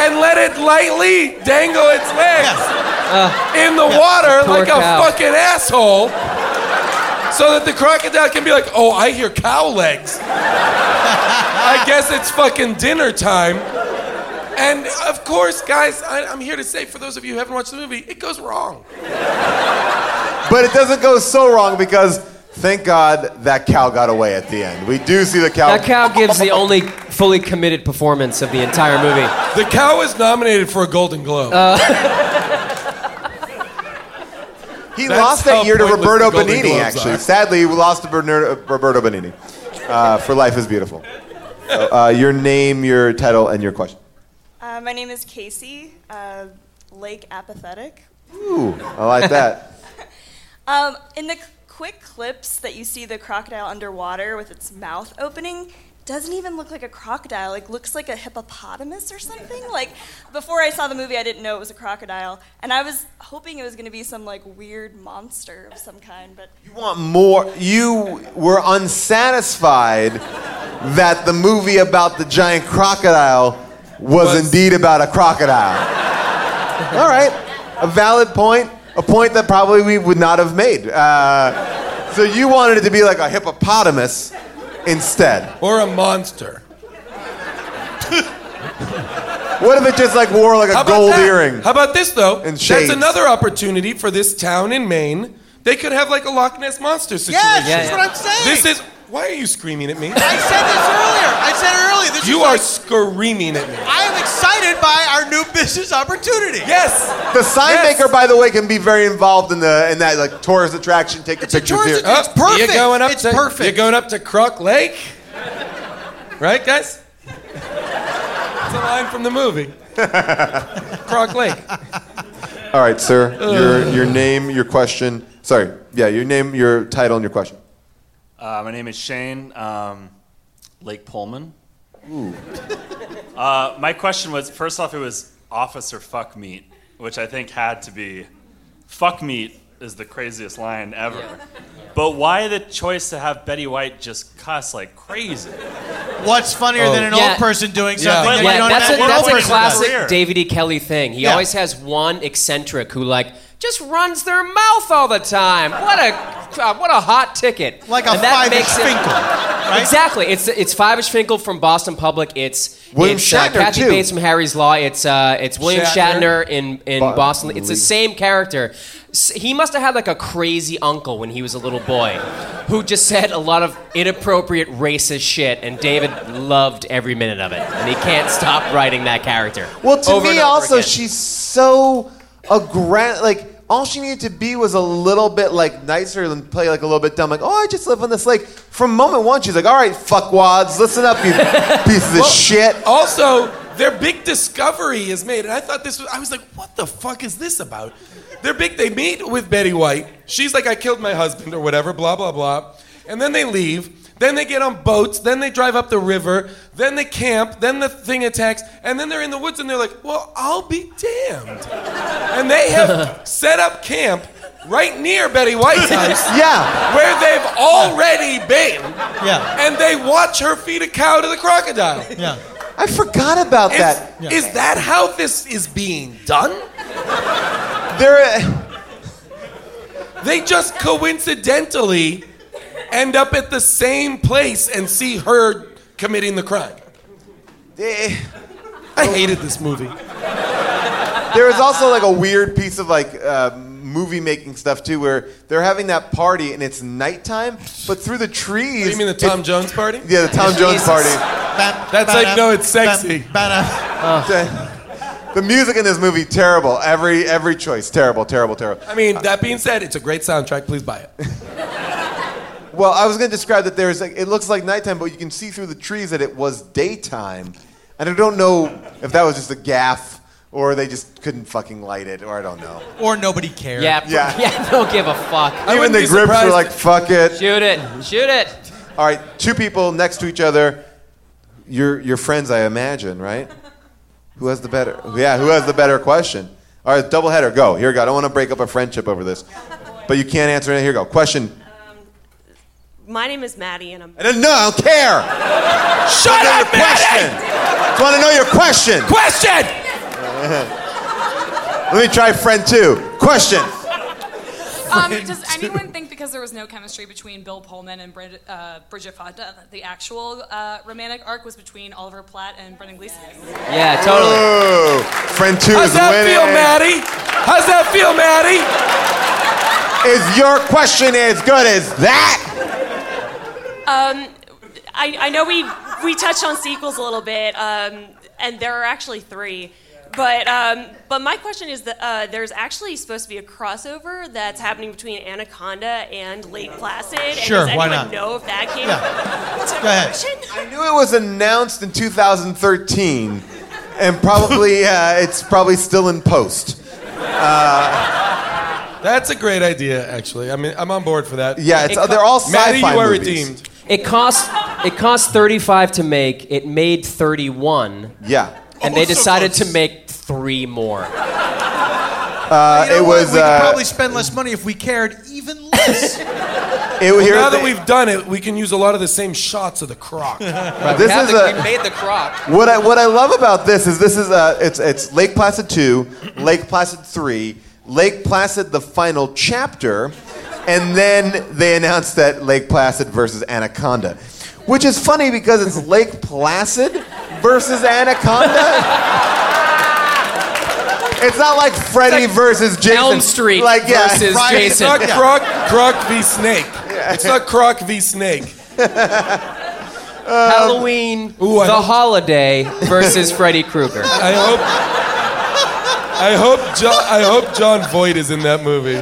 [SPEAKER 6] and let it lightly dangle its legs in the
[SPEAKER 13] Uh, yeah,
[SPEAKER 6] water
[SPEAKER 13] poor
[SPEAKER 6] like a
[SPEAKER 13] cow.
[SPEAKER 6] fucking asshole so that the crocodile can be like, oh, I hear cow legs. I guess it's fucking dinner time. And of course, guys, I, I'm here to say for those of you who haven't watched the movie, it goes wrong.
[SPEAKER 2] But it doesn't go so wrong because thank God that cow got away at the end. We do see the cow.
[SPEAKER 7] That cow gives the only fully committed performance of the entire movie.
[SPEAKER 6] The cow is nominated for a Golden Globe.
[SPEAKER 13] Uh,
[SPEAKER 2] He
[SPEAKER 6] That's
[SPEAKER 2] lost
[SPEAKER 6] how
[SPEAKER 2] that year to
[SPEAKER 6] pointless
[SPEAKER 2] Roberto
[SPEAKER 6] the Golden
[SPEAKER 2] Benigni,
[SPEAKER 6] Globes
[SPEAKER 2] actually.
[SPEAKER 6] are.
[SPEAKER 2] Sadly, he lost to Bernardo, Roberto Benigni uh, for Life is Beautiful. So, uh, your name, your title, and your question.
[SPEAKER 11] Uh, my name is Casey, uh, Lake Apathetic.
[SPEAKER 2] Ooh, I like
[SPEAKER 6] [laughs]
[SPEAKER 2] that.
[SPEAKER 11] Um, in the c- quick clips that you see the crocodile underwater with its mouth opening, doesn't even look like a crocodile. It looks like a hippopotamus or something. Like before I saw the movie, I didn't know it was a crocodile, and I was hoping it was going to be some like weird monster of some kind. But
[SPEAKER 2] You want more? You were unsatisfied that the movie about the giant crocodile was, indeed about a crocodile. All right, a valid point. A point that probably we would not have made. Uh, so you wanted it to be like a hippopotamus instead.
[SPEAKER 6] Or a monster.
[SPEAKER 2] What if it just like wore like a
[SPEAKER 6] How about
[SPEAKER 2] gold
[SPEAKER 6] that?
[SPEAKER 2] earring?
[SPEAKER 6] How about this though?
[SPEAKER 2] And shades.
[SPEAKER 6] That's another opportunity for this town in Maine. They could have like a Loch Ness monster situation.
[SPEAKER 5] that's Yeah, yeah. what I'm saying.
[SPEAKER 6] This is. Why are you screaming at me?
[SPEAKER 5] I said this earlier. I said it earlier. This
[SPEAKER 6] you
[SPEAKER 5] is
[SPEAKER 6] are
[SPEAKER 5] like-
[SPEAKER 6] screaming at me.
[SPEAKER 5] I am excited by our new business opportunity.
[SPEAKER 6] Yes.
[SPEAKER 2] The sign maker, by the way, can be very involved in the in that like tourist attraction. Take your pictures here.
[SPEAKER 6] Oh, You're going up to, You're going up to Croc Lake, right, guys? It's a line from the movie. Croc Lake.
[SPEAKER 2] All right, sir.
[SPEAKER 6] Ugh.
[SPEAKER 2] Your your name, your question. Sorry, yeah, your name, your title, and your question.
[SPEAKER 9] Uh, my name is Shane um, Lake Pullman. Uh, my question was first off, it was officer fuck meat, which I think had to be fuck meat is the craziest line ever. But why the choice to have Betty White just cuss like crazy?
[SPEAKER 5] What's funnier than an
[SPEAKER 7] Oh.
[SPEAKER 5] old person doing something? that you
[SPEAKER 7] [laughs] Yeah,
[SPEAKER 5] don't
[SPEAKER 7] that's
[SPEAKER 5] have an
[SPEAKER 7] a,
[SPEAKER 5] old
[SPEAKER 7] that's a
[SPEAKER 5] person
[SPEAKER 7] classic
[SPEAKER 5] doing?
[SPEAKER 7] David E. Kelly thing. He
[SPEAKER 5] Yeah.
[SPEAKER 7] always has one eccentric who like just runs their mouth all the time. What a uh, what a hot ticket.
[SPEAKER 5] Like a
[SPEAKER 7] And that
[SPEAKER 5] Five-ish
[SPEAKER 7] makes it-
[SPEAKER 5] Finkel, right?
[SPEAKER 7] Exactly. It's it's Five Ish Finkel from Boston Public. It's
[SPEAKER 5] William
[SPEAKER 7] it's, uh,
[SPEAKER 5] Shatner,
[SPEAKER 7] Kathy
[SPEAKER 5] too.
[SPEAKER 7] Bates from Harry's Law. It's uh, it's William
[SPEAKER 5] Shatner.
[SPEAKER 7] Shatner, in in
[SPEAKER 5] Bo-
[SPEAKER 7] Boston. It's the
[SPEAKER 5] Lee.
[SPEAKER 7] same character. S- He must have had like a crazy uncle when he was a little boy, who just said a lot of inappropriate racist shit, and David loved every minute of it, and he can't stop writing that character.
[SPEAKER 2] Well, to
[SPEAKER 7] Over
[SPEAKER 2] me,
[SPEAKER 7] and over
[SPEAKER 2] also,
[SPEAKER 7] again.
[SPEAKER 2] she's so aggressive. Like, all she needed to be was a little bit like nicer and play like a little bit dumb. Like, oh, I just live on this lake. From moment one, she's like, all right, fuckwads, listen up, you pieces of shit.
[SPEAKER 6] Also, their big discovery is made, and I thought this was. I was like, what the fuck is this about? They're big. They meet with Betty White. She's like, I killed my husband or whatever. Blah blah blah. And then they leave. Then they get on boats. Then they drive up the river. Then they camp. Then the thing attacks. And then they're in the woods and they're like, well, I'll be damned. And they have set up camp right near Betty White's house.
[SPEAKER 5] Yeah.
[SPEAKER 6] Where they've already been.
[SPEAKER 5] Yeah.
[SPEAKER 6] And they watch her feed a cow to the crocodile.
[SPEAKER 5] Yeah.
[SPEAKER 2] I forgot about
[SPEAKER 6] Is-
[SPEAKER 2] that.
[SPEAKER 6] Is that how this is being done?
[SPEAKER 2] There, uh,
[SPEAKER 6] they just coincidentally end up at the same place and see her committing the crime. I hated this movie.
[SPEAKER 2] there was also like a weird piece of like uh, movie making stuff too, where they're having that party and it's nighttime, but through the trees.
[SPEAKER 6] What do you mean the Tom
[SPEAKER 2] it-
[SPEAKER 6] Jones party?
[SPEAKER 2] Yeah, the Tom Jones
[SPEAKER 6] Jesus.
[SPEAKER 2] party.
[SPEAKER 6] That's like no, it's sexy.
[SPEAKER 2] [laughs] The music in this movie terrible. Every every choice terrible, terrible, terrible.
[SPEAKER 6] I mean, that being said, it's a great soundtrack. Please buy it.
[SPEAKER 2] Well, I was going to describe that there's like it looks like nighttime, but you can see through the trees that it was daytime, and I don't know if that was just a gaff or they just couldn't fucking light it, or I don't know.
[SPEAKER 5] [laughs] Or nobody cares.
[SPEAKER 7] Yeah,
[SPEAKER 2] Yeah.
[SPEAKER 7] yeah. [laughs] yeah, don't give a fuck.
[SPEAKER 2] Even the grips were like, fuck it.
[SPEAKER 7] shoot it, shoot it.
[SPEAKER 2] All right, two people next to each other. Your your friends, I imagine, right? Who has the better? Yeah, who has the better question? All right, double header, go. Here, we go. I don't want to break up a friendship over this, but you can't answer it. Here, we go. Question.
[SPEAKER 14] My name is Maddie, and I'm.
[SPEAKER 2] And then, no, I don't care.
[SPEAKER 6] Shut
[SPEAKER 2] up, question. Just want to know your question.
[SPEAKER 6] Question.
[SPEAKER 2] Let me try friend two. Question.
[SPEAKER 15] Um, does anyone think because there was no chemistry between Bill Pullman and Brid- uh, Bridget Fonda, that the actual uh, romantic arc was between Oliver Platt and Brendan Gleeson?
[SPEAKER 7] Yeah, totally.
[SPEAKER 2] Ooh, Oh, friend two
[SPEAKER 6] How's
[SPEAKER 2] is
[SPEAKER 6] that
[SPEAKER 2] winning.
[SPEAKER 6] feel, Maddie? How's that feel, Maddie?
[SPEAKER 2] Is your question as good as that?
[SPEAKER 14] Um, I, I know we we touched on sequels a little bit, um, and there are actually three. But um, but my question is that uh, there's actually supposed to be a crossover that's happening between Anaconda and Lake Placid. And
[SPEAKER 2] Sure,
[SPEAKER 14] does
[SPEAKER 2] why
[SPEAKER 14] anyone
[SPEAKER 2] not?
[SPEAKER 14] know if that came?
[SPEAKER 7] Uh,
[SPEAKER 2] Go ahead. I knew it was announced in 2013, and probably uh, it's probably still in post. Uh,
[SPEAKER 6] That's a great idea, actually. I mean, I'm on board for that.
[SPEAKER 2] Yeah, it's- It co- they're all
[SPEAKER 6] Maddie, you
[SPEAKER 2] sci-fi
[SPEAKER 6] are
[SPEAKER 2] movies.
[SPEAKER 6] redeemed.
[SPEAKER 7] It cost it cost 35 to make. It made 31.
[SPEAKER 2] Yeah.
[SPEAKER 7] And they decided to make three more.
[SPEAKER 2] uh,
[SPEAKER 5] You know
[SPEAKER 2] it
[SPEAKER 5] what?
[SPEAKER 2] was.
[SPEAKER 5] we
[SPEAKER 2] uh,
[SPEAKER 5] could probably spend less money if we cared even [laughs] less.
[SPEAKER 2] It-
[SPEAKER 6] Well,
[SPEAKER 2] here's
[SPEAKER 6] now that
[SPEAKER 2] the-
[SPEAKER 6] we've done it, we can use a lot of the same shots of the
[SPEAKER 2] [laughs]
[SPEAKER 6] croc.
[SPEAKER 2] This is a-
[SPEAKER 7] the
[SPEAKER 2] [laughs]
[SPEAKER 7] croc.
[SPEAKER 2] What I what I love about this is this is uh, it's it's Lake Placid two, Lake Placid three, Lake Placid the final chapter, and then they announced that Lake Placid versus Anaconda, which is funny because it's Lake Placid versus Anaconda. It's not like Freddy versus Jason.
[SPEAKER 6] Elm Street
[SPEAKER 2] like, yeah,
[SPEAKER 6] versus
[SPEAKER 2] right.
[SPEAKER 6] Jason. It's not Croc, Croc v. Snake. It's not Croc v. Snake.
[SPEAKER 2] Um,
[SPEAKER 7] Halloween, The Holiday versus Freddy Krueger.
[SPEAKER 6] I hope. I hope. John, I hope John Voight is in that movie.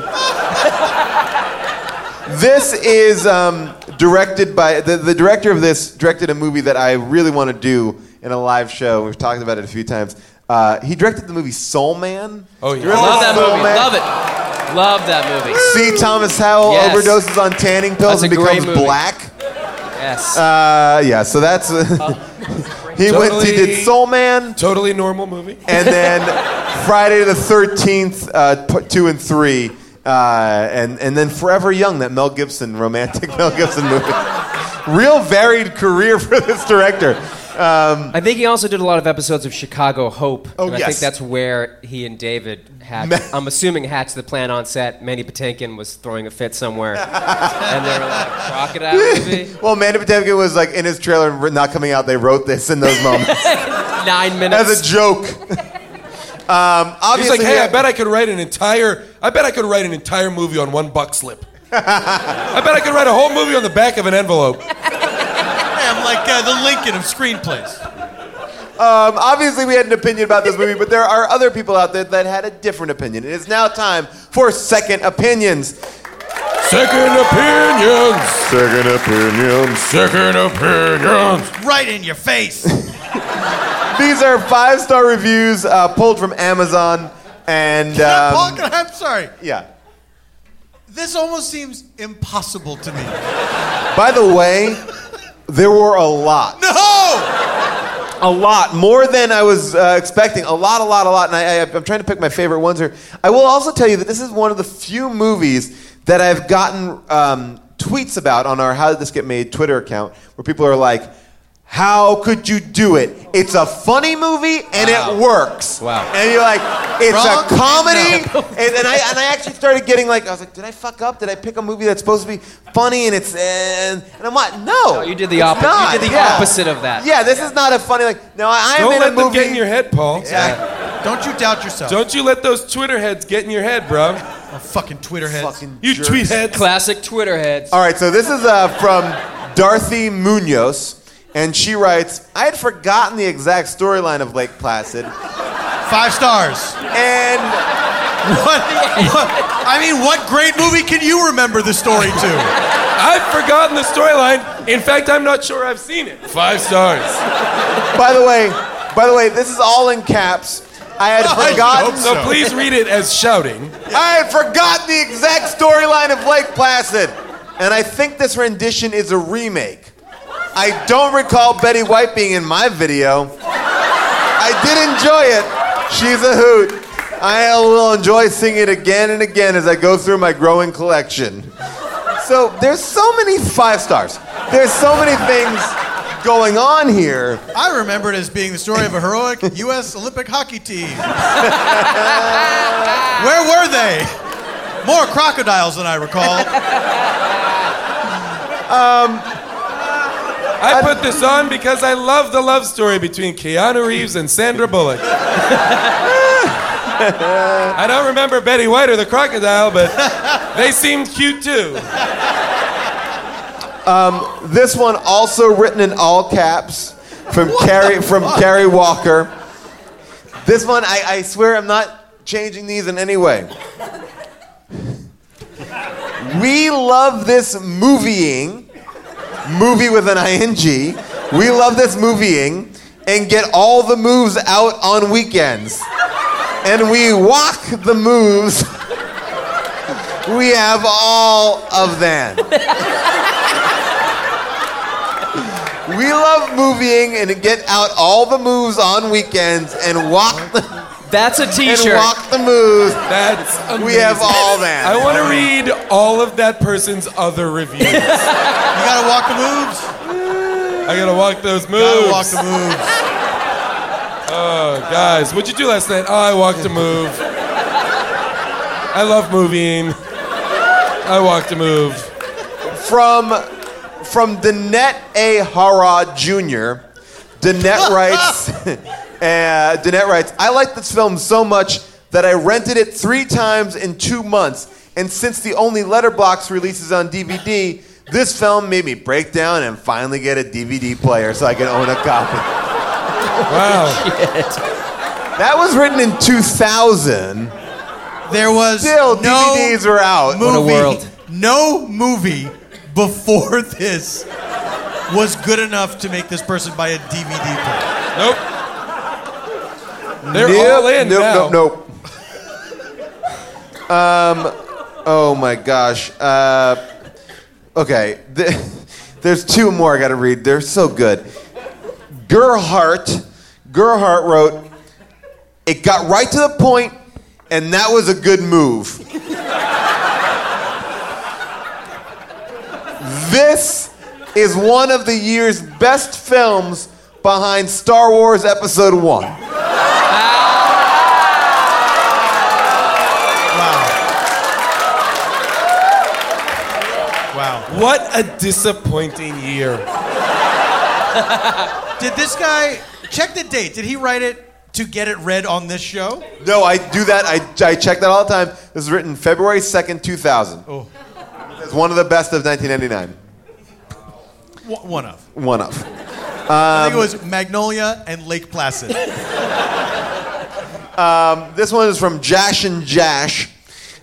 [SPEAKER 2] This is um, directed by the, the director of this directed a movie that I really want to do in a live show. We've talked about it a few times. Uh, he directed the movie Soul Man.
[SPEAKER 7] Oh,
[SPEAKER 2] You
[SPEAKER 7] yeah.
[SPEAKER 2] remember
[SPEAKER 7] Love that
[SPEAKER 2] Soul
[SPEAKER 7] movie.
[SPEAKER 2] Man?
[SPEAKER 7] Love it. Love that movie.
[SPEAKER 2] See Thomas Howell
[SPEAKER 7] Yes.
[SPEAKER 2] overdoses on tanning pills
[SPEAKER 7] That's
[SPEAKER 2] and
[SPEAKER 7] a great
[SPEAKER 2] becomes
[SPEAKER 7] movie.
[SPEAKER 2] black.
[SPEAKER 7] Yes.
[SPEAKER 2] Uh, yeah, so that's [laughs] he went. He did
[SPEAKER 6] Totally-
[SPEAKER 2] Soul Man,
[SPEAKER 6] Totally normal movie.
[SPEAKER 2] and then Friday the Thirteenth, uh, p- two and three, uh, and and then Forever Young, that Mel Gibson romantic [laughs] Mel Gibson movie. Real varied career [laughs] for this director. Um,
[SPEAKER 6] [laughs]
[SPEAKER 7] I think he also did a lot of episodes of Chicago Hope.
[SPEAKER 2] Oh,
[SPEAKER 7] and I
[SPEAKER 2] yes.
[SPEAKER 7] think that's where he and David hatched. I'm assuming hatched the plan on set. Manny Patinkin was throwing a
[SPEAKER 2] [laughs]
[SPEAKER 7] fit somewhere. and they were like, crocodile movie?
[SPEAKER 2] well, Mandy Patinkin was like in his trailer and not coming out. They wrote this in those
[SPEAKER 6] [laughs]
[SPEAKER 2] moments
[SPEAKER 7] Nine minutes.
[SPEAKER 2] as a joke. Um,
[SPEAKER 6] He's
[SPEAKER 2] obviously,
[SPEAKER 6] like, hey, I bet I could write an entire. I bet I could write an entire movie on one buck slip. I bet I could write a whole movie on the back of an envelope.
[SPEAKER 5] I'm like uh, the Lincoln of screenplays.
[SPEAKER 2] Um, obviously, we had an opinion about this movie, but there are other people out there that had a different opinion. It is now time for second opinions.
[SPEAKER 6] Second opinions.
[SPEAKER 2] Second opinions.
[SPEAKER 6] Second opinions.
[SPEAKER 5] Right in your face.
[SPEAKER 2] These are five star reviews uh, pulled from Amazon, and
[SPEAKER 5] Paul,
[SPEAKER 2] um,
[SPEAKER 5] can I- I'm sorry.
[SPEAKER 2] yeah.
[SPEAKER 5] This almost seems impossible to me.
[SPEAKER 2] By the way, There were a lot.
[SPEAKER 4] No!
[SPEAKER 2] A lot, more than I was uh, expecting. A lot, a lot, a lot. And I, I, I'm trying to pick my favorite ones here. I will also tell you that this is one of the few movies that I've gotten um, tweets about on our How Did This Get Made Twitter account, where people are like, how could you do it? It's a funny movie and it works. Wow. And you're like, it's
[SPEAKER 6] Wrong?
[SPEAKER 2] a
[SPEAKER 7] [laughs]
[SPEAKER 2] comedy. and, and I and I actually started getting like, I was like, did I fuck up? Did I pick a movie that's supposed to be funny and it's and, and I'm like, no.
[SPEAKER 7] you did the
[SPEAKER 2] it's
[SPEAKER 7] oppo- you
[SPEAKER 2] not.
[SPEAKER 7] did the
[SPEAKER 2] Yeah.
[SPEAKER 7] opposite of that.
[SPEAKER 2] Yeah, this is not a funny like. No, I, I am
[SPEAKER 4] Don't
[SPEAKER 2] in
[SPEAKER 4] let
[SPEAKER 2] a
[SPEAKER 4] them
[SPEAKER 2] movie.
[SPEAKER 4] get in your head, Paul.
[SPEAKER 5] Don't you doubt yourself.
[SPEAKER 4] Don't you let those Twitter heads get in your head, bro.
[SPEAKER 5] Oh, fucking Twitter heads.
[SPEAKER 4] you
[SPEAKER 2] jerks.
[SPEAKER 4] tweet heads.
[SPEAKER 7] Classic Twitter heads.
[SPEAKER 2] All right, so this is uh, from Dorothy Munoz, and she writes, I had forgotten the exact storyline of Lake Placid.
[SPEAKER 5] Five stars.
[SPEAKER 2] And
[SPEAKER 5] what, what? I mean, what great movie can you remember the story to?
[SPEAKER 4] I've forgotten the storyline. In fact, I'm not sure I've seen it. Five stars.
[SPEAKER 2] by the way, by the way, this is all in caps.
[SPEAKER 4] [laughs]
[SPEAKER 2] I had forgotten.
[SPEAKER 4] So please read it as shouting.
[SPEAKER 2] I had forgotten the exact storyline of Lake Placid, and I think this rendition is a remake. I don't recall Betty White being in my video. I did enjoy it. She's a hoot. I will enjoy singing it again and again as I go through my growing collection. So there's so many five stars. There's so many things going on here.
[SPEAKER 5] I remember it as being the story of a heroic U.S. Olympic hockey team. Where were they? More crocodiles than I recall.
[SPEAKER 4] I put this on because I love the love story between Keanu Reeves and Sandra Bullock. I don't remember Betty White or the crocodile, but they seemed cute too.
[SPEAKER 2] This one also written in all caps from Carrie from Carrie Walker. This one, I, I swear I'm not changing these in any way. we love this movieing, movie with an ing. We love this movieing and get all the moves out on weekends. And we walk the moves. [laughs] we have all of them. We love movieing and get out all the moves on weekends and walk the,
[SPEAKER 7] That's a
[SPEAKER 2] and
[SPEAKER 7] T-shirt.
[SPEAKER 2] walk the moves.
[SPEAKER 4] That's amazing.
[SPEAKER 2] We have all that.
[SPEAKER 4] I want to read all of that person's other reviews. I
[SPEAKER 5] You gotta walk the moves.
[SPEAKER 4] gotta walk those moves.
[SPEAKER 5] Gotta walk the moves.
[SPEAKER 4] Oh, guys, what'd you do last night? Oh, I walked a move. I love moving. I walked a move.
[SPEAKER 2] From from Danette A. Hara Jr. Danette writes. uh, Danette writes. I like this film so much that I rented it three times in two months, and since the only Letterbox releases on DVD, this film made me break down and finally get a DVD player so I can own a copy.
[SPEAKER 4] Wow.
[SPEAKER 2] That was written in 2000.
[SPEAKER 5] There was
[SPEAKER 2] Still,
[SPEAKER 5] no
[SPEAKER 2] DVDs were out.
[SPEAKER 5] movie, no movie before this was good enough to make this person buy a DVD. Player.
[SPEAKER 4] Nope. They're
[SPEAKER 2] Nope,
[SPEAKER 4] all in
[SPEAKER 2] nope,
[SPEAKER 4] now.
[SPEAKER 2] Nope, nope. um, oh my gosh. Uh, okay, th- there's two more I got to read. They're so good. Gerhart, Gerhart wrote, "It got right to the point, and that was a good move." this is one of the year's best films behind Star Wars Episode One.
[SPEAKER 5] Wow.
[SPEAKER 4] What a disappointing year.
[SPEAKER 5] Did this guy check the date? Did he write it to get it read on this show?
[SPEAKER 2] No, I do that. I, I check that all the time. This is written February 2nd, 2000.
[SPEAKER 5] Oh.
[SPEAKER 2] It's one of the best of 1999.
[SPEAKER 5] One one of.
[SPEAKER 2] One of.
[SPEAKER 5] I think it was Magnolia and Lake Placid.
[SPEAKER 2] This one is from Jash and Jash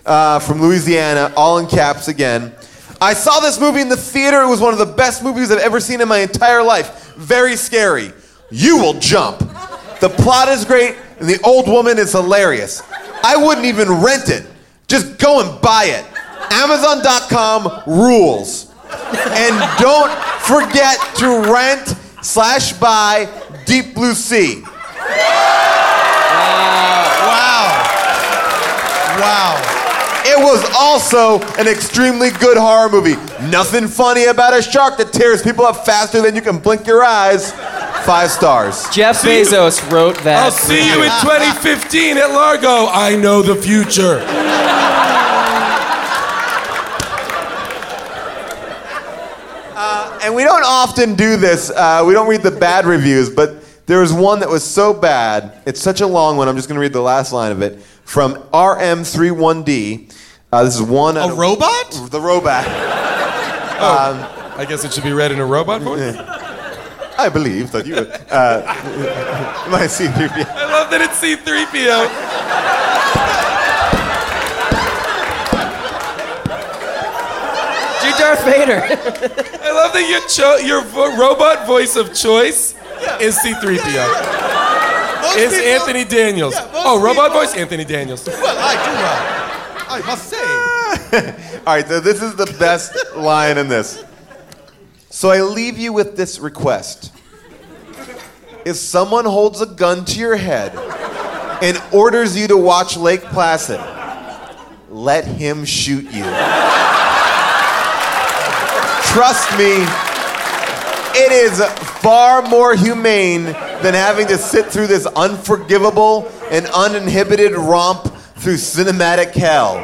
[SPEAKER 2] uh, from Louisiana, all in caps again. I saw this movie in the theater. It was one of the best movies I've ever seen in my entire life. Very scary. You will jump. The plot is great, and the old woman is hilarious. I wouldn't even rent it. Just go and buy it. Amazon.com rules. And don't forget to rent slash buy Deep Blue Sea. Wow. It was also an extremely good horror movie. Nothing funny about a shark that tears people up faster than you can blink your eyes. Five stars.
[SPEAKER 7] Jeff Bezos wrote that.
[SPEAKER 6] I'll
[SPEAKER 2] Oh,
[SPEAKER 6] see you in 2015 at Largo. I know the future.
[SPEAKER 2] And we don't often do this. Uh, we don't read the bad reviews, but there was one that was so bad. It's such a long one. I'm just going to read the last line of it from RM31D. Uh, this is one. A
[SPEAKER 5] robot?
[SPEAKER 2] The robot.
[SPEAKER 6] Oh, I guess it should be read in a robot voice.
[SPEAKER 2] I believe that you uh, [laughs] my C3PO.
[SPEAKER 6] I love that it's C3PO.
[SPEAKER 7] Do Darth Vader. [laughs]
[SPEAKER 6] I love that your cho- your vo- robot voice of choice is C3PO. It's
[SPEAKER 5] people-
[SPEAKER 6] Anthony Daniels.
[SPEAKER 5] Yeah, most
[SPEAKER 6] oh, robot
[SPEAKER 5] people-
[SPEAKER 6] voice Anthony Daniels.
[SPEAKER 5] Well, I do. Uh, I must say.
[SPEAKER 2] All right, so this is the best line in this. So I leave you with this request. If someone holds a gun to your head and orders you to watch Lake Placid, let him shoot you. Trust me, it is far more humane than having to sit through this unforgivable and uninhibited romp through cinematic hell.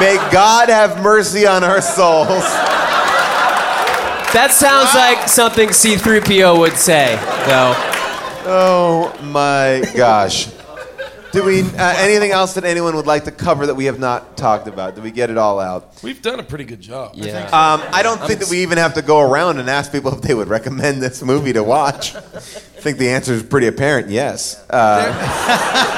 [SPEAKER 2] May God have mercy on our souls.
[SPEAKER 7] That sounds like something C3PO would say, though.
[SPEAKER 2] Oh my gosh. Do we uh, anything else that anyone would like to cover that we have not talked about? Did we get it all out?
[SPEAKER 6] We've done a pretty good job.
[SPEAKER 2] Um, I don't think that we even have to go around and ask people if they would recommend this movie to watch. I think the answer is pretty apparent. Yes. Uh,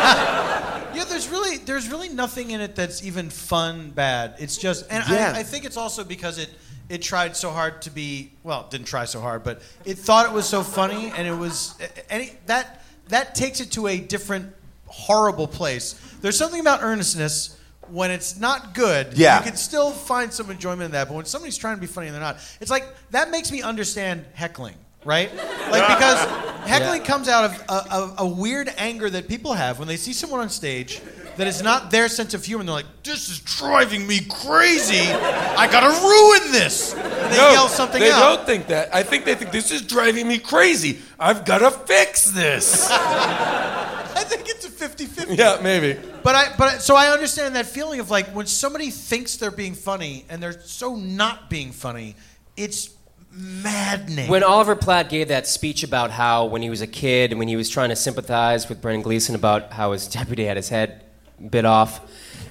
[SPEAKER 5] Yeah, there's really there's really nothing in it that's even fun bad. It's just, and
[SPEAKER 2] Yeah.
[SPEAKER 5] I, I think it's also because it it tried so hard to be well, it didn't try so hard, but it thought it was so funny, and it was any that that takes it to a different horrible place. There's something about earnestness when it's not good.
[SPEAKER 2] Yeah.
[SPEAKER 5] you can still find some enjoyment in that, but when somebody's trying to be funny and they're not, it's like that makes me understand heckling, right? Like because heckling comes out of a, a, a weird anger that people have when they see someone on stage that is not their sense of humor. And they're like, "This is driving me crazy. I gotta ruin this." And they yell something
[SPEAKER 6] they
[SPEAKER 5] out.
[SPEAKER 6] don't think that. I think they think this is driving me crazy. I've got to fix this.
[SPEAKER 5] [laughs] I think it's a 50-50.
[SPEAKER 6] yeah, maybe.
[SPEAKER 5] But I but I- so I understand that feeling of like when somebody thinks they're being funny and they're so not being funny, it's maddening.
[SPEAKER 7] When Oliver Platt gave that speech about how, when he was a kid, and when he was trying to sympathize with Brendan Gleeson about how his [laughs] deputy had his head bit off,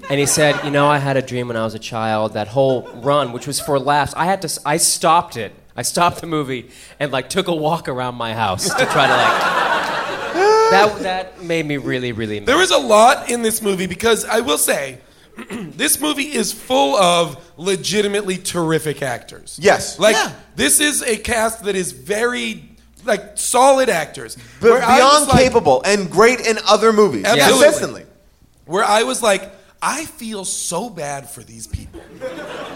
[SPEAKER 7] and he said, "You know, I had a dream when I was a child. That whole run, which was for laughs, I had to. I stopped it. I stopped the movie and like took a walk around my house to try to like." [laughs] That that made me really really. Mad.
[SPEAKER 6] There is a lot in this movie because I will say, [clears throat] this movie is full of legitimately terrific actors.
[SPEAKER 2] Yes.
[SPEAKER 6] Like, this is a cast that is very, like, solid actors.
[SPEAKER 2] but
[SPEAKER 6] Where I
[SPEAKER 2] beyond
[SPEAKER 6] was like-
[SPEAKER 2] capable and great in other movies.
[SPEAKER 6] Absolutely.
[SPEAKER 2] Consistently.
[SPEAKER 6] Where I was like, I feel so bad for these people.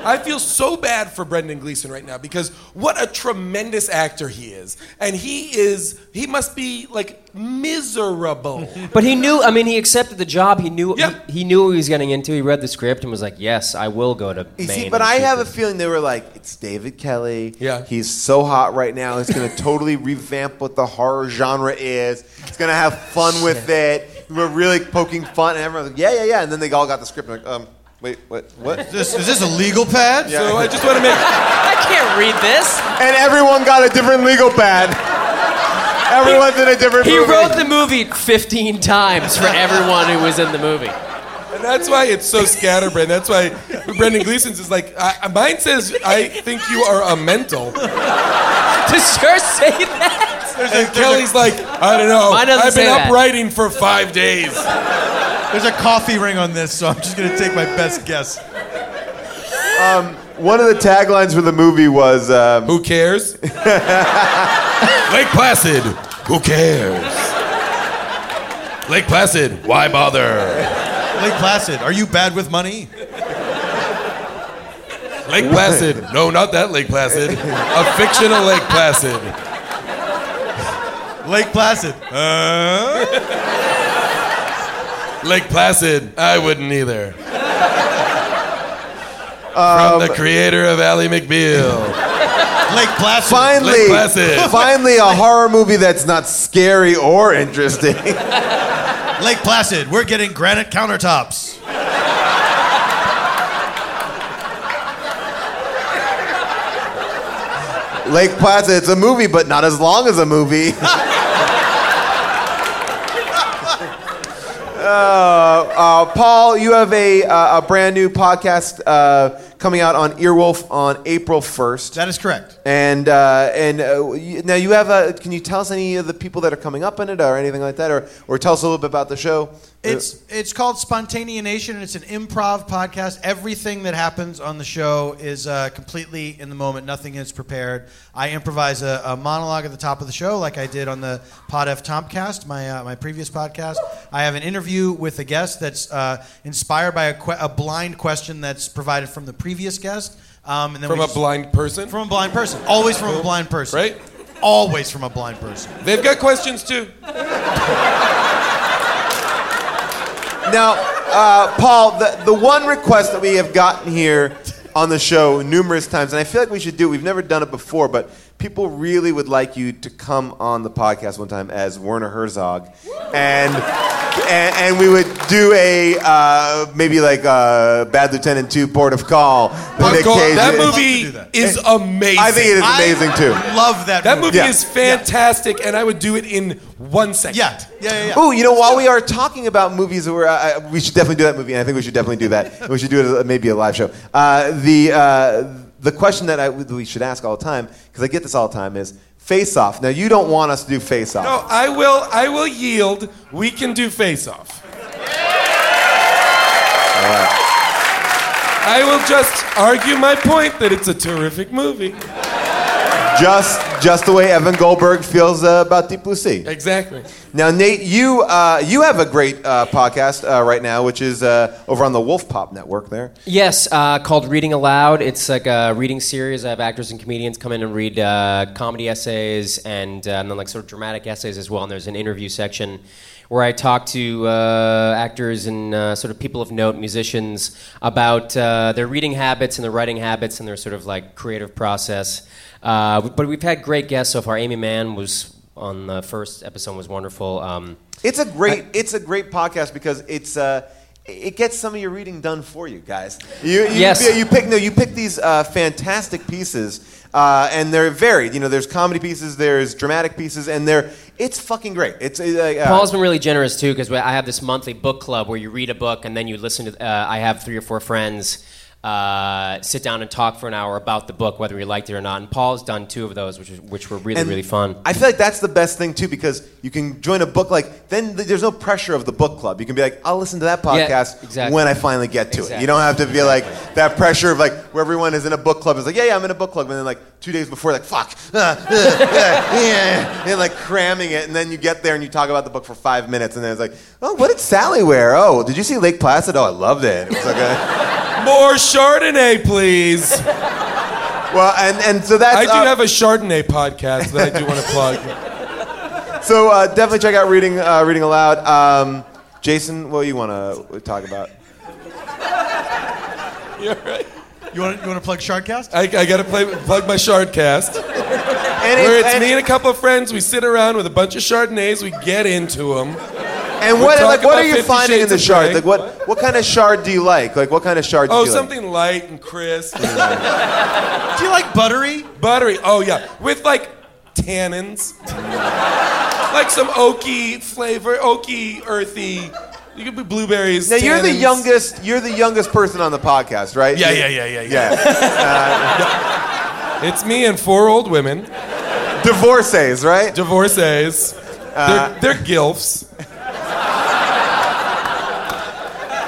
[SPEAKER 6] I feel so bad for Brendan Gleeson right now because what a tremendous actor he is. And he is, he must be like miserable.
[SPEAKER 7] But he knew. I mean, he accepted the job. He knew. He, he knew what he was getting into. He read the script and was like, "Yes, I will go to."
[SPEAKER 2] You
[SPEAKER 7] Maine
[SPEAKER 2] see, but
[SPEAKER 7] and
[SPEAKER 2] I
[SPEAKER 7] shoot
[SPEAKER 2] have a
[SPEAKER 7] this."
[SPEAKER 2] feeling they were like, it's David Kelly.
[SPEAKER 7] Yeah.
[SPEAKER 2] He's so hot right now. He's going to totally revamp what the horror genre is. He's going to have fun with it. We're really poking fun. And everyone's like, yeah, yeah, yeah. And then they all got the script. And like, um, wait, what? what? Is
[SPEAKER 5] this, is this a legal pad?
[SPEAKER 6] So I just want to make.
[SPEAKER 7] [laughs] I can't read this.
[SPEAKER 2] And everyone got a different legal pad. Everyone's in a different
[SPEAKER 7] He
[SPEAKER 2] movie.
[SPEAKER 7] wrote the movie 15 times for everyone who was in the movie.
[SPEAKER 6] And that's why it's so scatterbrained. That's why Brendan Gleeson's is like, I, mine says, I think you are a mental.
[SPEAKER 7] Does yours say that?
[SPEAKER 6] And Kelly's like, I don't know.
[SPEAKER 7] Mine doesn't
[SPEAKER 6] I've been
[SPEAKER 7] say
[SPEAKER 6] up
[SPEAKER 7] that."
[SPEAKER 6] writing for five days.
[SPEAKER 5] There's a coffee ring on this, so I'm just gonna take my best guess.
[SPEAKER 2] One of the taglines for the movie was um,
[SPEAKER 6] Who [laughs] cares? Lake Placid, who cares? Lake Placid, why bother?
[SPEAKER 5] Lake Placid, are you bad with money?
[SPEAKER 6] Lake Placid.
[SPEAKER 2] [laughs]
[SPEAKER 6] No, not that Lake Placid. A fictional Lake Placid.
[SPEAKER 5] Lake Placid.
[SPEAKER 6] Lake Placid. I wouldn't either.
[SPEAKER 2] Um,
[SPEAKER 6] From the creator of Ally McBeal.
[SPEAKER 5] Lake Placid.
[SPEAKER 2] Finally,
[SPEAKER 6] Lake Placid.
[SPEAKER 2] finally, a horror movie that's not scary or
[SPEAKER 6] [laughs]
[SPEAKER 2] interesting.
[SPEAKER 5] Lake Placid. We're getting granite countertops.
[SPEAKER 2] Lake Placid. It's a movie, but not as long as a movie. [laughs] Uh, uh, Paul, you have a, uh, a brand new podcast uh, coming out on Earwolf on April 1st.
[SPEAKER 5] That is correct.
[SPEAKER 2] And uh, and uh, you, now you have a. Can you tell us any of the people that are coming up in it or anything like that, or or tell us a little bit about the show?
[SPEAKER 5] It's it's called Spontaneation, and it's an improv podcast. Everything that happens on the show is uh, completely in the moment. Nothing is prepared. I improvise a, a monologue at the top of the show, like I did on the Pod F Tompcast, my uh, my previous podcast. I have an interview with a guest that's uh, inspired by a, que- a blind question that's provided from the previous guest. Um, and then
[SPEAKER 6] From
[SPEAKER 5] we
[SPEAKER 6] a blind person?
[SPEAKER 5] From a blind person. Always from a blind person. Right. Always from a blind person.
[SPEAKER 6] They've got questions too.
[SPEAKER 2] Now, uh, Paul, the, the one request that we have gotten here on the show numerous times, and I feel like we should do it. We've never done it before, but people really would like you to come on the podcast one time as Werner Herzog, and and, and we would do a uh, maybe like uh, Bad Lieutenant Two, Port of Call. the Nick
[SPEAKER 6] Uncle,
[SPEAKER 2] Cage-
[SPEAKER 6] that movie is amazing.
[SPEAKER 2] I think it is amazing too.
[SPEAKER 5] Love that.
[SPEAKER 6] That movie
[SPEAKER 2] Yeah.
[SPEAKER 6] is fantastic, and I would do it in one second. Yeah,
[SPEAKER 2] Oh, you know, while we are talking about movies, we're, uh, we should definitely do that movie, and I think we should definitely do that. we should do it as a- maybe a live show. Uh, the, uh, the question that I, we should ask all the time, because I get this all the time, is face off. Now, you don't want us to do face off.
[SPEAKER 6] No, I will. I will yield. We can do face off. I will just argue my point that it's a terrific movie.
[SPEAKER 2] Just, just the way Evan Goldberg feels uh, about Deep Blue Sea.
[SPEAKER 6] Exactly.
[SPEAKER 2] Now, Nate, you, uh, you have a great uh, podcast uh, right now, which is uh, over on the Wolf Pop Network there.
[SPEAKER 7] Yes, uh, called Reading Aloud. It's like a reading series. I have actors and comedians come in and read uh, comedy essays and, uh, and then like sort of dramatic essays as well. And there's an interview section where I talk to uh, actors and uh, sort of people of note, musicians, about uh, their reading habits and their writing habits and their sort of like creative process. Uh, but we've had great guests so far. Amy Mann was on the first episode, was wonderful. Um,
[SPEAKER 2] It's a great it's a great podcast because it's uh, it gets some of your reading done for you guys. You you,
[SPEAKER 7] Yes.
[SPEAKER 2] you pick no you pick these uh, fantastic pieces uh, and they're varied. You know, there's comedy pieces, there's dramatic pieces, and they're it's fucking great. It's uh, uh,
[SPEAKER 7] Paul's been really generous too because I have this monthly book club where you read a book and then you listen to. Uh, I have three or four friends uh, sit down and talk for an hour about the book, whether you liked it or not. And Paul's done two of those, which was, which were really
[SPEAKER 2] And
[SPEAKER 7] really fun.
[SPEAKER 2] I feel like that's the best thing too because you can join a book like then th- there's no pressure of the book club. You can be like, I'll listen to that
[SPEAKER 7] Yeah,
[SPEAKER 2] podcast
[SPEAKER 7] exactly.
[SPEAKER 2] when I finally get to it.
[SPEAKER 7] Exactly.
[SPEAKER 2] You don't have to be like that pressure of like where everyone is in a book club is like, yeah, yeah, I'm in a book club, and then like two days before, like fuck, [laughs] uh, uh, uh, yeah, and like cramming it, and then you get there and you talk about the book for five minutes, and then it's like, oh, what did Sally wear? Oh, did you see Lake Placid? Oh, I loved it. It was like a, [laughs]
[SPEAKER 6] More Chardonnay, please.
[SPEAKER 2] well, and and so that's
[SPEAKER 6] I do
[SPEAKER 2] uh,
[SPEAKER 6] have a Chardonnay podcast that I do want to plug.
[SPEAKER 2] So uh, definitely check out reading uh, reading aloud. Um, Jason, what do you want to talk about?
[SPEAKER 6] You're right.
[SPEAKER 5] You want you want to plug Shardcast?
[SPEAKER 6] I, I gotta play, plug my Shardcast. Where it's me and a couple of friends, we sit around with a bunch of Chardonnays, we get into them.
[SPEAKER 2] And what like what are you finding in the shard? Like what what kind of shard do you like? Like what kind of shard?
[SPEAKER 6] Oh,
[SPEAKER 2] do you like?
[SPEAKER 6] something light and crisp. do you like buttery? Buttery. Oh yeah, with like tannins, like some oaky flavor, oaky, earthy. You could be blueberries.
[SPEAKER 2] Now you're the
[SPEAKER 6] tannins.
[SPEAKER 2] youngest. You're the youngest person on the podcast, right?
[SPEAKER 6] Yeah,
[SPEAKER 2] You-
[SPEAKER 6] yeah, yeah, yeah,
[SPEAKER 2] yeah.
[SPEAKER 6] It's me and four old women.
[SPEAKER 2] Divorcees, right?
[SPEAKER 6] Divorcees.
[SPEAKER 2] Uh.
[SPEAKER 6] they're, they're gilfs.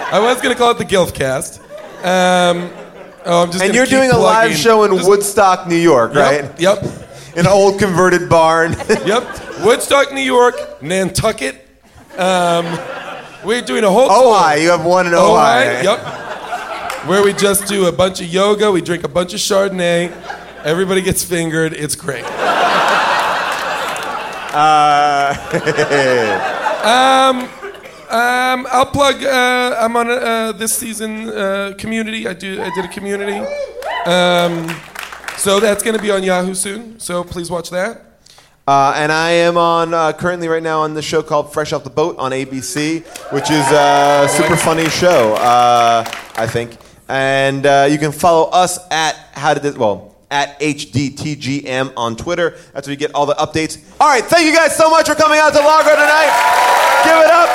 [SPEAKER 6] I was gonna call it the Gilf Cast. Um, oh, I'm just.
[SPEAKER 2] and
[SPEAKER 6] gonna
[SPEAKER 2] you're
[SPEAKER 6] keep
[SPEAKER 2] doing a live
[SPEAKER 6] plugging.
[SPEAKER 2] show in Woodstock, New York,
[SPEAKER 6] Yep,
[SPEAKER 2] right?
[SPEAKER 6] Yep.
[SPEAKER 2] An old converted barn. [laughs]
[SPEAKER 6] yep. Woodstock, New York, Nantucket. Um, we're doing a whole.
[SPEAKER 2] Oh,
[SPEAKER 6] Oh,
[SPEAKER 2] Ojai, you have one in Ojai.
[SPEAKER 6] Yep. where we just do a bunch of yoga, we drink a bunch of Chardonnay, everybody gets fingered, it's great. um, um, I'll plug. Uh, I'm on uh, this season uh, community. I do. I did a community. Um, so that's going to be on Yahoo soon. So please watch that.
[SPEAKER 2] Uh, and I am on uh, currently right now on the show called Fresh Off the Boat on ABC, which is a super funny show, uh, I think. And uh, you can follow us at how did this well at HDTGM on Twitter. That's where you get all the updates. All right, thank you guys so much for coming out to Lager tonight. Give it up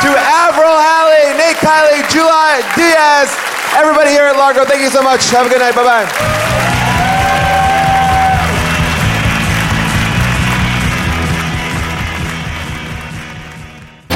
[SPEAKER 2] to Avril Halley, Nate Kiley, July Diaz, everybody here at Largo. Thank you so much. Have a good night. Bye bye.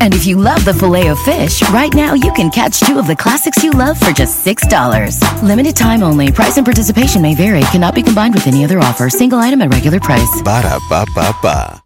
[SPEAKER 9] And if you love the filet of fish, right now you can catch two of the classics you love for just $6. Limited time only. Price and participation may vary. Cannot be combined with any other offer. Single item at regular price.
[SPEAKER 3] Ba-da-ba-ba-ba.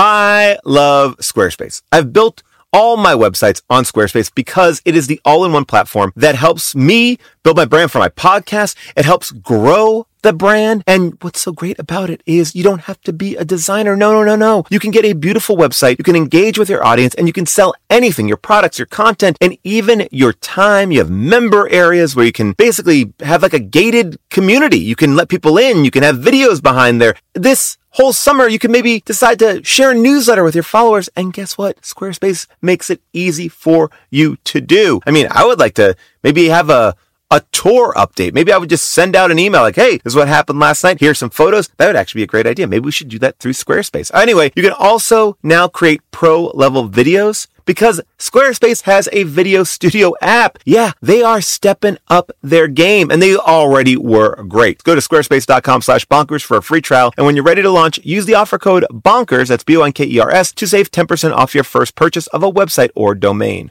[SPEAKER 1] I love Squarespace. I've built all my websites on Squarespace because it is the all in one platform that helps me build my brand for my podcast. It helps grow the brand. And what's so great about it is you don't have to be a designer. No, no, no, no. You can get a beautiful website. You can engage with your audience and you can sell anything, your products, your content, and even your time. You have member areas where you can basically have like a gated community. You can let people in. You can have videos behind there. This whole summer, you can maybe decide to share a newsletter with your followers. And guess what? Squarespace makes it easy for you to do. I mean, I would like to maybe have a a tour update. Maybe I would just send out an email like, hey, this is what happened last night. Here's some photos. That would actually be a great idea. Maybe we should do that through Squarespace. Anyway, you can also now create pro level videos because Squarespace has a video studio app. Yeah, they are stepping up their game and they already were great. Go to squarespace.com slash bonkers for a free trial. And when you're ready to launch, use the offer E code bonkers, that's B-O-N-K-E-R-S, to save 10% off your first purchase of a website or domain.